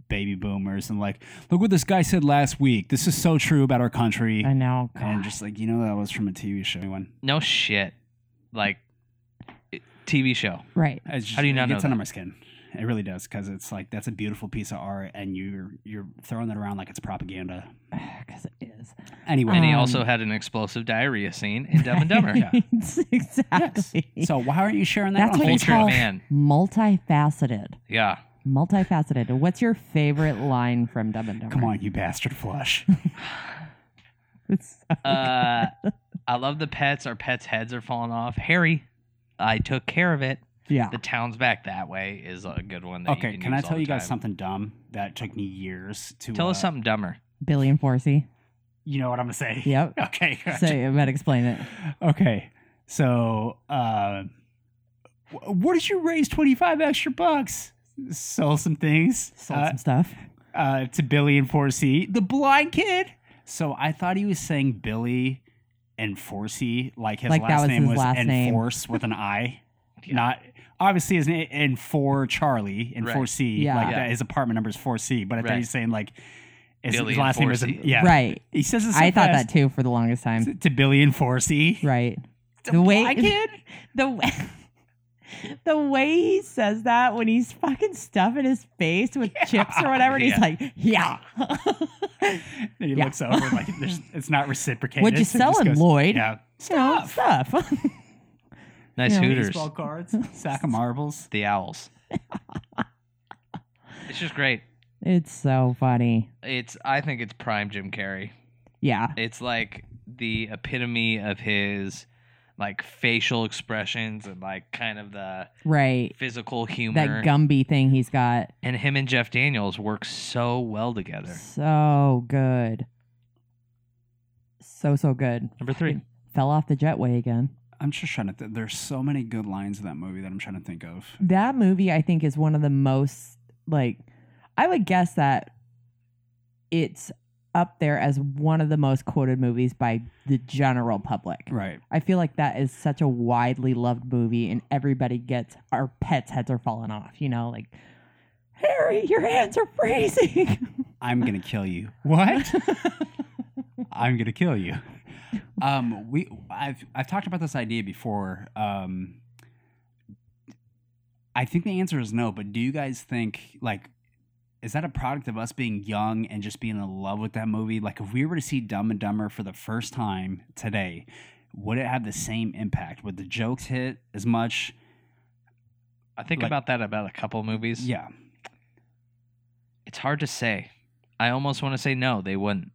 [SPEAKER 5] baby boomers and like, look what this guy said last week. This is so true about our country.
[SPEAKER 4] I know.
[SPEAKER 5] And
[SPEAKER 4] God.
[SPEAKER 5] just like, you know, that was from a TV show. One.
[SPEAKER 6] No shit. Like, it- TV show.
[SPEAKER 4] right.
[SPEAKER 5] It's Just,
[SPEAKER 6] How do you not
[SPEAKER 5] it gets
[SPEAKER 6] know
[SPEAKER 5] under
[SPEAKER 6] that?
[SPEAKER 5] my skin. It really does because it's like that's a beautiful piece of art, and you're you're throwing that around like it's propaganda.
[SPEAKER 4] because it is.
[SPEAKER 5] Anyway,
[SPEAKER 6] And he
[SPEAKER 4] Um,
[SPEAKER 6] also had an explosive diarrhea scene in Dumb and Dumber.
[SPEAKER 5] Yeah. yes.
[SPEAKER 4] exactly.
[SPEAKER 5] So why aren't you sharing that?
[SPEAKER 4] That's
[SPEAKER 5] on
[SPEAKER 4] what it's
[SPEAKER 5] Facebook?
[SPEAKER 6] Featured
[SPEAKER 4] called.
[SPEAKER 6] man.
[SPEAKER 4] Multifaceted.
[SPEAKER 6] Yeah.
[SPEAKER 4] Multifaceted. What's your favorite line from Dumb and Dumber?
[SPEAKER 5] Come on, you bastard flush.
[SPEAKER 4] It's so
[SPEAKER 6] Uh, I love the pets. Our pets' heads are falling off. Harry, I took care of it.
[SPEAKER 4] good. yeah.
[SPEAKER 6] The town's back that way is a good one. That
[SPEAKER 5] okay,
[SPEAKER 6] you can,
[SPEAKER 5] can I
[SPEAKER 6] use all
[SPEAKER 5] tell
[SPEAKER 6] the
[SPEAKER 5] you guys
[SPEAKER 6] time.
[SPEAKER 5] something dumb that took me years to
[SPEAKER 6] Tell us
[SPEAKER 5] uh,
[SPEAKER 6] something dumber.
[SPEAKER 4] Billy and Forsey.
[SPEAKER 5] You know what I'm gonna say?
[SPEAKER 4] Yep.
[SPEAKER 5] Okay. good.
[SPEAKER 4] Say it, but explain it.
[SPEAKER 5] Okay. So, uh, wh- where did you raise 25 extra bucks? Sold some things
[SPEAKER 4] Sold
[SPEAKER 5] uh,
[SPEAKER 4] some stuff.
[SPEAKER 5] uh, to Billy and 4C, the blind kid. So I thought he was saying Billy and 4C, like his
[SPEAKER 4] Like that
[SPEAKER 5] last
[SPEAKER 4] was
[SPEAKER 5] name
[SPEAKER 4] his
[SPEAKER 5] was
[SPEAKER 4] last name.
[SPEAKER 5] Enforce with an I.
[SPEAKER 6] Yeah.
[SPEAKER 5] Not obviously his name and for Charlie and
[SPEAKER 6] Right.
[SPEAKER 5] 4C.
[SPEAKER 4] Yeah.
[SPEAKER 5] Like
[SPEAKER 6] Yeah.
[SPEAKER 5] that, his apartment number is 4C, but I thought
[SPEAKER 6] Right.
[SPEAKER 5] he's saying like his,
[SPEAKER 6] Billy
[SPEAKER 5] his
[SPEAKER 6] and
[SPEAKER 5] last name is
[SPEAKER 6] 4C.
[SPEAKER 5] yeah.
[SPEAKER 4] Right.
[SPEAKER 5] He says it so
[SPEAKER 4] I thought
[SPEAKER 5] fast.
[SPEAKER 4] that too for the longest time.
[SPEAKER 5] To Billy and 4C.
[SPEAKER 4] Right.
[SPEAKER 5] The,
[SPEAKER 4] The way-
[SPEAKER 5] blind kid?
[SPEAKER 4] The way, the way he says that when he's fucking stuffing his face with chips or whatever, and he's
[SPEAKER 6] Yeah.
[SPEAKER 4] like, yeah.
[SPEAKER 5] And he
[SPEAKER 4] Yeah.
[SPEAKER 5] looks over like there's, it's not reciprocated.
[SPEAKER 4] What'd you
[SPEAKER 5] It
[SPEAKER 4] sell
[SPEAKER 5] just
[SPEAKER 4] him,
[SPEAKER 5] goes,
[SPEAKER 4] Lloyd?
[SPEAKER 5] Yeah,
[SPEAKER 4] You know, stuff.
[SPEAKER 6] Nice
[SPEAKER 4] Yeah.
[SPEAKER 6] Hooters.
[SPEAKER 5] baseball cards, sack of marbles.
[SPEAKER 6] The owls. it's just great.
[SPEAKER 4] it's so funny.
[SPEAKER 6] It's. I think it's prime Jim Carrey.
[SPEAKER 4] Yeah.
[SPEAKER 6] It's like the epitome of his like facial expressions and like kind of the
[SPEAKER 4] Right.
[SPEAKER 6] physical humor.
[SPEAKER 4] That Gumby thing he's got.
[SPEAKER 6] and him and Jeff Daniels work so well together.
[SPEAKER 4] So good. So, so good.
[SPEAKER 6] Number three.
[SPEAKER 4] Fell off the jetway again.
[SPEAKER 5] I'm just trying to. Th- there's so many good lines in that movie that I'm trying to think of.
[SPEAKER 4] That movie, I think, is one of the most like I would guess that it's up there as one of the most quoted movies by the general public.
[SPEAKER 5] Right.
[SPEAKER 4] I feel like that is such a widely loved movie, and everybody gets our pets' heads are falling off. You know, like Harry, your hands are freezing.
[SPEAKER 5] I'm gonna kill you. What? I'm gonna kill you. Um, we I've I've talked about this idea before. Um, I think the answer is no, but do you guys think like is that a product of us being young and just being in love with that movie? Like if we were to see Dumb and Dumber for the first time today, would it have the same impact? Would the jokes hit as much?
[SPEAKER 6] I think
[SPEAKER 5] Like-
[SPEAKER 6] about that about a couple movies.
[SPEAKER 5] Yeah.
[SPEAKER 6] It's hard to say. I almost want to say no, they wouldn't.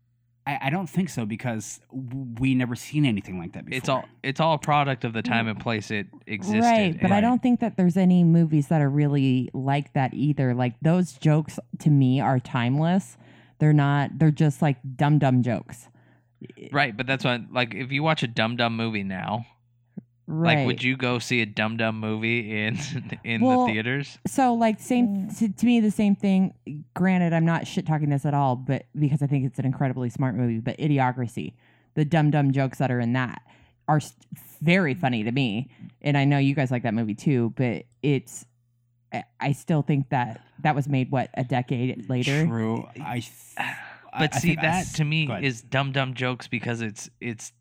[SPEAKER 5] I, I don't think so because w- we never seen anything like that before.
[SPEAKER 6] It's all it's all a product of the time and place it existed.
[SPEAKER 4] Mm. right, but I
[SPEAKER 6] in.
[SPEAKER 4] don't think that there's any movies that are really like that either. Like those jokes to me are timeless. They're not. They're just like dumb dumb jokes.
[SPEAKER 6] Right, but that's what like if you watch a Dumb Dumb movie now,
[SPEAKER 4] Right.
[SPEAKER 6] like would you go see a Dumb Dumb movie in in
[SPEAKER 4] Well,
[SPEAKER 6] the theaters?
[SPEAKER 4] So like same
[SPEAKER 6] Mm.
[SPEAKER 4] to, to me the same thing. Granted, I'm not shit talking this at all, but because I think it's an incredibly smart movie. But Idiocracy, the dumb dumb jokes that are in that are s-
[SPEAKER 6] Mm.
[SPEAKER 4] very funny to me, and I know you guys like that movie too. But it's I- I still think that that was made what a decade later.
[SPEAKER 5] True. I. th- I- I
[SPEAKER 6] But see
[SPEAKER 5] think I
[SPEAKER 6] that
[SPEAKER 5] s-
[SPEAKER 6] to me
[SPEAKER 5] go ahead.
[SPEAKER 6] is Dumb Dumb jokes because it's it's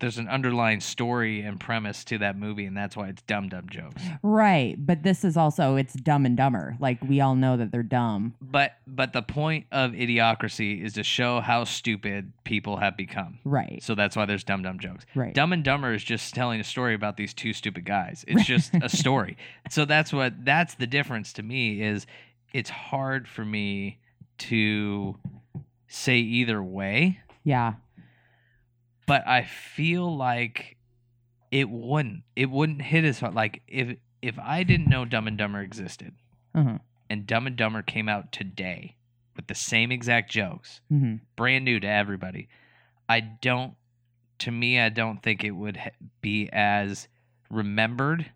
[SPEAKER 6] there's an underlying story and premise to that movie and that's why it's Dumb Dumb jokes.
[SPEAKER 4] Right, but this is also it's dumb and dumber. Like we all know that they're dumb.
[SPEAKER 6] But but the point of Idiocracy is to show how stupid people have become.
[SPEAKER 4] Right.
[SPEAKER 6] So that's why there's Dumb Dumb jokes.
[SPEAKER 4] Right.
[SPEAKER 6] Dumb and Dumber is just telling a story about these two stupid guys. It's just a story. So that's what that's the difference to me is it's hard for me to say either way,
[SPEAKER 4] Yeah.
[SPEAKER 6] but I feel like it wouldn't it wouldn't hit as hard. Like if if I didn't know Dumb and Dumber existed
[SPEAKER 4] Uh-huh.
[SPEAKER 6] and Dumb and Dumber came out today with the same exact jokes,
[SPEAKER 4] hmm
[SPEAKER 6] brand new to everybody. I don't, to me, I don't think it would ha- be as remembered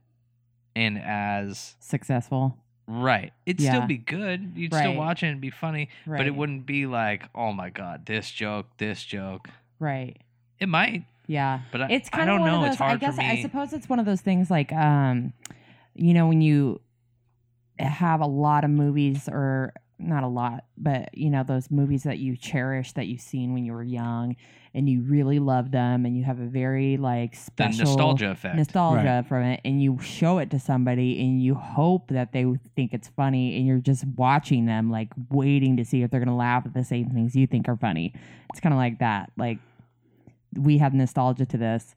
[SPEAKER 6] and as
[SPEAKER 4] Successful.
[SPEAKER 6] right. It'd
[SPEAKER 4] Yeah.
[SPEAKER 6] still be good. You'd still
[SPEAKER 4] Right.
[SPEAKER 6] watch it and be funny,
[SPEAKER 4] Right.
[SPEAKER 6] but it wouldn't be like, oh my god, this joke, this joke.
[SPEAKER 4] Right.
[SPEAKER 6] It might,
[SPEAKER 4] Yeah.
[SPEAKER 6] but I,
[SPEAKER 4] it's
[SPEAKER 6] I
[SPEAKER 4] kind
[SPEAKER 6] don't
[SPEAKER 4] of one
[SPEAKER 6] know.
[SPEAKER 4] Of those,
[SPEAKER 6] it's hard
[SPEAKER 4] I guess
[SPEAKER 6] for me.
[SPEAKER 4] I suppose it's one of those things like um, you know, when you have a lot of movies or not a lot, but you know, those movies that you cherish that you've seen when you were young and you really love them and you have a very like
[SPEAKER 6] The
[SPEAKER 4] special
[SPEAKER 6] nostalgia effect.
[SPEAKER 4] nostalgia
[SPEAKER 5] Right.
[SPEAKER 4] from it and you show it to somebody and you hope that they would think it's funny and you're just watching them like waiting to see if they're going to laugh at the same things you think are funny it's kind of like that like we have nostalgia to this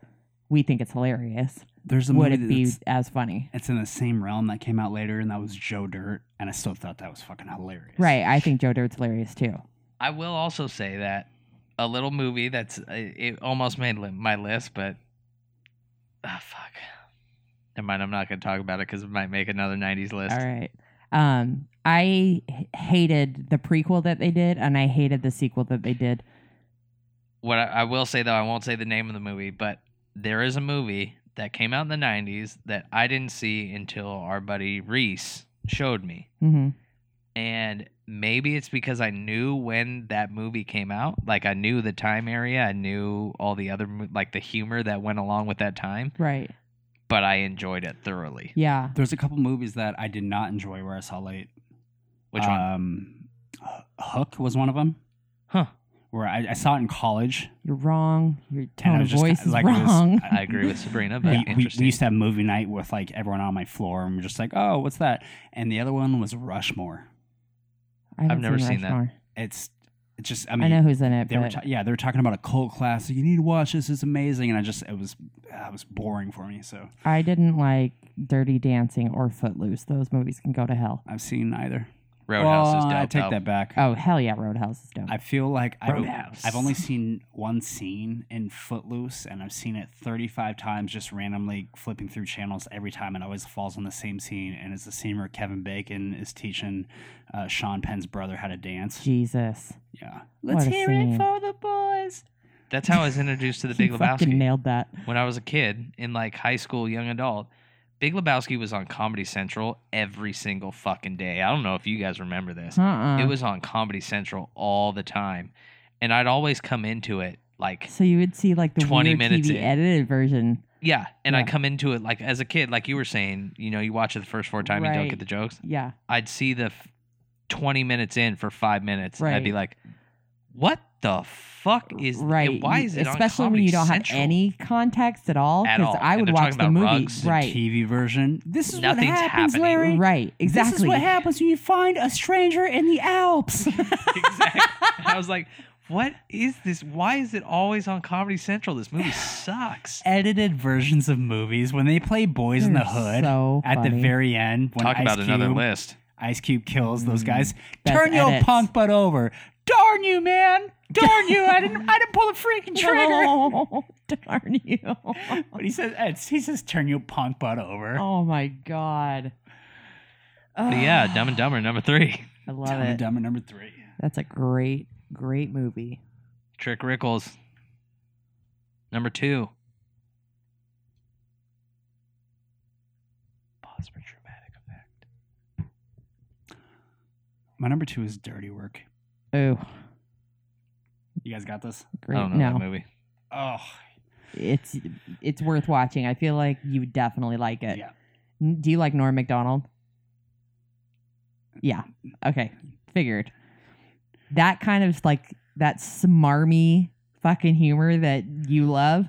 [SPEAKER 4] we think it's hilarious
[SPEAKER 5] There's a
[SPEAKER 4] would
[SPEAKER 5] movie
[SPEAKER 4] it be
[SPEAKER 5] that's-
[SPEAKER 4] as funny
[SPEAKER 5] it's in the same realm that came out later, and that was Joe Dirt, and I still thought that was fucking hilarious.
[SPEAKER 4] right i think joe dirt's hilarious too
[SPEAKER 6] I will also say that a little movie that's it it almost made li- my list, but ah fuck. Never mind. I'm not going to talk about it because it might make another '90s list.
[SPEAKER 4] all right um i h- hated the prequel that they did and i hated the sequel that they did
[SPEAKER 6] What I, I will say though, I won't say the name of the movie, but there is a movie that came out in the '90s that I didn't see until our buddy Reese showed me.
[SPEAKER 4] hmm
[SPEAKER 6] and maybe it's because I knew when that movie came out. Like I knew the time area, I knew all the other mo- like the humor that went along with that time,
[SPEAKER 4] right
[SPEAKER 6] but I enjoyed it thoroughly.
[SPEAKER 4] yeah
[SPEAKER 5] There's a couple movies that I did not enjoy where I saw late.
[SPEAKER 6] Which one?
[SPEAKER 5] um, H- Hook was one of them.
[SPEAKER 6] Huh.
[SPEAKER 5] Where I, I saw it in college,
[SPEAKER 4] you're wrong your
[SPEAKER 5] and I
[SPEAKER 4] tone of
[SPEAKER 5] was just
[SPEAKER 4] voice
[SPEAKER 5] kinda-
[SPEAKER 4] is
[SPEAKER 5] like, it was-
[SPEAKER 4] wrong
[SPEAKER 6] I agree with Sabrina,
[SPEAKER 5] We-
[SPEAKER 6] but
[SPEAKER 5] we, we,
[SPEAKER 6] interesting.
[SPEAKER 5] used to have movie night with like everyone on my floor, and we're just like, "Oh, what's that?" And the other one was Rushmore.
[SPEAKER 4] I haven't
[SPEAKER 6] never seen that.
[SPEAKER 4] Rushmore.
[SPEAKER 5] It's it's just, I
[SPEAKER 4] I,
[SPEAKER 5] mean,
[SPEAKER 4] know who's in it,
[SPEAKER 5] they were
[SPEAKER 4] but
[SPEAKER 5] ta- yeah, they were talking about a cult classic. You need to watch this; it's amazing. And I just, it was, uh, it was boring for me. So
[SPEAKER 4] I didn't like Dirty Dancing or Footloose. Those movies can go to hell.
[SPEAKER 5] I've seen either.
[SPEAKER 6] Roadhouse
[SPEAKER 5] well,
[SPEAKER 6] is dope.
[SPEAKER 5] I uh, take
[SPEAKER 6] though.
[SPEAKER 5] that back.
[SPEAKER 4] Oh hell yeah, Roadhouse is dope.
[SPEAKER 5] I feel like I've,
[SPEAKER 6] Roadhouse.
[SPEAKER 5] I've only seen one scene in Footloose, and I've seen it 35 times just randomly flipping through channels every time. It always falls on the same scene, and it's the scene where Kevin Bacon is teaching uh, Sean Penn's brother how to dance.
[SPEAKER 4] Jesus,
[SPEAKER 5] Yeah.
[SPEAKER 4] What
[SPEAKER 5] Let's
[SPEAKER 4] a
[SPEAKER 5] hear
[SPEAKER 4] scene.
[SPEAKER 5] it for the boys.
[SPEAKER 6] That's how I was introduced to the
[SPEAKER 4] He
[SPEAKER 6] Big
[SPEAKER 4] fucking
[SPEAKER 6] Lebowski
[SPEAKER 4] nailed that.
[SPEAKER 6] when I was a kid in like high school, young adult. Big Lebowski was on Comedy Central every single fucking day. I don't know if you guys remember this.
[SPEAKER 4] Uh-uh.
[SPEAKER 6] It was on Comedy Central all the time. And I'd always come into it like
[SPEAKER 4] so you would see like the
[SPEAKER 6] 20
[SPEAKER 4] weird
[SPEAKER 6] minutes
[SPEAKER 4] TV
[SPEAKER 6] in.
[SPEAKER 4] edited version.
[SPEAKER 6] Yeah, and I
[SPEAKER 4] Yeah.
[SPEAKER 6] come into it like as a kid, like you were saying, you know, you watch it the first four times, you don't
[SPEAKER 4] Right.
[SPEAKER 6] get the jokes.
[SPEAKER 4] Yeah,
[SPEAKER 6] I'd see the f- twenty minutes in for five minutes, and I'd be like, "What the fuck is and
[SPEAKER 4] right.
[SPEAKER 6] Why
[SPEAKER 4] You-
[SPEAKER 6] is it on
[SPEAKER 4] especially when
[SPEAKER 6] Comedy
[SPEAKER 4] you don't
[SPEAKER 6] Central?"
[SPEAKER 4] have any context at all?
[SPEAKER 6] At all.
[SPEAKER 4] I
[SPEAKER 6] And
[SPEAKER 4] would
[SPEAKER 6] they're
[SPEAKER 4] watch
[SPEAKER 6] talking
[SPEAKER 4] the
[SPEAKER 6] about
[SPEAKER 4] movie.
[SPEAKER 6] rugs and
[SPEAKER 4] right,
[SPEAKER 5] TV version. This is
[SPEAKER 6] Nothing's
[SPEAKER 5] what happens,
[SPEAKER 6] happening.
[SPEAKER 5] Larry.
[SPEAKER 4] right, exactly.
[SPEAKER 5] This is what happens when you find a stranger in the Alps.
[SPEAKER 6] exactly. And I was like, "What is this? Why is it always on Comedy Central? This movie sucks."
[SPEAKER 5] Edited versions of movies when they play Boys in the
[SPEAKER 4] They're
[SPEAKER 5] Hood
[SPEAKER 4] so
[SPEAKER 5] at the
[SPEAKER 4] funny.
[SPEAKER 5] very end. When
[SPEAKER 6] Talk
[SPEAKER 5] Ice
[SPEAKER 6] about another
[SPEAKER 5] Cube-
[SPEAKER 6] list.
[SPEAKER 5] Ice Cube kills those guys.
[SPEAKER 4] best
[SPEAKER 5] Turn your
[SPEAKER 4] edits.
[SPEAKER 5] punk butt over. Darn you, man. Darn you. I didn't I didn't pull the freaking trigger.
[SPEAKER 4] Oh, darn you!
[SPEAKER 5] But he says it's- he says turn your punk butt over.
[SPEAKER 4] oh my god.
[SPEAKER 6] But yeah, Dumb and Dumber number three.
[SPEAKER 4] I love
[SPEAKER 5] Dumb
[SPEAKER 4] it.
[SPEAKER 5] and Dumber number 3.
[SPEAKER 4] That's a great, great movie.
[SPEAKER 6] Trick Rickles. Number two. Pause for dramatic effect.
[SPEAKER 5] My number 2 is Dirty Work.
[SPEAKER 4] Oh,
[SPEAKER 5] You guys got this?
[SPEAKER 4] great!
[SPEAKER 6] I don't know
[SPEAKER 4] no,
[SPEAKER 6] that movie.
[SPEAKER 5] Oh,
[SPEAKER 4] it's it's worth watching. I feel like you would definitely like it.
[SPEAKER 5] yeah.
[SPEAKER 4] N- Do you like Norm Macdonald? Yeah. Okay. Figured. That kind of like that smarmy fucking humor that you love.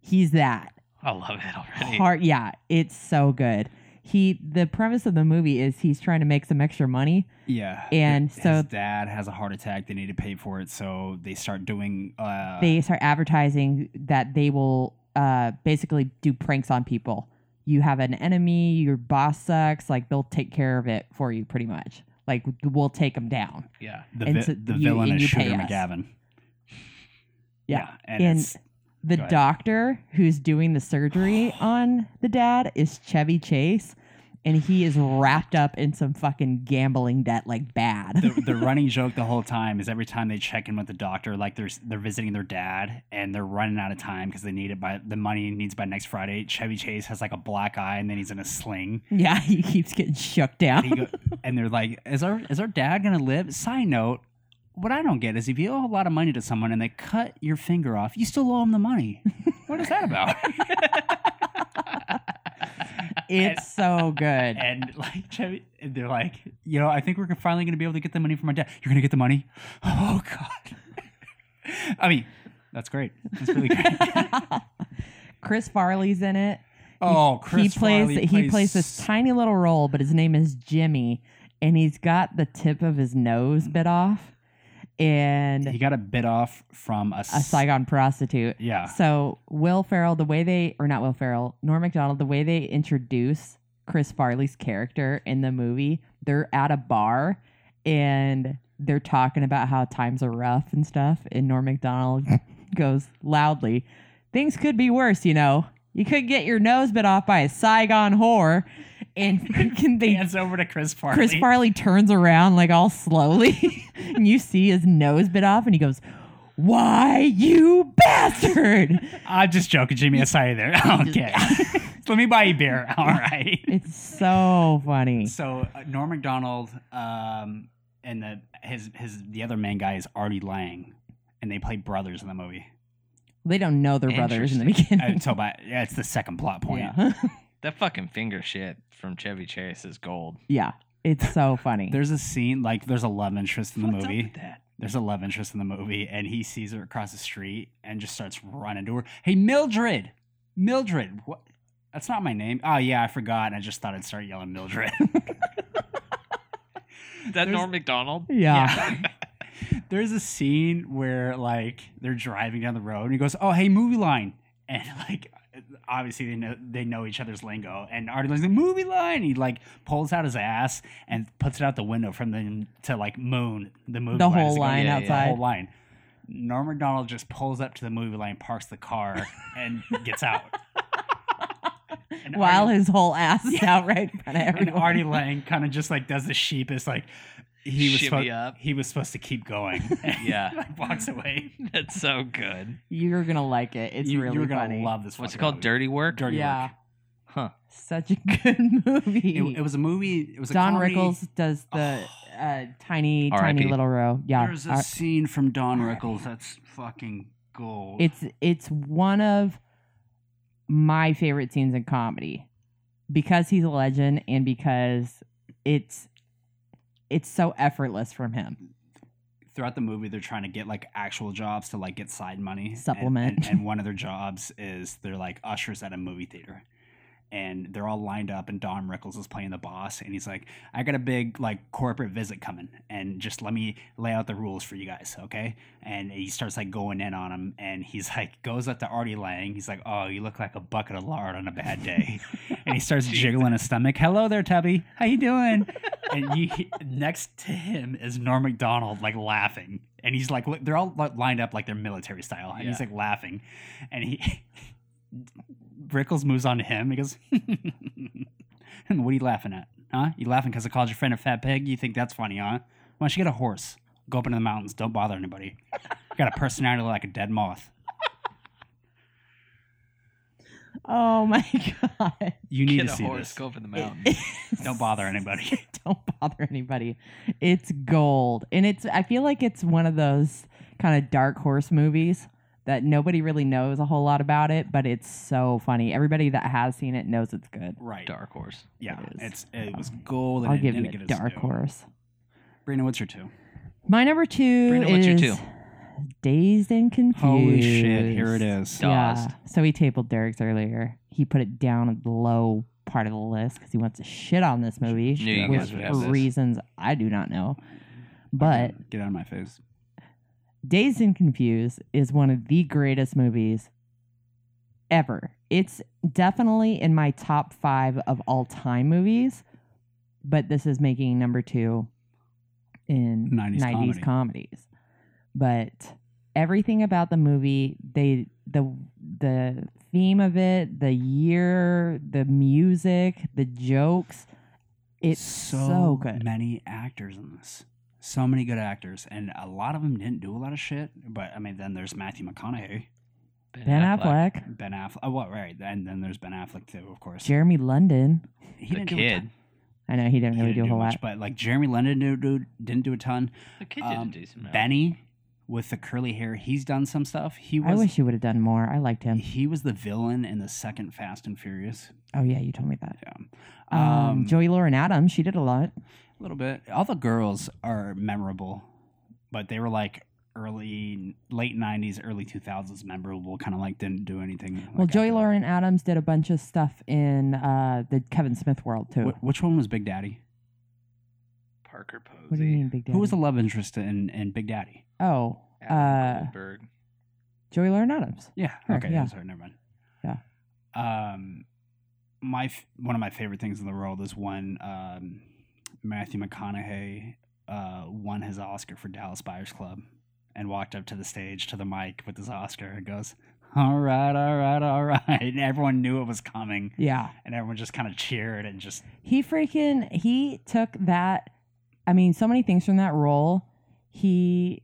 [SPEAKER 4] He's that.
[SPEAKER 6] I love it already.
[SPEAKER 4] Hard, yeah, it's so good. He the premise of the movie is he's trying to make some extra money.
[SPEAKER 5] Yeah.
[SPEAKER 4] And
[SPEAKER 5] His
[SPEAKER 4] so-
[SPEAKER 5] dad has a heart attack. They need to pay for it, so they start doing uh
[SPEAKER 4] they start advertising that they will uh, basically do pranks on people. You have an enemy, your boss sucks, like they'll take care of it for you pretty much. Like we'll take them down.
[SPEAKER 6] Yeah.
[SPEAKER 5] the,
[SPEAKER 4] and
[SPEAKER 5] vi-
[SPEAKER 4] so
[SPEAKER 5] the
[SPEAKER 4] you-
[SPEAKER 5] villain
[SPEAKER 4] and
[SPEAKER 5] is
[SPEAKER 4] you
[SPEAKER 5] Shooter
[SPEAKER 4] pay us.
[SPEAKER 5] McGavin.
[SPEAKER 4] Yeah.
[SPEAKER 5] and,
[SPEAKER 4] And-
[SPEAKER 5] it's,
[SPEAKER 4] The
[SPEAKER 5] Go ahead.
[SPEAKER 4] doctor who's doing the surgery on the dad is Chevy Chase, and he is wrapped up in some fucking gambling debt like bad.
[SPEAKER 5] the, the running joke the whole time is every time they check in with the doctor, like they're they're visiting their dad and they're running out of time because they need it by the money he needs by next Friday. Chevy Chase has like a black eye and then he's in a sling.
[SPEAKER 4] yeah, he keeps getting shook
[SPEAKER 5] And, he
[SPEAKER 4] down.
[SPEAKER 5] go, and they're like, "Is our is our dad gonna live?" Side note. What I don't get is if you owe a lot of money to someone and they cut your finger off, you still owe them the money. What is that about?
[SPEAKER 4] It's so good.
[SPEAKER 5] and like Chevy, and they're like, you know, I think we're finally gonna be able to get the money from our dad. You're gonna get the money? Oh god. I mean, that's great. That's really great.
[SPEAKER 4] Chris Farley's in it.
[SPEAKER 5] oh, Chris
[SPEAKER 4] he plays,
[SPEAKER 5] Farley
[SPEAKER 4] he plays this tiny little role, but his name is Jimmy, and he's got the tip of his nose bit off, and
[SPEAKER 5] He got a bit off from a,
[SPEAKER 4] a Saigon prostitute.
[SPEAKER 5] Yeah.
[SPEAKER 4] So Will Ferrell, the way they, or not Will Ferrell, Norm Macdonald, the way they introduce Chris Farley's character in the movie, they're at a bar and they're talking about how times are rough and stuff. And Norm Macdonald goes loudly, "Things could be worse, you know. You could get your nose bit off by a Saigon whore." And freaking they
[SPEAKER 5] hands over to Chris Farley.
[SPEAKER 4] Chris Farley turns around like all slowly, and you see his nose bit off, and he goes, "Why, you bastard!"
[SPEAKER 5] I'm just joking, Jimmy. I saw you there. Okay. Let me buy you beer. All right.
[SPEAKER 4] It's so funny.
[SPEAKER 5] So uh, Norm Macdonald um, and the his his the other main guy is Artie Lang, and they play brothers in the movie.
[SPEAKER 4] They don't know they're brothers in the
[SPEAKER 5] I
[SPEAKER 4] beginning.
[SPEAKER 5] so by yeah, it's the second plot point.
[SPEAKER 4] Yeah.
[SPEAKER 6] That fucking finger shit from Chevy Chase is gold.
[SPEAKER 4] yeah, it's so funny.
[SPEAKER 5] There's a scene like there's a love interest in the
[SPEAKER 6] What's up
[SPEAKER 5] movie.
[SPEAKER 6] with that?
[SPEAKER 5] There's a love interest in the movie, and he sees her across the street and just starts running to her. Hey, Mildred, Mildred, what? That's not my name. Oh yeah, I forgot. I just thought I'd start yelling Mildred.
[SPEAKER 6] Is that Norm McDonald?
[SPEAKER 4] yeah.
[SPEAKER 5] There's a scene where like they're driving down the road and he goes, "Oh, hey, movie line," and like obviously they know they know each other's lingo. And Artie Lang's like, "Movie line," he like pulls out his ass and puts it out the window from them to like moon the movie
[SPEAKER 4] The
[SPEAKER 5] line.
[SPEAKER 4] whole
[SPEAKER 5] It's like,
[SPEAKER 4] line
[SPEAKER 6] yeah, yeah,
[SPEAKER 5] the
[SPEAKER 4] outside.
[SPEAKER 5] whole line. Norm Macdonald just pulls up to the movie line, parks the car, and gets out. And
[SPEAKER 4] While
[SPEAKER 5] Artie-
[SPEAKER 4] his whole ass is out right in front of
[SPEAKER 5] and
[SPEAKER 4] everyone.
[SPEAKER 5] Artie Lang kind of just like does the sheepest like he was
[SPEAKER 6] Shimmy
[SPEAKER 5] suppo-
[SPEAKER 6] up.
[SPEAKER 5] Uh, he was supposed to keep going.
[SPEAKER 6] Yeah.
[SPEAKER 5] like walks away.
[SPEAKER 6] That's so good.
[SPEAKER 4] You're gonna like it. It's
[SPEAKER 5] you,
[SPEAKER 4] really
[SPEAKER 5] you're gonna
[SPEAKER 4] funny.
[SPEAKER 5] love this.
[SPEAKER 6] What's it
[SPEAKER 5] fucking
[SPEAKER 6] called?
[SPEAKER 5] movie.
[SPEAKER 6] Dirty Work?
[SPEAKER 5] Dirty
[SPEAKER 4] Yeah.
[SPEAKER 5] Work.
[SPEAKER 6] Huh.
[SPEAKER 4] Such a good movie.
[SPEAKER 5] It, it was a movie. It was a
[SPEAKER 4] Don
[SPEAKER 5] comedy.
[SPEAKER 4] Rickles does the uh, tiny,
[SPEAKER 6] R.I.P..
[SPEAKER 4] tiny little row. Yeah,
[SPEAKER 5] There's a
[SPEAKER 4] R-
[SPEAKER 5] scene from Don Rickles that's fucking gold.
[SPEAKER 4] it's it's one of my favorite scenes in comedy because he's a legend and because it's it's so effortless from him.
[SPEAKER 5] throughout the movie they're trying to get like actual jobs to like get side money And-
[SPEAKER 4] Supplement.
[SPEAKER 5] and, and one of their jobs is they're like ushers at a movie theater and they're all lined up and don rickles is playing the boss and he's like i got a big like corporate visit coming and just let me lay out the rules for you guys okay and he starts like going in on him and he's like goes up to artie lang he's like oh you look like a bucket of lard on a bad day and he starts jiggling his stomach hello there tubby how you doing and you, he- next to him is Norm Macdonald, like laughing, and he's like, look, they're all like, lined up like they're military style, and he's
[SPEAKER 6] Yeah.
[SPEAKER 5] like laughing, and he, Rickles moves on to him. He goes, "And what are you laughing at? Huh? You laughing because I called your friend a fat pig? You think that's funny, huh? Why don't you get a horse? Go up into the mountains. Don't bother anybody. You got a personality like a dead moth.
[SPEAKER 4] Oh my god!
[SPEAKER 5] You need
[SPEAKER 6] Get
[SPEAKER 5] to
[SPEAKER 6] a
[SPEAKER 5] see
[SPEAKER 6] horse,
[SPEAKER 5] this.
[SPEAKER 6] go up in the mountain.
[SPEAKER 5] Don't bother anybody.
[SPEAKER 4] Don't bother anybody. It's gold, and it's I feel like it's one of those kind of dark horse movies that nobody really knows a whole lot about it, but it's so funny. Everybody that has seen it knows it's good.
[SPEAKER 5] Right.
[SPEAKER 6] Dark horse.
[SPEAKER 5] Yeah.
[SPEAKER 4] It is.
[SPEAKER 5] it's it was gold. And
[SPEAKER 4] I'll
[SPEAKER 5] it
[SPEAKER 4] give you
[SPEAKER 5] didn't
[SPEAKER 4] a
[SPEAKER 5] get us
[SPEAKER 4] dark
[SPEAKER 5] due.
[SPEAKER 4] horse.
[SPEAKER 5] Brina, what's your two?
[SPEAKER 4] My number two
[SPEAKER 6] Brandon,
[SPEAKER 4] is
[SPEAKER 6] what's your two?
[SPEAKER 4] Dazed and Confused.
[SPEAKER 5] Holy shit! Here it is.
[SPEAKER 4] Yeah.
[SPEAKER 6] Dazed.
[SPEAKER 4] So he tabled Derek's earlier. He put it down at the low part of the list because he wants to shit on this movie
[SPEAKER 6] Knew you
[SPEAKER 4] with
[SPEAKER 6] guys would have this.
[SPEAKER 4] reasons I do not know. But
[SPEAKER 5] get out of my face.
[SPEAKER 4] Dazed and Confused is one of the greatest movies ever. It's definitely in my top five of all time movies, but this is making number two in 90s,
[SPEAKER 5] 90s comedy.
[SPEAKER 4] comedies. But everything about the movie, they the the theme of it, the year, the music, the jokes, it's so, good.
[SPEAKER 5] many actors in this. So many good actors, and a lot of them didn't do a lot of shit. But I mean, then there's Matthew McConaughey,
[SPEAKER 4] Ben Affleck,
[SPEAKER 5] Ben Affleck. Oh, what? Right, and then there's Ben Affleck too, of course.
[SPEAKER 4] Jeremy London.
[SPEAKER 5] he
[SPEAKER 6] The
[SPEAKER 5] didn't do a
[SPEAKER 6] kid.
[SPEAKER 5] ton.
[SPEAKER 4] I know he didn't
[SPEAKER 5] He
[SPEAKER 4] really
[SPEAKER 5] didn't
[SPEAKER 4] do a whole
[SPEAKER 5] much,
[SPEAKER 4] lot.
[SPEAKER 5] but like Jeremy Lennon didn't do, didn't do a ton.
[SPEAKER 6] The kid did
[SPEAKER 5] Um,
[SPEAKER 6] a decent amount.
[SPEAKER 5] Benny with the curly hair. He's done some stuff. He
[SPEAKER 4] I
[SPEAKER 5] was
[SPEAKER 4] wish you would have done more. I liked him.
[SPEAKER 5] he was the villain in the second Fast and Furious.
[SPEAKER 4] Oh yeah, you told me that.
[SPEAKER 5] Yeah.
[SPEAKER 4] Um, Joey Lauren Adams, she did a lot.
[SPEAKER 5] A little bit. All the girls are memorable, but they were like early, late '90s, early 2000s memorable. Kind of like didn't do anything.
[SPEAKER 4] well,
[SPEAKER 5] like,
[SPEAKER 4] Joey
[SPEAKER 5] after that.
[SPEAKER 4] Lauren Adams did a bunch of stuff in uh, the Kevin Smith world too.
[SPEAKER 5] Wh- which one was Big Daddy?
[SPEAKER 6] Parker Posey.
[SPEAKER 4] What do you mean, Big Daddy?
[SPEAKER 5] Who was the love interest in, in Big Daddy?
[SPEAKER 4] Oh,
[SPEAKER 6] Adam
[SPEAKER 4] uh,
[SPEAKER 6] Goldberg.
[SPEAKER 4] Joey Lauren Adams.
[SPEAKER 5] Yeah.
[SPEAKER 4] Her,
[SPEAKER 5] okay.
[SPEAKER 4] yeah.
[SPEAKER 5] That's right. Never mind.
[SPEAKER 4] Yeah.
[SPEAKER 5] Um, my f- one of my favorite things in the world is when um, Matthew McConaughey uh, won his Oscar for Dallas Buyers Club and walked up to the stage to the mic with his Oscar and goes, "All right, all right, all right," and everyone knew it was coming,
[SPEAKER 4] Yeah,
[SPEAKER 5] and everyone just kind of cheered and just
[SPEAKER 4] he freaking he took that. I mean, so many things from that role. He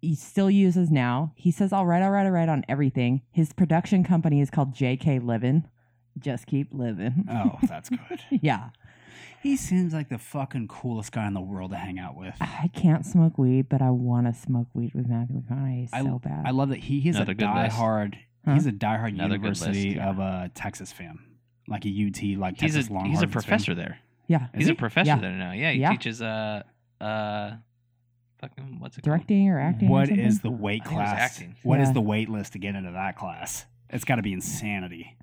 [SPEAKER 4] he still uses now. He says, "All right, all right, all right" on everything. His production company is called J.K. Livin. Just keep living.
[SPEAKER 5] oh, that's good.
[SPEAKER 4] yeah,
[SPEAKER 5] he seems like the fucking coolest guy in the world to hang out with.
[SPEAKER 4] I can't smoke weed, but I want to smoke weed with Matthew McConaughey so bad.
[SPEAKER 5] I love that he he's
[SPEAKER 6] Another
[SPEAKER 5] a
[SPEAKER 6] good list.
[SPEAKER 5] diehard.
[SPEAKER 4] Huh?
[SPEAKER 5] He's a diehard
[SPEAKER 6] Another good list,
[SPEAKER 5] University
[SPEAKER 6] yeah.
[SPEAKER 5] of uh, Texas fan, like a UT, like
[SPEAKER 6] He's
[SPEAKER 5] Texas
[SPEAKER 6] a
[SPEAKER 5] Longhorns.
[SPEAKER 6] he's a
[SPEAKER 5] fan.
[SPEAKER 6] professor there.
[SPEAKER 4] yeah,
[SPEAKER 6] He's
[SPEAKER 5] Is
[SPEAKER 6] a
[SPEAKER 5] he?
[SPEAKER 6] professor
[SPEAKER 4] Yeah.
[SPEAKER 6] there now. Yeah, he
[SPEAKER 4] Yeah.
[SPEAKER 6] teaches uh uh fucking what's it
[SPEAKER 4] directing or acting. or
[SPEAKER 5] What
[SPEAKER 4] something?
[SPEAKER 5] is the weight
[SPEAKER 6] I think it was
[SPEAKER 5] class?
[SPEAKER 6] acting.
[SPEAKER 5] What is
[SPEAKER 4] Yeah.
[SPEAKER 5] the wait list to get into that class? It's got to be insanity.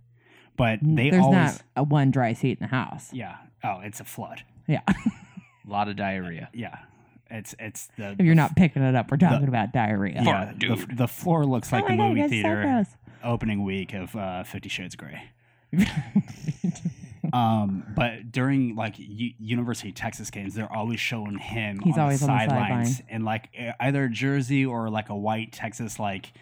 [SPEAKER 5] But
[SPEAKER 4] N-
[SPEAKER 5] they
[SPEAKER 4] Mm, There's
[SPEAKER 5] always,
[SPEAKER 4] not a one dry seat in the house.
[SPEAKER 5] yeah. Oh, it's a flood.
[SPEAKER 6] called? A lot of diarrhea.
[SPEAKER 5] Yeah, it's it's the.
[SPEAKER 4] If you're not picking it up, we're talking
[SPEAKER 5] The-
[SPEAKER 4] about diarrhea.
[SPEAKER 5] yeah,
[SPEAKER 6] Fart,
[SPEAKER 5] the,
[SPEAKER 6] dude.
[SPEAKER 5] the floor looks like
[SPEAKER 4] oh
[SPEAKER 5] the
[SPEAKER 4] my God,
[SPEAKER 5] movie
[SPEAKER 4] that's so
[SPEAKER 5] theater
[SPEAKER 4] gross.
[SPEAKER 5] opening week of uh, Fifty Shades of Grey. Um, but during like U- University of Texas games, they're always showing him
[SPEAKER 4] He's
[SPEAKER 5] on
[SPEAKER 4] always
[SPEAKER 5] the
[SPEAKER 4] on the
[SPEAKER 5] sidelines
[SPEAKER 4] sideline.
[SPEAKER 5] in like e- either a jersey or like a white Texas like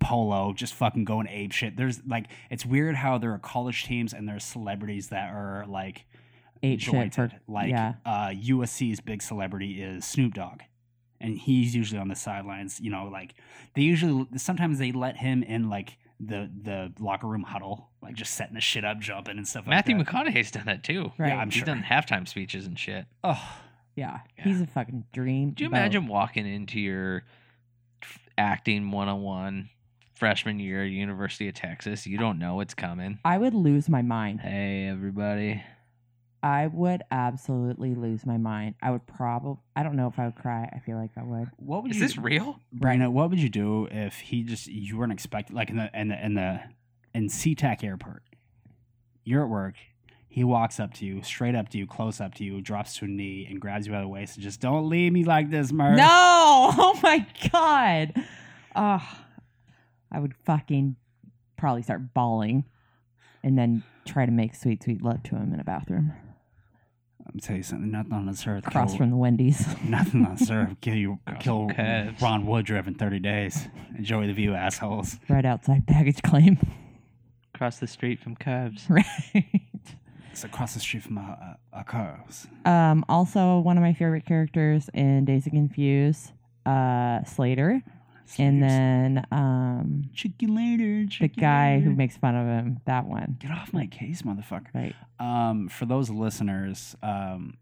[SPEAKER 5] polo, just fucking going ape shit. There's like it's weird how there are college teams and there are celebrities that are like
[SPEAKER 4] Ape shit.
[SPEAKER 5] jointed.
[SPEAKER 4] For,
[SPEAKER 5] like
[SPEAKER 4] yeah.
[SPEAKER 5] uh, USC's big celebrity is Snoop Dogg. And he's usually on the sidelines, you know, like they usually sometimes they let him in like the the locker room huddle, like just setting the shit up, jumping and stuff
[SPEAKER 6] Matthew
[SPEAKER 5] like that.
[SPEAKER 6] McConaughey's done that too.
[SPEAKER 4] Right.
[SPEAKER 5] Yeah, I'm
[SPEAKER 6] He's
[SPEAKER 5] sure.
[SPEAKER 6] done halftime speeches and shit.
[SPEAKER 5] Oh,
[SPEAKER 4] yeah.
[SPEAKER 6] Yeah.
[SPEAKER 4] He's a fucking dream.
[SPEAKER 6] Do you
[SPEAKER 4] boat.
[SPEAKER 6] imagine walking into your f- acting 101 freshman year at University of Texas? You don't know what's coming.
[SPEAKER 4] I would lose my mind.
[SPEAKER 6] Hey, everybody.
[SPEAKER 4] I would absolutely lose my mind. I would probably. I don't know if I would cry. I feel like I would.
[SPEAKER 5] what would
[SPEAKER 6] Is
[SPEAKER 5] you,
[SPEAKER 6] this real?
[SPEAKER 5] Brina? What would you do if he just you weren't expecting, like in the in the in the in SeaTac airport? You're at work. He walks up to you, straight up to you, close up to you, drops to a knee, and grabs you by the waist and just don't leave me like this, Murph.
[SPEAKER 4] No! Oh my god. Ugh. I would fucking probably start bawling and then try to make sweet, sweet love to him in a bathroom
[SPEAKER 5] I'm telling you something. Nothing on this earth.
[SPEAKER 4] across
[SPEAKER 5] kill-
[SPEAKER 4] from the Wendy's.
[SPEAKER 5] Nothing on this earth kill you
[SPEAKER 6] Across
[SPEAKER 5] kill
[SPEAKER 6] the curves.
[SPEAKER 5] Ron Woodruff in 30 days. Enjoy the view, assholes.
[SPEAKER 4] right outside baggage claim.
[SPEAKER 6] Across the street from Cubs.
[SPEAKER 4] right.
[SPEAKER 5] It's across the street from our, uh, our cars.
[SPEAKER 4] Um, also, one of my favorite characters in Days of Confused, uh, Slater. And then um,
[SPEAKER 5] chicken
[SPEAKER 4] the
[SPEAKER 5] later. Chicken
[SPEAKER 4] guy who
[SPEAKER 5] later.
[SPEAKER 4] makes fun of him, that one.
[SPEAKER 5] get off my case, motherfucker.
[SPEAKER 4] Right.
[SPEAKER 5] um, for those listeners, um,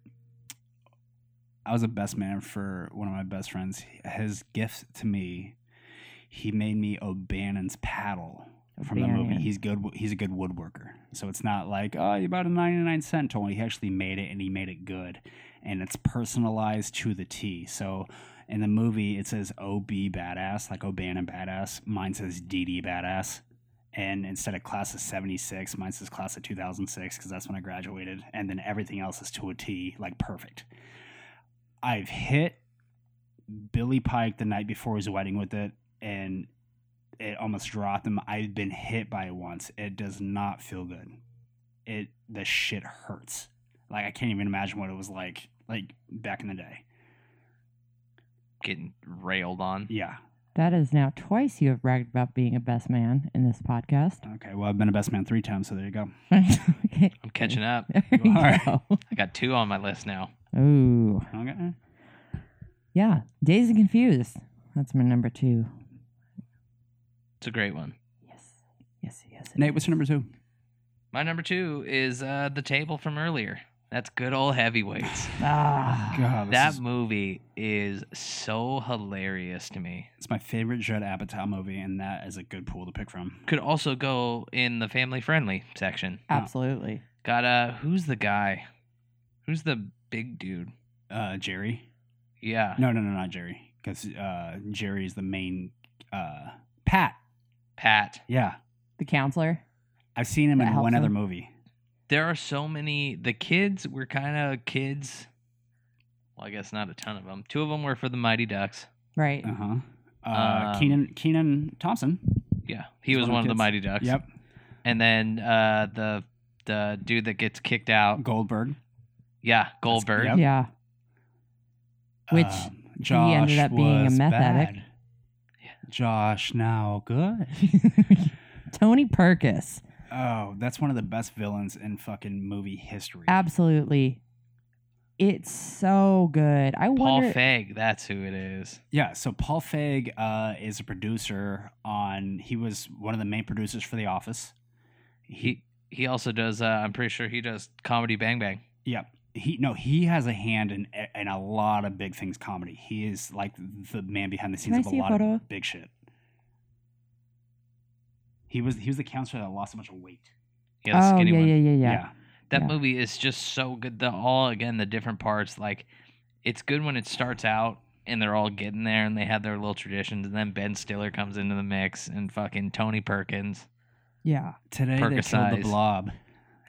[SPEAKER 5] I was a best man for one of my best friends. His gift to me, he made me O'Bannon's paddle from the movie.
[SPEAKER 4] O'Bannon.
[SPEAKER 5] He's good. He's a good woodworker. So it's not like oh, you bought a ninety nine cent toy. He actually made it, and he made it good, and it's personalized to the T. So. In the movie, it says OB badass, like O'Bannon badass. Mine says DD badass and instead of class of 76 mine says class of 2006 because that's when i graduated and then everything else is to a t like perfect i've hit billy pike the night before his wedding with it and it almost dropped him i've been hit by it once it does not feel good it the shit hurts like i can't even imagine what it was like like back in the day
[SPEAKER 6] Getting railed on.
[SPEAKER 5] yeah
[SPEAKER 4] That is now twice you have bragged about being a best man in this podcast.
[SPEAKER 5] okay well i've been a best man three times so there you go
[SPEAKER 4] okay.
[SPEAKER 6] I'm catching up.
[SPEAKER 4] There
[SPEAKER 5] You
[SPEAKER 4] you
[SPEAKER 5] are.
[SPEAKER 4] go.
[SPEAKER 6] I got two on my list now.
[SPEAKER 4] Ooh.
[SPEAKER 5] okay
[SPEAKER 4] Yeah. Days and Confused. That's my number two.
[SPEAKER 6] It's a great one.
[SPEAKER 4] Yes. Yes, yes. it
[SPEAKER 5] nate
[SPEAKER 4] is.
[SPEAKER 5] what's your number two
[SPEAKER 6] My number two is uh, the table from earlier. That's good old heavyweights.
[SPEAKER 4] Ah,
[SPEAKER 5] God,
[SPEAKER 6] that
[SPEAKER 5] that is,
[SPEAKER 6] movie is so hilarious to me.
[SPEAKER 5] it's my favorite Judd Apatow movie, and that is a good pool to pick from.
[SPEAKER 6] Could also go in the family friendly section.
[SPEAKER 4] absolutely.
[SPEAKER 6] Got uh who's the guy? Who's the big dude?
[SPEAKER 5] Uh, Jerry?
[SPEAKER 6] Yeah.
[SPEAKER 5] No, no, no, not Jerry, because uh, Jerry is the main. Uh, Pat.
[SPEAKER 6] Pat.
[SPEAKER 5] Yeah,
[SPEAKER 4] The counselor.
[SPEAKER 5] I've seen him
[SPEAKER 4] That
[SPEAKER 5] in
[SPEAKER 4] helps
[SPEAKER 5] one other
[SPEAKER 4] him.
[SPEAKER 5] movie.
[SPEAKER 6] There are so many the kids were kind of kids. Well, I guess not a ton of them. Two of them were for the Mighty Ducks.
[SPEAKER 4] Right.
[SPEAKER 5] Uh-huh. Uh
[SPEAKER 6] Um,
[SPEAKER 5] Keenan Keenan Thompson.
[SPEAKER 6] Yeah. He
[SPEAKER 5] He's
[SPEAKER 6] was one of the
[SPEAKER 5] kids.
[SPEAKER 6] Mighty Ducks.
[SPEAKER 5] Yep.
[SPEAKER 6] And then uh the the dude that gets kicked out.
[SPEAKER 5] Goldberg.
[SPEAKER 6] Yeah, Goldberg.
[SPEAKER 5] yep.
[SPEAKER 4] Yeah. Which
[SPEAKER 5] Um, Josh
[SPEAKER 4] ended up being a
[SPEAKER 5] was
[SPEAKER 4] meth
[SPEAKER 5] bad.
[SPEAKER 4] addict.
[SPEAKER 5] Josh now good.
[SPEAKER 4] Tony Perkis.
[SPEAKER 5] Oh, that's one of the best villains in fucking movie history.
[SPEAKER 4] Absolutely. It's so good. I
[SPEAKER 6] Paul
[SPEAKER 4] wonder.
[SPEAKER 6] Feig, that's who it is.
[SPEAKER 5] yeah, so Paul Feig uh, is a producer on. He was one of the main producers for The Office.
[SPEAKER 6] He he also does uh I'm pretty sure he does comedy Bang Bang.
[SPEAKER 5] Yep. He no, he has a hand in in a lot of big things comedy. He is like the man behind the scenes
[SPEAKER 4] I
[SPEAKER 5] of a
[SPEAKER 4] see a
[SPEAKER 5] lot
[SPEAKER 4] photo?
[SPEAKER 5] of big shit. He was he was the counselor that lost a bunch of weight.
[SPEAKER 6] Yeah, the
[SPEAKER 4] oh
[SPEAKER 6] skinny
[SPEAKER 4] yeah,
[SPEAKER 6] one.
[SPEAKER 4] yeah, yeah, yeah,
[SPEAKER 6] That
[SPEAKER 4] Yeah.
[SPEAKER 6] movie is just so good. The all again the different parts like it's good when it starts out and they're all getting there and they have their little traditions and then Ben Stiller comes into the mix and fucking Tony Perkins.
[SPEAKER 4] yeah.
[SPEAKER 5] Today they killed the
[SPEAKER 6] Perkisize.
[SPEAKER 5] blob.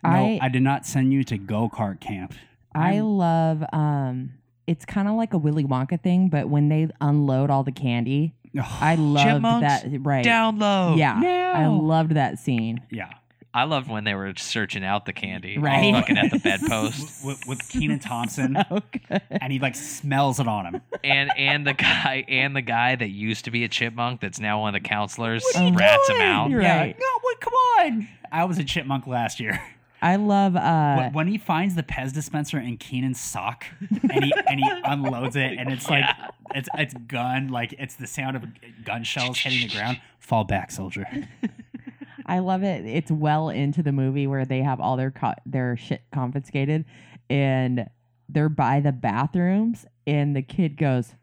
[SPEAKER 5] No,
[SPEAKER 4] I-
[SPEAKER 5] I, did not send you to go kart camp.
[SPEAKER 4] I
[SPEAKER 5] I'm-
[SPEAKER 4] love. Um, it's kind of like a Willy Wonka thing, but when they unload all the candy, I loved
[SPEAKER 6] Chipmunks
[SPEAKER 4] that. Right.
[SPEAKER 6] Download.
[SPEAKER 4] yeah. I
[SPEAKER 5] no.
[SPEAKER 4] loved that scene.
[SPEAKER 5] yeah,
[SPEAKER 6] I loved when they were searching out the candy.
[SPEAKER 4] Right.
[SPEAKER 6] Right. Fucking at the bedpost.
[SPEAKER 5] with, with, with Keenan Thompson,
[SPEAKER 4] So good.
[SPEAKER 5] and he like smells it on him.
[SPEAKER 6] and and the guy and the guy that used to be a chipmunk that's now one of the counselors
[SPEAKER 4] are you
[SPEAKER 6] rats him
[SPEAKER 4] doing?
[SPEAKER 6] out.
[SPEAKER 4] You're
[SPEAKER 5] Yeah,
[SPEAKER 4] right.
[SPEAKER 5] no, wait, come on. I was a chipmunk last year.
[SPEAKER 4] I love.
[SPEAKER 5] When-
[SPEAKER 4] Uh,
[SPEAKER 5] when he finds the Pez dispenser in Keenan's sock and he and he unloads it and it's like it's it's gun like it's the sound of gun shells hitting the ground. Fall back, soldier.
[SPEAKER 4] I love it. It's well into the movie where they have all their co- their shit confiscated, and they're by the bathrooms, and the kid goes,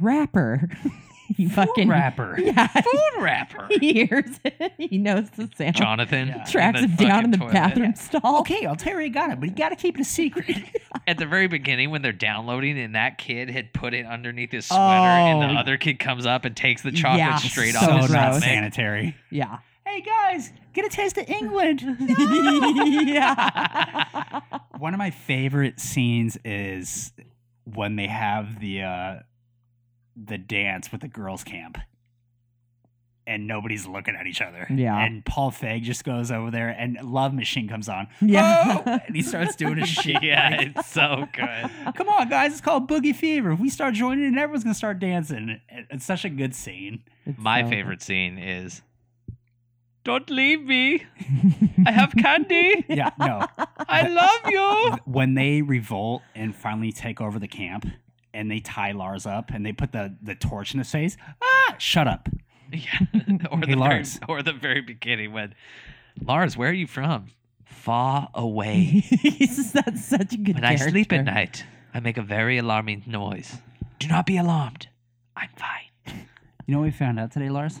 [SPEAKER 4] "Rapper." he fucking
[SPEAKER 5] Rapper.
[SPEAKER 4] Yeah.
[SPEAKER 6] Food wrapper.
[SPEAKER 4] He hears it. He knows the sound.
[SPEAKER 6] Jonathan
[SPEAKER 5] Yeah.
[SPEAKER 6] in
[SPEAKER 4] tracks him down in the
[SPEAKER 6] fucking toilet.
[SPEAKER 4] bathroom stall.
[SPEAKER 5] Okay, Altaria got it, but you got to keep it a secret.
[SPEAKER 6] At the very beginning, when they're downloading, and that kid had put it underneath his sweater, and
[SPEAKER 5] Oh.
[SPEAKER 6] the other kid comes up and takes the chocolate
[SPEAKER 4] Yeah,
[SPEAKER 6] straight
[SPEAKER 5] so
[SPEAKER 6] off his
[SPEAKER 5] not
[SPEAKER 4] gross.
[SPEAKER 6] stomach.
[SPEAKER 5] sanitary.
[SPEAKER 4] Yeah.
[SPEAKER 5] Hey guys, get a taste of England.
[SPEAKER 4] yeah.
[SPEAKER 5] One of my favorite scenes is when they have the uh the dance with the girls camp. And nobody's looking at each other.
[SPEAKER 4] Yeah.
[SPEAKER 5] And Paul Feig just goes over there and Love Machine comes on.
[SPEAKER 4] Yeah.
[SPEAKER 5] "Oh!" and he starts doing his shit.
[SPEAKER 6] Yeah,
[SPEAKER 5] Like,
[SPEAKER 6] it's so good.
[SPEAKER 5] Come on, guys. It's called Boogie Fever. If we start joining in, everyone's going to start dancing. It- It's such a good scene.
[SPEAKER 4] It's
[SPEAKER 6] My
[SPEAKER 4] so-
[SPEAKER 6] favorite scene is Don't leave me. I have candy.
[SPEAKER 5] Yeah, no.
[SPEAKER 6] I love you.
[SPEAKER 5] when they revolt and finally take over the camp and they tie Lars up and they put the, the torch in his face, ah, shut up.
[SPEAKER 6] Yeah. Or,
[SPEAKER 5] Hey,
[SPEAKER 6] the
[SPEAKER 5] Lars.
[SPEAKER 6] Very, or the very beginning when Lars, where are you from? Far away.
[SPEAKER 4] He's just- that's such a good
[SPEAKER 6] When I sleep at
[SPEAKER 4] character.
[SPEAKER 6] night, I make a very alarming noise. Do not be alarmed. I'm fine.
[SPEAKER 5] You know what we found out today, Lars?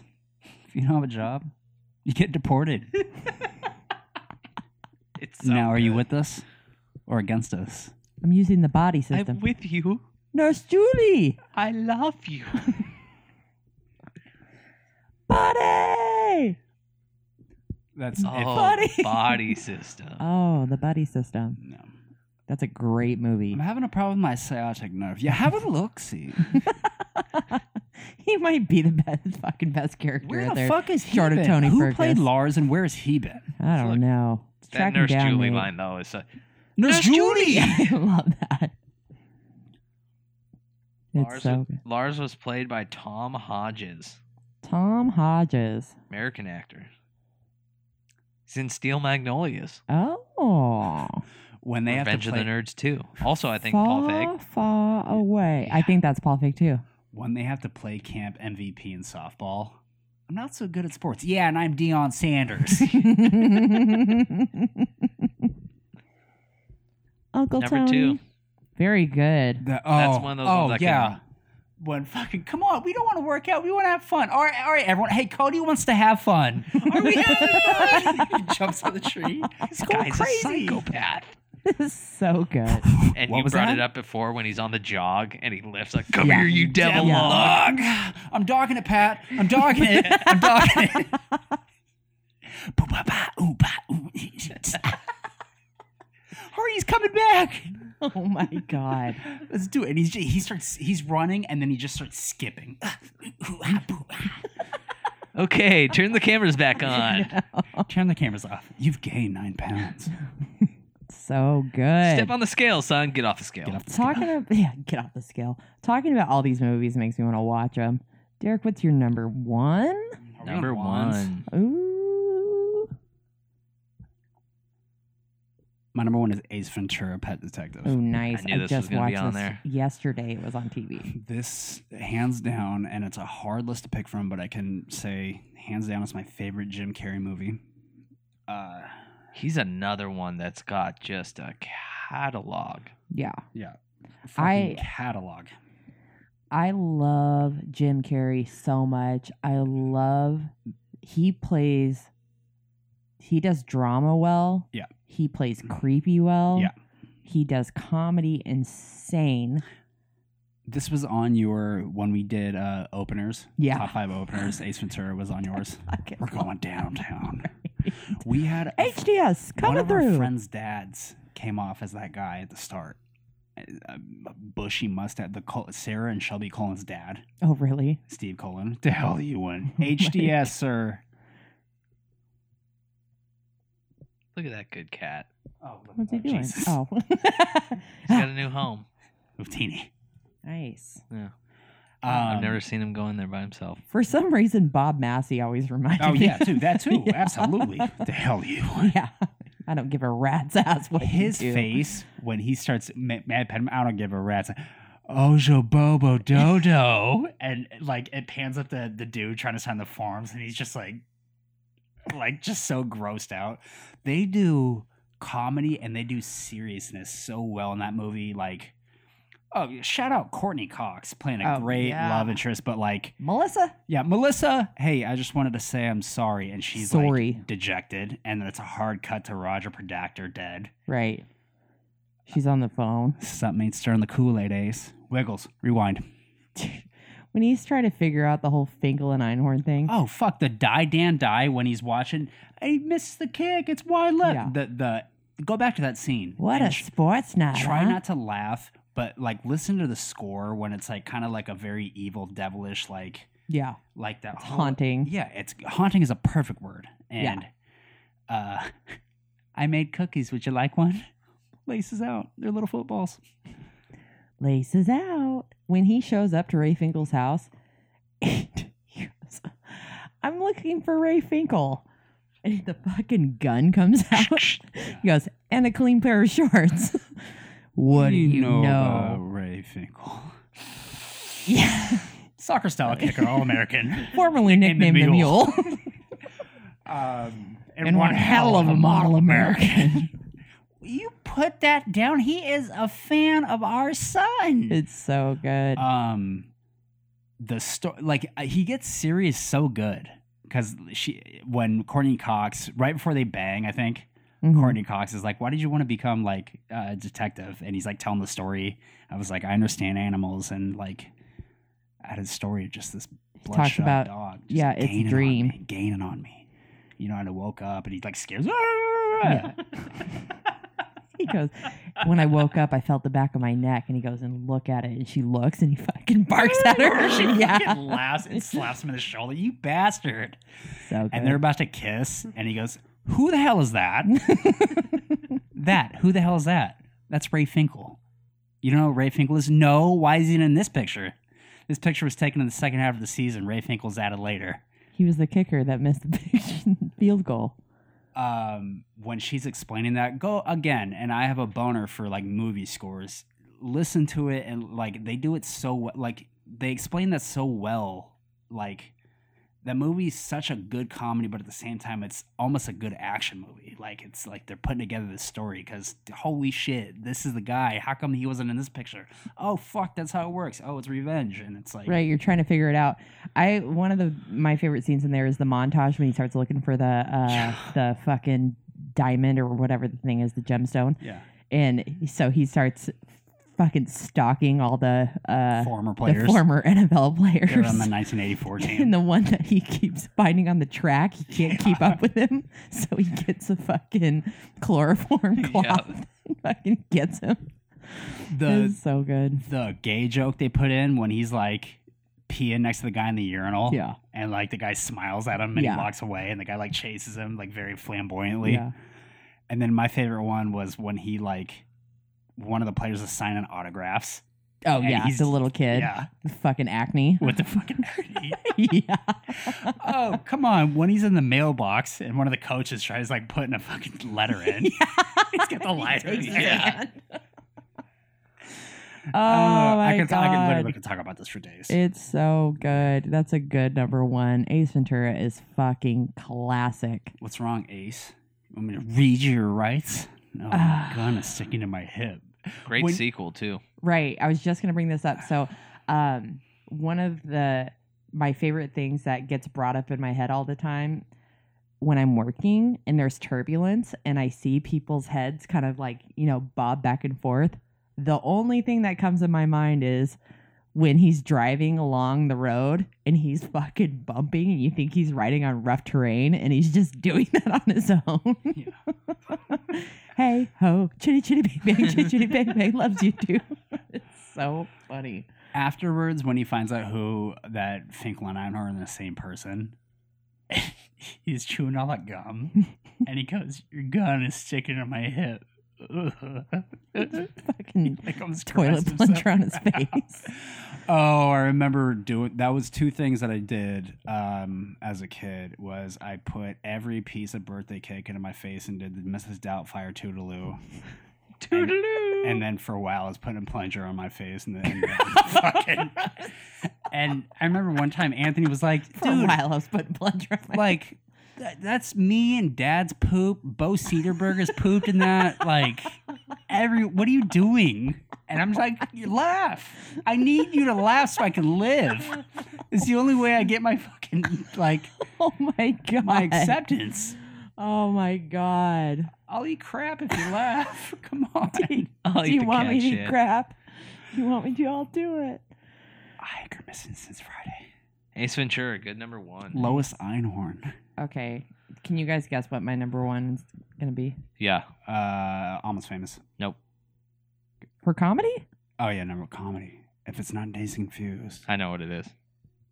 [SPEAKER 5] If you don't have a job, you get deported.
[SPEAKER 6] It's so
[SPEAKER 5] now, are you
[SPEAKER 6] good.
[SPEAKER 5] with us or against us?
[SPEAKER 4] I'm using the body
[SPEAKER 6] I'm
[SPEAKER 4] system.
[SPEAKER 6] with you.
[SPEAKER 4] Nurse Julie.
[SPEAKER 6] I love you.
[SPEAKER 4] Body.
[SPEAKER 5] That's
[SPEAKER 6] Oh.
[SPEAKER 4] Body.
[SPEAKER 6] body system.
[SPEAKER 4] Oh, the buddy system.
[SPEAKER 5] No.
[SPEAKER 4] That's a great movie.
[SPEAKER 5] I'm having a problem with my sciatic nerve. Yeah, have a look, see.
[SPEAKER 4] he might be the best fucking best character
[SPEAKER 5] Where
[SPEAKER 4] out
[SPEAKER 5] the
[SPEAKER 4] there.
[SPEAKER 5] fuck is he
[SPEAKER 4] short of
[SPEAKER 5] been?
[SPEAKER 4] Tony
[SPEAKER 5] Who
[SPEAKER 4] Perkis.
[SPEAKER 5] played Lars and where has he been?
[SPEAKER 4] I don't
[SPEAKER 6] Look,
[SPEAKER 4] know. Let's
[SPEAKER 6] That
[SPEAKER 4] track him
[SPEAKER 6] Nurse
[SPEAKER 4] down,
[SPEAKER 6] Julie
[SPEAKER 4] maybe.
[SPEAKER 6] line though is so,
[SPEAKER 5] Nurse,
[SPEAKER 6] Nurse
[SPEAKER 5] Julie!
[SPEAKER 4] I love that. It's
[SPEAKER 6] Lars,
[SPEAKER 4] so
[SPEAKER 6] was,
[SPEAKER 4] good.
[SPEAKER 6] Lars was played by Tom Hodges,
[SPEAKER 4] Tom Hodges.
[SPEAKER 6] American actor. He's in Steel Magnolias,
[SPEAKER 4] Oh.
[SPEAKER 5] When they have
[SPEAKER 6] Revenge
[SPEAKER 5] to
[SPEAKER 6] of
[SPEAKER 5] play,
[SPEAKER 6] the Nerds too. Also, I think
[SPEAKER 4] far,
[SPEAKER 6] Paul Feig.
[SPEAKER 4] Far away. I
[SPEAKER 6] Yeah.
[SPEAKER 4] think that's Paul Fig too.
[SPEAKER 5] when they have to play camp MVP in softball. I'm not so good at sports. Yeah, and I'm Dion Sanders.
[SPEAKER 4] Uncle
[SPEAKER 6] Number
[SPEAKER 4] Tony.
[SPEAKER 6] two.
[SPEAKER 4] Very good.
[SPEAKER 5] The- oh,
[SPEAKER 6] That's one of those
[SPEAKER 5] oh,
[SPEAKER 6] ones I can-
[SPEAKER 5] yeah. When fucking come on, we don't want to work out. We want to have fun. All right, all right, everyone. Hey, Cody wants to have fun. Are we having fun? he jumps on the tree. He's
[SPEAKER 6] This
[SPEAKER 5] going
[SPEAKER 6] guy's
[SPEAKER 5] crazy.
[SPEAKER 6] a psychopath.
[SPEAKER 4] This is so good.
[SPEAKER 6] And
[SPEAKER 5] What
[SPEAKER 6] you
[SPEAKER 5] was
[SPEAKER 6] brought
[SPEAKER 5] that?
[SPEAKER 6] it up before when he's on the jog and he lifts like, "Come
[SPEAKER 4] Yeah.
[SPEAKER 6] here, you devil
[SPEAKER 4] Yeah.
[SPEAKER 6] log."
[SPEAKER 5] Dog. I'm dogging it, Pat. I'm dogging it. I'm dogging it. Boop, ba, ba, ooh, ba, ooh, Hurry, he's coming back.
[SPEAKER 4] Oh my god.
[SPEAKER 5] Let's do it. And he's ju- he starts he's running and then he just starts skipping.
[SPEAKER 4] Uh, ah,
[SPEAKER 6] Okay, turn the cameras back on.
[SPEAKER 5] Turn the cameras off. You've gained nine pounds.
[SPEAKER 4] So good.
[SPEAKER 6] Step on the scale, son. Get off the scale.
[SPEAKER 5] Get off the scale.
[SPEAKER 4] Talking about yeah, get off the scale. Talking about all these movies makes me want to watch them. Derek, what's your number one?
[SPEAKER 5] Are we on
[SPEAKER 6] Number
[SPEAKER 5] wands?
[SPEAKER 6] one.
[SPEAKER 4] Ooh,
[SPEAKER 5] My number one is Ace Ventura, Pet Detective.
[SPEAKER 4] oh, nice.
[SPEAKER 6] I knew this was
[SPEAKER 4] just
[SPEAKER 6] gonna
[SPEAKER 4] watched
[SPEAKER 6] be on
[SPEAKER 4] this
[SPEAKER 6] there.
[SPEAKER 4] yesterday. It was on TV.
[SPEAKER 5] This hands down, and it's a hard list to pick from, but I can say hands down it's my favorite Jim Carrey movie. Uh,
[SPEAKER 6] He's another one that's got just a catalog.
[SPEAKER 4] Yeah,
[SPEAKER 5] yeah,
[SPEAKER 4] I-
[SPEAKER 5] fucking catalog.
[SPEAKER 4] I love Jim Carrey so much. I love he plays. He does drama well.
[SPEAKER 5] Yeah.
[SPEAKER 4] He plays creepy well.
[SPEAKER 5] Yeah.
[SPEAKER 4] He does comedy insane.
[SPEAKER 5] This was on your when we did uh, openers.
[SPEAKER 4] Yeah.
[SPEAKER 5] top five openers. Ace Ventura was on yours.
[SPEAKER 4] Fucking
[SPEAKER 5] We're going downtown. We had a
[SPEAKER 4] HDS
[SPEAKER 5] one
[SPEAKER 4] coming
[SPEAKER 5] of
[SPEAKER 4] through.
[SPEAKER 5] our friends' dads came off as that guy at the start. A a bushy mustache. The Col- Sarah and Shelby Colin's dad,
[SPEAKER 4] oh, really?
[SPEAKER 5] Steve Colin. The hell you win. HDS, sir.
[SPEAKER 6] Look at that good cat.
[SPEAKER 5] Oh, look
[SPEAKER 4] What's he
[SPEAKER 5] at that.
[SPEAKER 4] doing?
[SPEAKER 5] Jesus.
[SPEAKER 4] Oh.
[SPEAKER 6] He's got a new home.
[SPEAKER 5] Luftini.
[SPEAKER 4] nice.
[SPEAKER 6] Yeah.
[SPEAKER 5] Um,
[SPEAKER 6] Oh, I've never seen him go in there by himself.
[SPEAKER 4] For some reason, Bob Massey always reminded
[SPEAKER 5] Oh
[SPEAKER 4] me.
[SPEAKER 5] yeah, too. That too.
[SPEAKER 4] Yeah.
[SPEAKER 5] Absolutely. The hell you. win.
[SPEAKER 4] yeah. I don't give a rat's ass what you
[SPEAKER 5] His
[SPEAKER 4] do.
[SPEAKER 5] face when he starts ma- mad pet him. I don't give a rat's. Ojo Bobo Dodo, and like it pans up the the dude trying to sign the forms, and he's just like, like just so grossed out. They do comedy and they do seriousness so well in that movie. Like, oh, shout out Courtney Cox playing a
[SPEAKER 4] Oh,
[SPEAKER 5] great
[SPEAKER 4] yeah.
[SPEAKER 5] love interest, but like
[SPEAKER 4] Melissa.
[SPEAKER 5] yeah, Melissa. Hey, I just wanted to say I'm sorry, and she's
[SPEAKER 4] Sorry.
[SPEAKER 5] like dejected, and then it's a hard cut to Roger Predactor dead.
[SPEAKER 4] Right. She's on the phone.
[SPEAKER 5] Something ain't stirring the Kool Aid, Ace. Wiggles, rewind.
[SPEAKER 4] when he's trying to figure out the whole Finkel and Einhorn thing.
[SPEAKER 5] Oh fuck, the die Dan die when he's watching. Hey, miss the kick. It's wide
[SPEAKER 4] Yeah.
[SPEAKER 5] left. The the go back to that scene.
[SPEAKER 4] what a
[SPEAKER 5] and sh-
[SPEAKER 4] sports night.
[SPEAKER 5] try
[SPEAKER 4] huh?
[SPEAKER 5] not to laugh, but like listen to the score when it's like kind of like a very evil, devilish like
[SPEAKER 4] Yeah.
[SPEAKER 5] like that
[SPEAKER 4] It's
[SPEAKER 5] whole-
[SPEAKER 4] haunting.
[SPEAKER 5] Yeah, it's haunting is a perfect word.
[SPEAKER 4] Yeah.
[SPEAKER 5] And uh I made cookies. Would you like one? Laces out. They're little footballs.
[SPEAKER 4] Laces out. When he shows up to Ray Finkel's house, he goes, I'm looking for Ray Finkel. And the fucking gun comes out. He goes, and a clean pair of shorts. what do you know?
[SPEAKER 5] about uh, Ray Finkel?
[SPEAKER 4] Yeah.
[SPEAKER 5] Soccer style kicker, all American.
[SPEAKER 4] Formerly
[SPEAKER 5] And
[SPEAKER 4] nicknamed the mule.
[SPEAKER 5] Um,
[SPEAKER 4] And one hell of a model American.
[SPEAKER 5] you put that down. He is a fan of our son.
[SPEAKER 4] it's so good.
[SPEAKER 5] um the story like uh, he gets serious so good because she when courtney cox right before they bang i think
[SPEAKER 4] Mhm.
[SPEAKER 5] courtney cox is like why did you want to become like a detective and he's like telling the story i was like i understand animals and like at his story of just this bloodshot
[SPEAKER 4] about-
[SPEAKER 5] dog just
[SPEAKER 4] yeah, it's a
[SPEAKER 5] gaining on
[SPEAKER 4] dream.
[SPEAKER 5] me, gaining on me you know and i woke up and he like scares
[SPEAKER 4] Yeah. He goes, when I woke up, I felt the back of my neck, and he goes and look at it, and she looks, and he fucking barks at her.
[SPEAKER 5] she
[SPEAKER 4] yeah,
[SPEAKER 5] fucking laughs and slaps him in the shoulder you bastard
[SPEAKER 4] so good.
[SPEAKER 5] and they're about to kiss, and he goes, "Who the hell is that? that? Who the hell is that? That's Ray Finkel. You don't know who Ray Finkel is? No. Why is he in this picture? This picture was taken in the second half of the season. Ray Finkel's added later.
[SPEAKER 4] he was the kicker that missed the big field goal.
[SPEAKER 5] Um, when she's explaining that, go again, and I have a boner for like movie scores. Listen to it, and like they do it so well. Like they explain that so well. Like that movie's such a good comedy, but at the same time, it's almost a good action movie. Like it's like they're putting together this story because holy shit, this is the guy. How come he wasn't in this picture? Oh fuck, that's how it works. Oh, it's revenge, and it's like
[SPEAKER 4] Right, you're trying to figure it out. I one of the my favorite scenes in there is the montage when he starts looking for the uh the fucking diamond or whatever the thing is, the gemstone.
[SPEAKER 5] yeah,
[SPEAKER 4] And so he starts fucking stalking all the uh
[SPEAKER 5] former players.
[SPEAKER 4] the former NFL
[SPEAKER 5] They're on
[SPEAKER 4] players.
[SPEAKER 5] the 1984 team.
[SPEAKER 4] and the one that he keeps finding on the track, he can't keep up with him, so he gets a fucking chloroform
[SPEAKER 6] Yeah.
[SPEAKER 4] cloth and fucking gets him.
[SPEAKER 5] the
[SPEAKER 4] it's so good.
[SPEAKER 5] the gay joke they put in when he's like peeing next to the guy in the urinal.
[SPEAKER 4] Yeah.
[SPEAKER 5] And like the guy smiles at him and
[SPEAKER 4] Yeah.
[SPEAKER 5] he walks away and the guy like chases him like very flamboyantly.
[SPEAKER 4] Yeah.
[SPEAKER 5] And then my favorite one was when he like one of the players is signing autographs.
[SPEAKER 4] Oh
[SPEAKER 5] And
[SPEAKER 4] yeah,
[SPEAKER 5] he's-
[SPEAKER 4] he's a little kid.
[SPEAKER 5] Yeah.
[SPEAKER 4] The fucking acne.
[SPEAKER 5] What the fucking irony.
[SPEAKER 4] yeah.
[SPEAKER 5] Oh, come on. When he's in the mailbox and one of the coaches tries like putting a fucking letter in. He's got the lighter. in his hand.
[SPEAKER 4] Oh,
[SPEAKER 5] Uh,
[SPEAKER 4] my
[SPEAKER 5] I could
[SPEAKER 4] God.
[SPEAKER 5] I could literally could talk about this for days.
[SPEAKER 4] It's so good. That's a good number one. Ace Ventura is fucking classic.
[SPEAKER 5] What's wrong, Ace? You want me to read you your rights? No,
[SPEAKER 4] Ah.
[SPEAKER 5] my gun is sticking to my hip.
[SPEAKER 6] Great
[SPEAKER 5] When-
[SPEAKER 6] sequel too.
[SPEAKER 4] Right. I was just going to bring this up. So, um, one of the my favorite things that gets brought up in my head all the time when I'm working and there's turbulence and I see people's heads kind of like, you know, bob back and forth, the only thing that comes in my mind is when he's driving along the road and he's fucking bumping and you think he's riding on rough terrain and he's just doing that on his own. hey ho, chitty chitty bang bang, chitty chitty bang bang loves you too. it's so funny.
[SPEAKER 5] Afterwards, when he finds out who that Finkel and Einhorn are the same person, he's chewing all that gum, and he goes, "Your gun is sticking to my hip."
[SPEAKER 4] Fucking
[SPEAKER 5] Like I'm
[SPEAKER 4] toilet
[SPEAKER 5] scratching
[SPEAKER 4] plunger on his
[SPEAKER 5] something around.
[SPEAKER 4] face.
[SPEAKER 5] Oh, I remember doing that was two things that I did um, as a kid was I put every piece of birthday cake into my face and did the Mrs. Doubtfire toodaloo. Toodaloo. And then for a while I was putting a plunger on my face and then and then fucking And I remember one time Anthony was like,
[SPEAKER 4] For a
[SPEAKER 5] dude,
[SPEAKER 4] while, I was putting plunger on my
[SPEAKER 5] like that, that's me and dad's poop. Bo Cedarburger's pooped in that. Like every what are you doing? And I'm like, you laugh. I need you to laugh so I can live. It's the only way I get my fucking like
[SPEAKER 4] Oh my god.
[SPEAKER 5] my acceptance.
[SPEAKER 4] Oh my god.
[SPEAKER 5] I'll eat crap if you laugh. Come on.
[SPEAKER 6] I'll
[SPEAKER 4] Do
[SPEAKER 6] eat
[SPEAKER 4] Oh, you
[SPEAKER 6] the
[SPEAKER 4] want
[SPEAKER 6] cat
[SPEAKER 4] me to
[SPEAKER 6] shit.
[SPEAKER 4] eat crap? You want me to? I'll do it.
[SPEAKER 5] I agree missing since Friday.
[SPEAKER 6] Ace Ventura, good number one.
[SPEAKER 5] Lois Einhorn.
[SPEAKER 4] Okay. Can you guys guess what my number one is gonna be?
[SPEAKER 6] Yeah.
[SPEAKER 5] Uh almost famous.
[SPEAKER 6] Nope.
[SPEAKER 4] For comedy?
[SPEAKER 5] Oh yeah, number comedy. If it's not Days Confused.
[SPEAKER 6] I know what it is.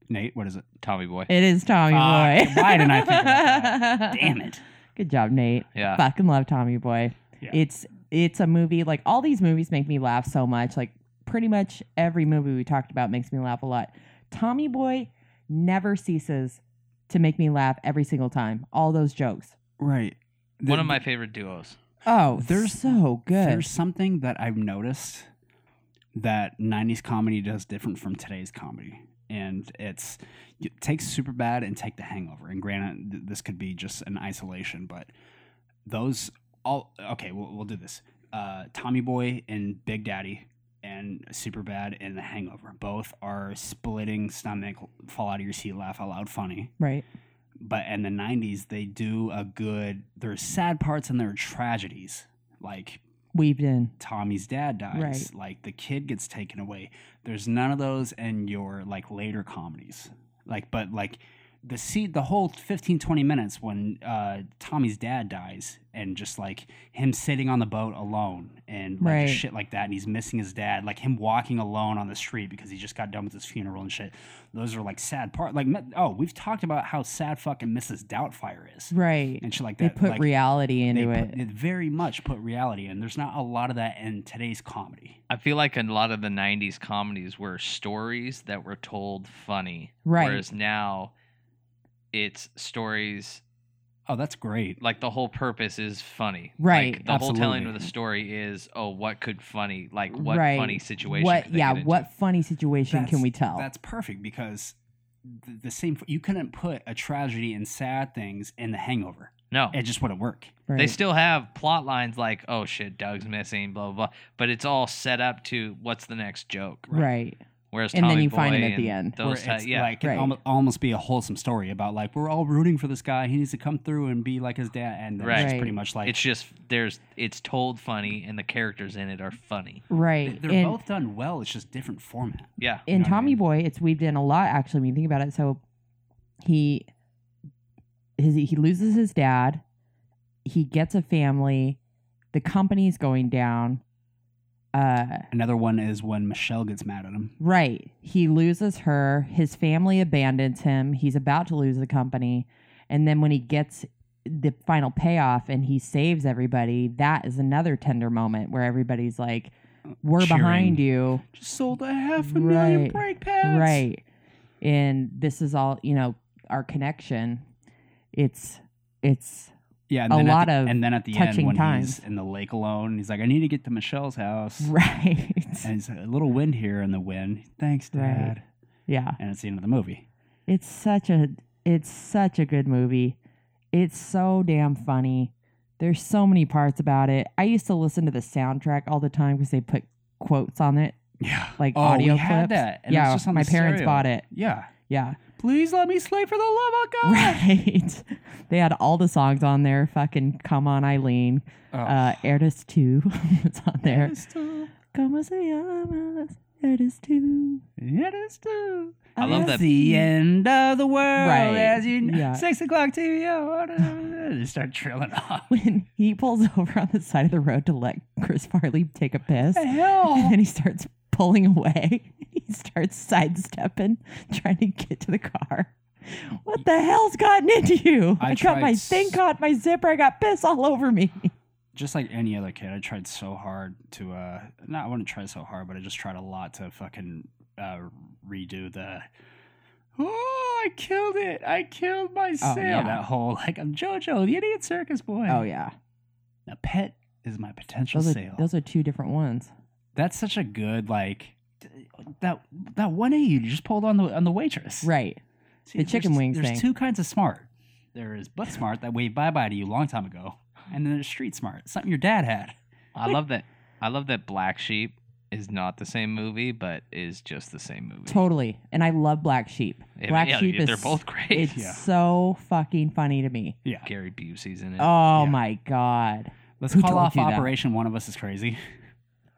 [SPEAKER 5] Nate, what is it?
[SPEAKER 6] Tommy Boy.
[SPEAKER 4] It is Tommy
[SPEAKER 5] Fuck,
[SPEAKER 4] Boy.
[SPEAKER 5] why didn't I think about that? Damn it.
[SPEAKER 4] Good job, Nate.
[SPEAKER 6] Yeah.
[SPEAKER 4] Fucking love Tommy Boy.
[SPEAKER 5] Yeah.
[SPEAKER 4] It's it's a movie like all these movies make me laugh so much. Like pretty much every movie we talked about makes me laugh a lot. Tommy Boy never ceases to make me laugh every single time. All those jokes.
[SPEAKER 5] Right.
[SPEAKER 6] One of my favorite duos.
[SPEAKER 4] Oh, they're
[SPEAKER 5] There's-
[SPEAKER 4] so good.
[SPEAKER 5] There's something that I've noticed that 90s comedy does different from today's comedy. And it's you take Superbad and take The Hangover. And granted, th- this could be just an isolation, but those all okay. We'll, we'll do this. Uh, Tommy Boy and Big Daddy and Superbad and The Hangover both are splitting stomach, fall out of your seat, laugh out loud, funny
[SPEAKER 4] right.
[SPEAKER 5] but in the 90s they do a good there's sad parts and there are tragedies like
[SPEAKER 4] Weaved in.
[SPEAKER 5] tommy's dad dies
[SPEAKER 4] Right.
[SPEAKER 5] like the kid gets taken away there's none of those in your like later comedies like but like the see the whole 15 20 minutes when uh tommy's dad dies and just like him sitting on the boat alone and like just
[SPEAKER 4] Right.
[SPEAKER 5] shit like that and he's missing his dad like him walking alone on the street because he just got done with his funeral and shit those are like sad part like me- oh we've talked about how sad fucking mrs doubtfire is
[SPEAKER 4] Right.
[SPEAKER 5] and shit like
[SPEAKER 4] they
[SPEAKER 5] that
[SPEAKER 4] put
[SPEAKER 5] like,
[SPEAKER 4] reality
[SPEAKER 5] they
[SPEAKER 4] into
[SPEAKER 5] put-
[SPEAKER 4] it.
[SPEAKER 5] they very much put reality in there's not a lot of that in today's comedy
[SPEAKER 6] I feel like a lot of the 90s comedies were stories that were told funny.
[SPEAKER 4] Right.
[SPEAKER 6] Whereas now it's stories
[SPEAKER 5] oh that's great
[SPEAKER 6] like the whole purpose is funny.
[SPEAKER 4] Right.
[SPEAKER 6] Like, the whole telling of
[SPEAKER 5] Absolutely.
[SPEAKER 6] the story is oh what could funny like what
[SPEAKER 4] Right.
[SPEAKER 6] funny situation
[SPEAKER 4] what
[SPEAKER 6] could they
[SPEAKER 4] yeah,
[SPEAKER 6] get into?
[SPEAKER 4] what funny situation
[SPEAKER 5] That's-
[SPEAKER 4] can we tell?
[SPEAKER 5] That's perfect because the, the same. You couldn't put a tragedy and sad things in The Hangover.
[SPEAKER 6] No,
[SPEAKER 5] It just wouldn't work.
[SPEAKER 4] Right.
[SPEAKER 6] they still have plot lines like, "Oh shit, Doug's missing," blah blah, blah. but it's all set up to what's the next joke.
[SPEAKER 4] right.
[SPEAKER 6] Whereas
[SPEAKER 4] And then
[SPEAKER 6] Tommy
[SPEAKER 4] you find
[SPEAKER 6] Boy
[SPEAKER 4] him at the
[SPEAKER 6] and
[SPEAKER 4] end.
[SPEAKER 5] Where
[SPEAKER 6] Those type-
[SPEAKER 5] it's
[SPEAKER 6] yeah,
[SPEAKER 5] like it
[SPEAKER 4] Right.
[SPEAKER 5] almo- almost be a wholesome story about like we're all rooting for this guy. He needs to come through and be like his dad, and it's just
[SPEAKER 4] Right.
[SPEAKER 5] pretty much like
[SPEAKER 6] it's just there's it's told funny, and the characters in it are funny.
[SPEAKER 4] Right.
[SPEAKER 5] they're
[SPEAKER 4] and
[SPEAKER 5] both done well. It's just different format.
[SPEAKER 6] Yeah,
[SPEAKER 4] in
[SPEAKER 5] know what I
[SPEAKER 4] Tommy
[SPEAKER 5] mean?
[SPEAKER 4] Boy, it's weaved in a lot actually when you think about it. So he his he loses his dad, he gets a family, the company's going down. Uh
[SPEAKER 5] Another one is when Michelle gets mad at him.
[SPEAKER 4] Right. He loses her. His family abandons him. He's about to lose the company. And then when he gets the final payoff and he saves everybody, that is another tender moment where everybody's like, We're
[SPEAKER 5] Cheering.
[SPEAKER 4] behind you.
[SPEAKER 5] Just sold a half a million
[SPEAKER 4] Right.
[SPEAKER 5] brake pads.
[SPEAKER 4] Right. And this is all, you know, our connection. It's, it's,
[SPEAKER 5] Yeah, and
[SPEAKER 4] A
[SPEAKER 5] then at
[SPEAKER 4] lot
[SPEAKER 5] the-
[SPEAKER 4] of
[SPEAKER 5] and then at the
[SPEAKER 4] touching
[SPEAKER 5] end when
[SPEAKER 4] times.
[SPEAKER 5] he's in the lake alone, he's like, "I need to get to Michelle's house."
[SPEAKER 4] right.
[SPEAKER 5] And it's a little wind here in the wind. Thanks,
[SPEAKER 4] Right.
[SPEAKER 5] Dad.
[SPEAKER 4] yeah.
[SPEAKER 5] And it's the end of the movie.
[SPEAKER 4] It's such a it's such a good movie. It's so damn funny. There's so many parts about it. I used to listen to the soundtrack all the time because they put quotes on it,
[SPEAKER 5] Yeah,
[SPEAKER 4] like
[SPEAKER 5] oh,
[SPEAKER 4] audio
[SPEAKER 5] we had
[SPEAKER 4] clips.
[SPEAKER 5] that. And
[SPEAKER 4] yeah,
[SPEAKER 5] it's just on
[SPEAKER 4] my
[SPEAKER 5] the
[SPEAKER 4] parents
[SPEAKER 5] stereo.
[SPEAKER 4] bought it.
[SPEAKER 5] Yeah,
[SPEAKER 4] Yeah,
[SPEAKER 5] please let me sleep for the love of God.
[SPEAKER 4] right. they had all the songs on there. Fucking come on, Eileen.
[SPEAKER 5] Oh.
[SPEAKER 4] Uh, Erdis two. it's on there.
[SPEAKER 5] It is too.
[SPEAKER 4] Como se llamas? Erdis two.
[SPEAKER 5] It is too.
[SPEAKER 6] I love
[SPEAKER 5] It's
[SPEAKER 6] that-
[SPEAKER 5] the end of the world
[SPEAKER 4] Right.
[SPEAKER 5] as you
[SPEAKER 4] Yeah.
[SPEAKER 5] six o'clock oh, TV. on. Just start trailing off.
[SPEAKER 4] When he pulls over on the side of the road to let Chris Farley take a piss.
[SPEAKER 5] the hell?
[SPEAKER 4] And then he starts pulling away. He starts sidestepping, trying to get to the car. What the hell's gotten into you?
[SPEAKER 5] I
[SPEAKER 4] I, got my
[SPEAKER 5] tried s-
[SPEAKER 4] thing caught in my zipper. I got piss all over me.
[SPEAKER 5] just like any other kid, I tried so hard to uh not I wouldn't try so hard, but I just tried a lot to fucking uh redo the Oh, I killed it. I killed myself.
[SPEAKER 4] Oh, yeah.
[SPEAKER 5] That whole like I'm Jojo, the idiot circus boy.
[SPEAKER 4] Oh, yeah,
[SPEAKER 5] A pet is my potential
[SPEAKER 4] those are,
[SPEAKER 5] sale.
[SPEAKER 4] those are two different ones.
[SPEAKER 5] That's such a good like th- that that one eighty you just pulled on the on the waitress.
[SPEAKER 4] Right,
[SPEAKER 5] See,
[SPEAKER 4] The
[SPEAKER 5] there's-
[SPEAKER 4] chicken wings
[SPEAKER 5] There's
[SPEAKER 4] thing.
[SPEAKER 5] two kinds of smart. There is butt smart that waved bye bye to you a long time ago, and then there's street smart, something your dad had.
[SPEAKER 6] I love that. I love that Black Sheep is not the same movie, but is just the same movie.
[SPEAKER 4] totally. And I love Black Sheep.
[SPEAKER 6] Yeah,
[SPEAKER 4] Black
[SPEAKER 6] yeah,
[SPEAKER 4] Sheep is
[SPEAKER 6] they're both great.
[SPEAKER 4] It's
[SPEAKER 5] Yeah.
[SPEAKER 4] so fucking funny to me.
[SPEAKER 5] Yeah.
[SPEAKER 6] Gary Busey's in it.
[SPEAKER 4] Oh
[SPEAKER 5] Yeah.
[SPEAKER 4] my god!
[SPEAKER 5] Let's
[SPEAKER 4] Who
[SPEAKER 5] call
[SPEAKER 4] told
[SPEAKER 5] off
[SPEAKER 4] you that?
[SPEAKER 5] Operation One of Us is Crazy.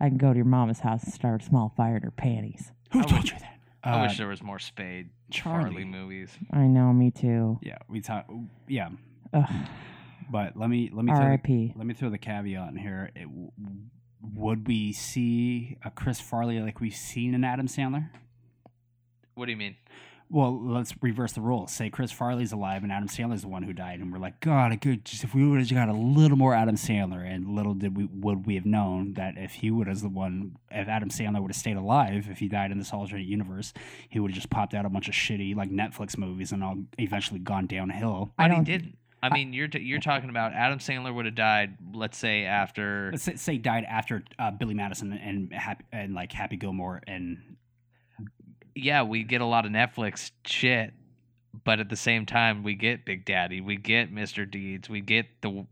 [SPEAKER 4] I can go to your mama's house and start a small fire in her panties.
[SPEAKER 5] Who
[SPEAKER 6] I
[SPEAKER 5] told
[SPEAKER 6] wish-
[SPEAKER 5] you that?
[SPEAKER 6] I
[SPEAKER 5] Uh,
[SPEAKER 6] wish there was more Spade
[SPEAKER 5] Charlie.
[SPEAKER 6] Charlie movies.
[SPEAKER 4] I know, me too.
[SPEAKER 5] Yeah, we talk. Yeah,
[SPEAKER 4] Ugh.
[SPEAKER 5] but let me let me throw,
[SPEAKER 4] R.I.P.
[SPEAKER 5] let me throw the caveat in here. It, w- would we see a Chris Farley like we've seen in Adam Sandler?
[SPEAKER 6] What do you mean?
[SPEAKER 5] Well, let's reverse the rules. Say Chris Farley's alive and Adam Sandler's the one who died, and we're like, God, I could just if we would have got a little more Adam Sandler, and little did we would we have known that if he would as the one, if Adam Sandler would have stayed alive, if he died in this alternate universe, he would have just popped out a bunch of shitty like Netflix movies and all eventually gone downhill.
[SPEAKER 4] I
[SPEAKER 6] But he
[SPEAKER 4] don't-
[SPEAKER 6] didn't. I mean, you're t- you're talking about Adam Sandler would have died, let's say after.
[SPEAKER 5] Let's say, say died after uh, Billy Madison and Happy and like Happy Gilmore and
[SPEAKER 6] Yeah, we get a lot of Netflix shit, but at the same time, we get Big Daddy, we get Mr. Deeds, we get the.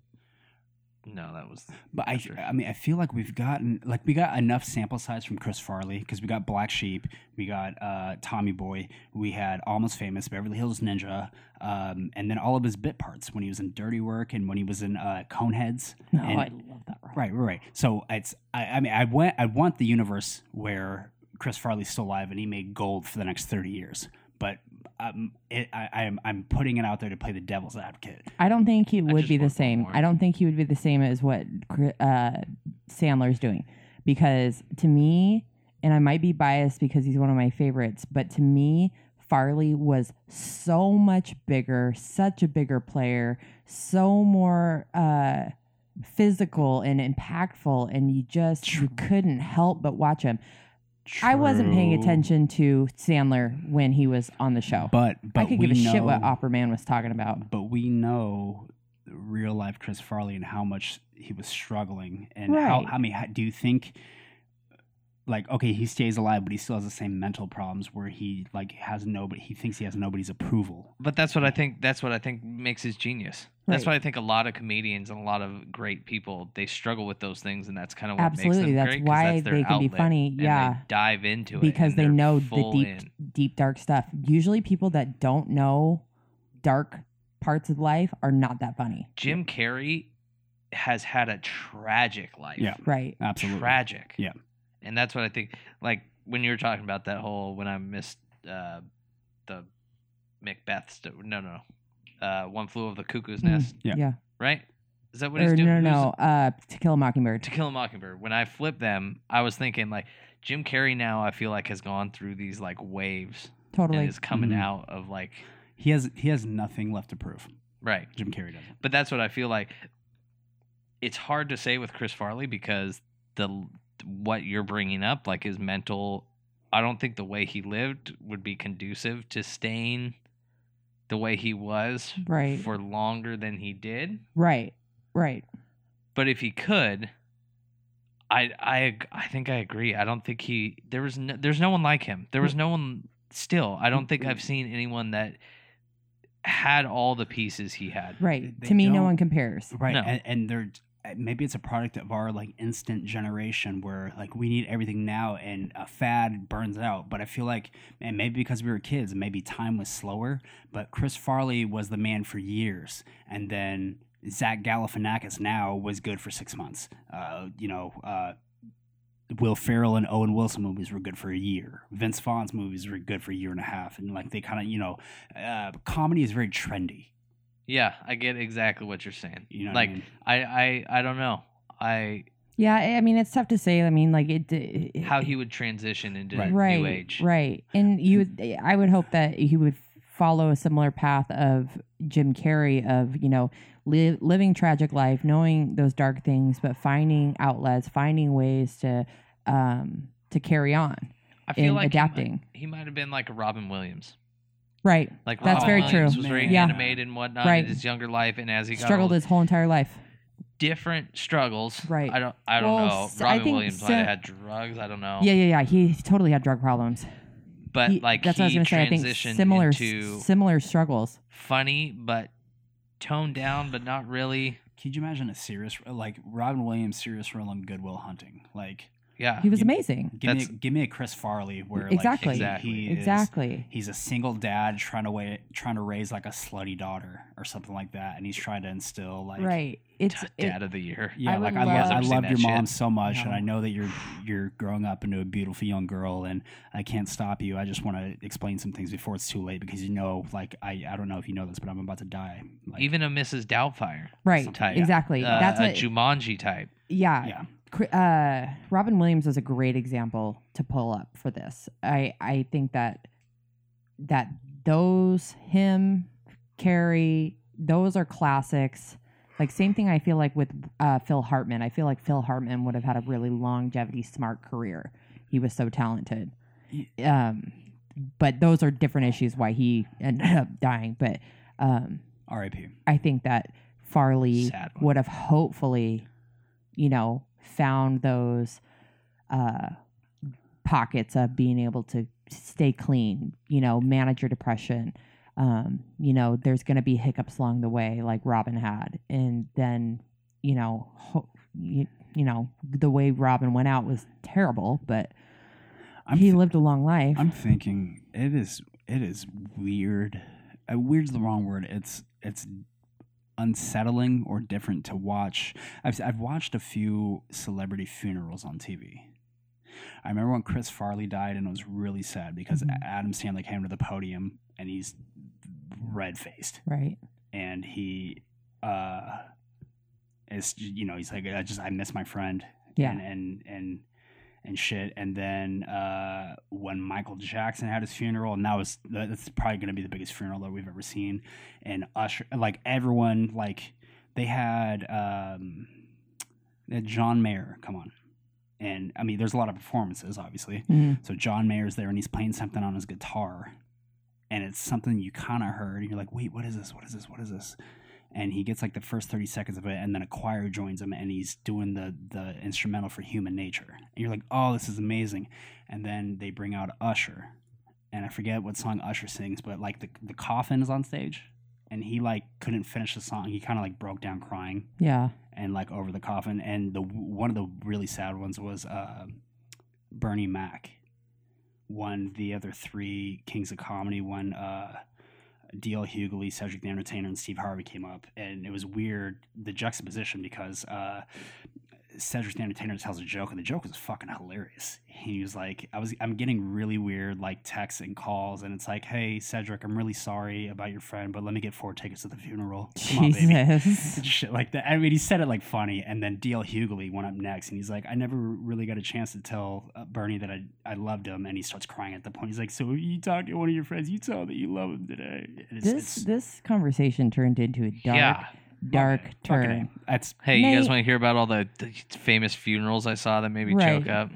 [SPEAKER 6] No, that was
[SPEAKER 5] But I,
[SPEAKER 6] Sure.
[SPEAKER 5] I mean, I feel like we've gotten like we got enough sample size from Chris Farley because we got Black Sheep, we got uh, Tommy Boy, we had Almost Famous, Beverly Hills Ninja, um, and then all of his bit parts when he was in Dirty Work and when he was in uh, Coneheads.
[SPEAKER 4] No,
[SPEAKER 5] and-
[SPEAKER 4] I love that. Rob.
[SPEAKER 5] right, right, right. So it's I, I mean, I want I want the universe where Chris Farley's still alive and he made gold for the next thirty years. But um, it, I, I'm I'm putting it out there to play the devil's advocate.
[SPEAKER 4] I don't think he would
[SPEAKER 6] just
[SPEAKER 4] be the
[SPEAKER 6] want one
[SPEAKER 4] same.
[SPEAKER 6] more.
[SPEAKER 4] I don't think he would be the same as what Cri- uh, Sandler's doing, because to me, and I might be biased because he's one of my favorites, but to me, Farley was so much bigger, such a bigger player, so more uh, physical and impactful, and you just you couldn't help but watch him. I wasn't paying
[SPEAKER 5] True.
[SPEAKER 4] attention to Sandler when he was on the show.
[SPEAKER 5] But but
[SPEAKER 4] I could
[SPEAKER 5] we
[SPEAKER 4] give a shit what
[SPEAKER 5] know-
[SPEAKER 4] Opera Man was talking about.
[SPEAKER 5] but we know real life Chris Farley and how much he was struggling and how
[SPEAKER 4] Right.
[SPEAKER 5] I mean how, do you think like okay he stays alive but he still has the same mental problems where he like has nobody he thinks he has nobody's approval
[SPEAKER 6] But that's what I think. That's what I think makes his genius. That's
[SPEAKER 4] Right.
[SPEAKER 6] why I think a lot of comedians and a lot of great people they struggle with those things, and that's kind of what makes
[SPEAKER 4] Absolutely,
[SPEAKER 6] them
[SPEAKER 4] that's
[SPEAKER 6] great. 'cause
[SPEAKER 4] why
[SPEAKER 6] that's their
[SPEAKER 4] they can be
[SPEAKER 6] outlet,
[SPEAKER 4] funny,
[SPEAKER 6] and they
[SPEAKER 4] yeah.
[SPEAKER 6] dive into it
[SPEAKER 4] because
[SPEAKER 6] and
[SPEAKER 4] they
[SPEAKER 6] they're
[SPEAKER 4] know the
[SPEAKER 6] full
[SPEAKER 4] deep
[SPEAKER 6] in.
[SPEAKER 4] deep dark stuff. Usually people that don't know dark parts of life are not that funny.
[SPEAKER 6] Jim Carrey has had a tragic life.
[SPEAKER 5] Yeah.
[SPEAKER 4] Right.
[SPEAKER 5] absolutely
[SPEAKER 6] Tragic.
[SPEAKER 5] Yeah.
[SPEAKER 6] And that's what I think. Like when you were talking about that whole when I missed uh, the Macbeth. St- no, no, no. Uh, One flew over the cuckoo's
[SPEAKER 4] Mm,
[SPEAKER 6] nest.
[SPEAKER 5] yeah.
[SPEAKER 4] yeah.
[SPEAKER 6] Right. Is that what
[SPEAKER 4] Or
[SPEAKER 6] he's doing?
[SPEAKER 4] no, no,
[SPEAKER 6] Who's-
[SPEAKER 4] no. Uh, to kill a mockingbird.
[SPEAKER 6] To Kill a Mockingbird. When I flipped them, I was thinking like Jim Carrey now. I feel like has gone through these like waves
[SPEAKER 4] Totally.
[SPEAKER 6] and is coming
[SPEAKER 5] Mhm.
[SPEAKER 6] out of like
[SPEAKER 5] he has he has nothing left to prove
[SPEAKER 6] right.
[SPEAKER 5] jim carrey doesn't
[SPEAKER 6] But that's what I feel like. It's hard to say with Chris Farley because the what you're bringing up like his mental. I don't think the way he lived would be conducive to staying the way he was
[SPEAKER 4] Right.
[SPEAKER 6] for longer than he did.
[SPEAKER 4] Right. Right.
[SPEAKER 6] but if he could i i ag- i think i agree i don't think he there was no, there's no one like him there was no one still i don't
[SPEAKER 4] Mm-hmm.
[SPEAKER 6] think i've seen anyone that had all the pieces he had
[SPEAKER 4] Right.
[SPEAKER 5] They
[SPEAKER 4] to me, no
[SPEAKER 5] don't-
[SPEAKER 4] one compares.
[SPEAKER 5] right
[SPEAKER 6] No.
[SPEAKER 5] and, and they're eh, maybe it's a product of our like instant generation where like we need everything now and a fad burns out but i feel like and maybe because we were kids maybe time was slower but chris farley was the man for years and then zach galifianakis now was good for six months uh, you know uh, Will Ferrell and Owen Wilson movies were good for a year. Vince Vaughn's movies were good for a year and a half. And like they kind of, you know, uh, comedy is very trendy.
[SPEAKER 6] yeah i get exactly what you're saying
[SPEAKER 5] You know, what I
[SPEAKER 6] like
[SPEAKER 5] mean?
[SPEAKER 6] I, I i don't know i
[SPEAKER 4] Yeah. I- I mean, it's tough to say. I mean, like it. it
[SPEAKER 6] how he would transition into
[SPEAKER 5] Right.
[SPEAKER 4] right.
[SPEAKER 6] new age
[SPEAKER 4] Right. And you, would- I would hope that he would follow a similar path of Jim Carrey of you know li- living tragic life, knowing those dark things, but finding outlets, finding ways to um to carry on
[SPEAKER 6] i
[SPEAKER 4] in
[SPEAKER 6] feel like he might-
[SPEAKER 4] adapting.
[SPEAKER 6] he might have been like a robin williams
[SPEAKER 4] Right.
[SPEAKER 6] like
[SPEAKER 4] That's
[SPEAKER 6] Robin
[SPEAKER 4] very
[SPEAKER 6] Williams
[SPEAKER 5] true.
[SPEAKER 6] was very
[SPEAKER 4] Yeah.
[SPEAKER 6] animated and whatnot
[SPEAKER 4] Right.
[SPEAKER 6] in his younger life and as he got
[SPEAKER 4] Struggled
[SPEAKER 6] older,
[SPEAKER 4] his whole entire life.
[SPEAKER 6] different struggles.
[SPEAKER 4] Right.
[SPEAKER 6] I don't. I don't
[SPEAKER 4] Well,
[SPEAKER 6] know.
[SPEAKER 4] s- I
[SPEAKER 6] Robin
[SPEAKER 4] think
[SPEAKER 6] Williams
[SPEAKER 4] so-
[SPEAKER 6] might have had drugs. I don't know.
[SPEAKER 4] Yeah, yeah, yeah. He totally had drug problems.
[SPEAKER 6] But
[SPEAKER 4] He-
[SPEAKER 6] like
[SPEAKER 4] that's
[SPEAKER 6] he
[SPEAKER 4] what I was gonna
[SPEAKER 6] transitioned
[SPEAKER 4] say. I think similar
[SPEAKER 6] into
[SPEAKER 4] similar struggles.
[SPEAKER 6] funny but toned down, but not really.
[SPEAKER 5] Could you imagine a serious like Robin Williams serious role on Goodwill Hunting? Like,
[SPEAKER 6] Yeah.
[SPEAKER 4] He was
[SPEAKER 5] You-
[SPEAKER 4] amazing.
[SPEAKER 5] give me a,
[SPEAKER 6] That's-
[SPEAKER 5] give me a Chris Farley where
[SPEAKER 4] Exactly.
[SPEAKER 5] like he- he,
[SPEAKER 6] Exactly.
[SPEAKER 5] is-
[SPEAKER 4] Exactly.
[SPEAKER 5] he's a single dad trying to wait, trying to raise like a slutty daughter or something like that, and he's trying to instill like
[SPEAKER 4] right. It's
[SPEAKER 6] Dad
[SPEAKER 4] it-
[SPEAKER 6] of the year.
[SPEAKER 5] Yeah,
[SPEAKER 4] I
[SPEAKER 5] like
[SPEAKER 4] would
[SPEAKER 5] I love
[SPEAKER 4] love-
[SPEAKER 5] I
[SPEAKER 6] I've seen
[SPEAKER 5] love
[SPEAKER 6] that
[SPEAKER 5] your mom
[SPEAKER 6] shit.
[SPEAKER 5] so much, and I
[SPEAKER 4] No.
[SPEAKER 5] know that you're you're growing up into a beautiful young girl, and I can't stop you. I just want to explain some things before it's too late because you know, like I I don't know if you know this, but I'm about to die. Like,
[SPEAKER 6] Even a Mrs. Doubtfire.
[SPEAKER 4] right.
[SPEAKER 6] type.
[SPEAKER 4] Exactly.
[SPEAKER 6] Uh,
[SPEAKER 4] That's
[SPEAKER 6] a
[SPEAKER 4] what.
[SPEAKER 6] Jumanji type.
[SPEAKER 4] yeah.
[SPEAKER 5] yeah,
[SPEAKER 4] Cri- uh, Robin Williams is a great example to pull up for this. I I think that that those him Carrie those are classics. Like same thing I feel like with uh, Phil Hartman. I feel like Phil Hartman would have had a really longevity smart career. He was so talented. Um, but those are different issues why he ended up dying. But um,
[SPEAKER 5] R.I.P.
[SPEAKER 4] I think that Farley
[SPEAKER 6] Sad one.
[SPEAKER 4] would have hopefully, you know, found those uh, pockets of being able to stay clean, you know, manage your depression. Um, you know, there's going to be hiccups along the way, like Robin had. And then, you know, ho- you, you know, the way Robin went out was terrible, but
[SPEAKER 5] I'm
[SPEAKER 4] he
[SPEAKER 5] th-
[SPEAKER 4] lived a long life.
[SPEAKER 5] I'm thinking it is it is weird. Uh, weird's the wrong word. It's it's unsettling or different to watch. I've I've watched a few celebrity funerals on TV. I remember when Chris Farley died, and it was really sad because
[SPEAKER 4] Mhm.
[SPEAKER 5] A- Adam Sandler came to the podium and he's red faced
[SPEAKER 4] right.
[SPEAKER 5] and he uh is you know he's like I just I miss my friend
[SPEAKER 4] Yeah.
[SPEAKER 5] and and and and shit. And then uh, when Michael Jackson had his funeral, and that was that's probably gonna be the biggest funeral that we've ever seen. And Usher, like everyone, like they had um, they had John Mayer come on, and I mean, there's a lot of performances, obviously.
[SPEAKER 4] Mhm.
[SPEAKER 5] So John Mayer's there and he's playing something on his guitar, and it's something you kind of heard, and you're like, "Wait, what is this? What is this? What is this?" and he gets like the first 30 seconds of it and then a choir joins him and he's doing the the instrumental for human nature and you're like oh this is amazing and then they bring out usher and i forget what song usher sings but like the, the coffin is on stage and he like couldn't finish the song he kind of like broke down crying
[SPEAKER 4] Yeah.
[SPEAKER 5] and like over the coffin and the one of the really sad ones was uh, bernie mac won the other three kings of comedy when uh, dl hughley cedric the entertainer and steve harvey came up and it was weird the juxtaposition because uh, cedric the entertainer tells a joke and the joke was fucking hilarious he was like i was i'm getting really weird like texts and calls and it's like hey cedric i'm really sorry about your friend but let me get four tickets to the funeral come on baby
[SPEAKER 4] Jesus.
[SPEAKER 5] and shit like that. I mean, he said it like funny, and then DL Hughley went up next, and he's like, "I never really got a chance to tell uh, Bernie that I I loved him," and he starts crying at the point. He's like, "So you talked to one of your friends, you tell him that you love him today." And It's,
[SPEAKER 4] This
[SPEAKER 5] it's
[SPEAKER 4] this conversation turned into a dark
[SPEAKER 6] Yeah.
[SPEAKER 4] dark
[SPEAKER 5] fucking-
[SPEAKER 4] turn.
[SPEAKER 5] That's
[SPEAKER 6] Hey, you guys
[SPEAKER 4] Nate-
[SPEAKER 6] want to hear about all the, the famous funerals I saw that made me
[SPEAKER 4] Right.
[SPEAKER 6] choke up?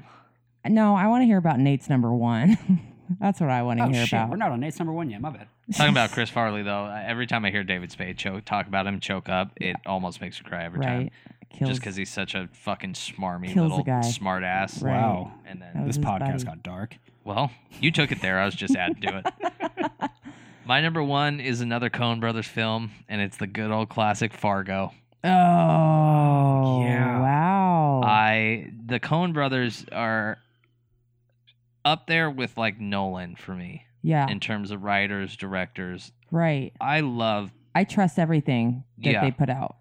[SPEAKER 4] No, I want to hear about Nate's number one. That's what I want to
[SPEAKER 5] oh
[SPEAKER 4] hear
[SPEAKER 5] shit,
[SPEAKER 4] about.
[SPEAKER 5] we're not on Nate's number one yet. My bad.
[SPEAKER 6] Talking about Chris Farley though, I- every time I hear David Spade choke, talk about him choke up, it almost makes me cry every time.
[SPEAKER 4] right. Kills.
[SPEAKER 6] Just because he's such a fucking smarmy
[SPEAKER 4] kills a
[SPEAKER 6] little
[SPEAKER 4] guy.
[SPEAKER 6] smart ass.
[SPEAKER 4] Right.
[SPEAKER 5] Wow,
[SPEAKER 6] And
[SPEAKER 4] That
[SPEAKER 6] then,
[SPEAKER 4] was
[SPEAKER 5] this
[SPEAKER 4] his
[SPEAKER 5] podcast
[SPEAKER 4] buddy.
[SPEAKER 5] got dark.
[SPEAKER 6] well, you took it there. I was just adding to it. My number one is another Coen Brothers film, and it's the good old classic Fargo.
[SPEAKER 4] Oh
[SPEAKER 5] Yeah.
[SPEAKER 4] wow.
[SPEAKER 6] I the Coen Brothers are up there with like Nolan for me
[SPEAKER 4] yeah.
[SPEAKER 6] in terms of writers, directors.
[SPEAKER 4] Right.
[SPEAKER 6] I love
[SPEAKER 4] I trust everything that
[SPEAKER 6] Yeah.
[SPEAKER 4] they put out.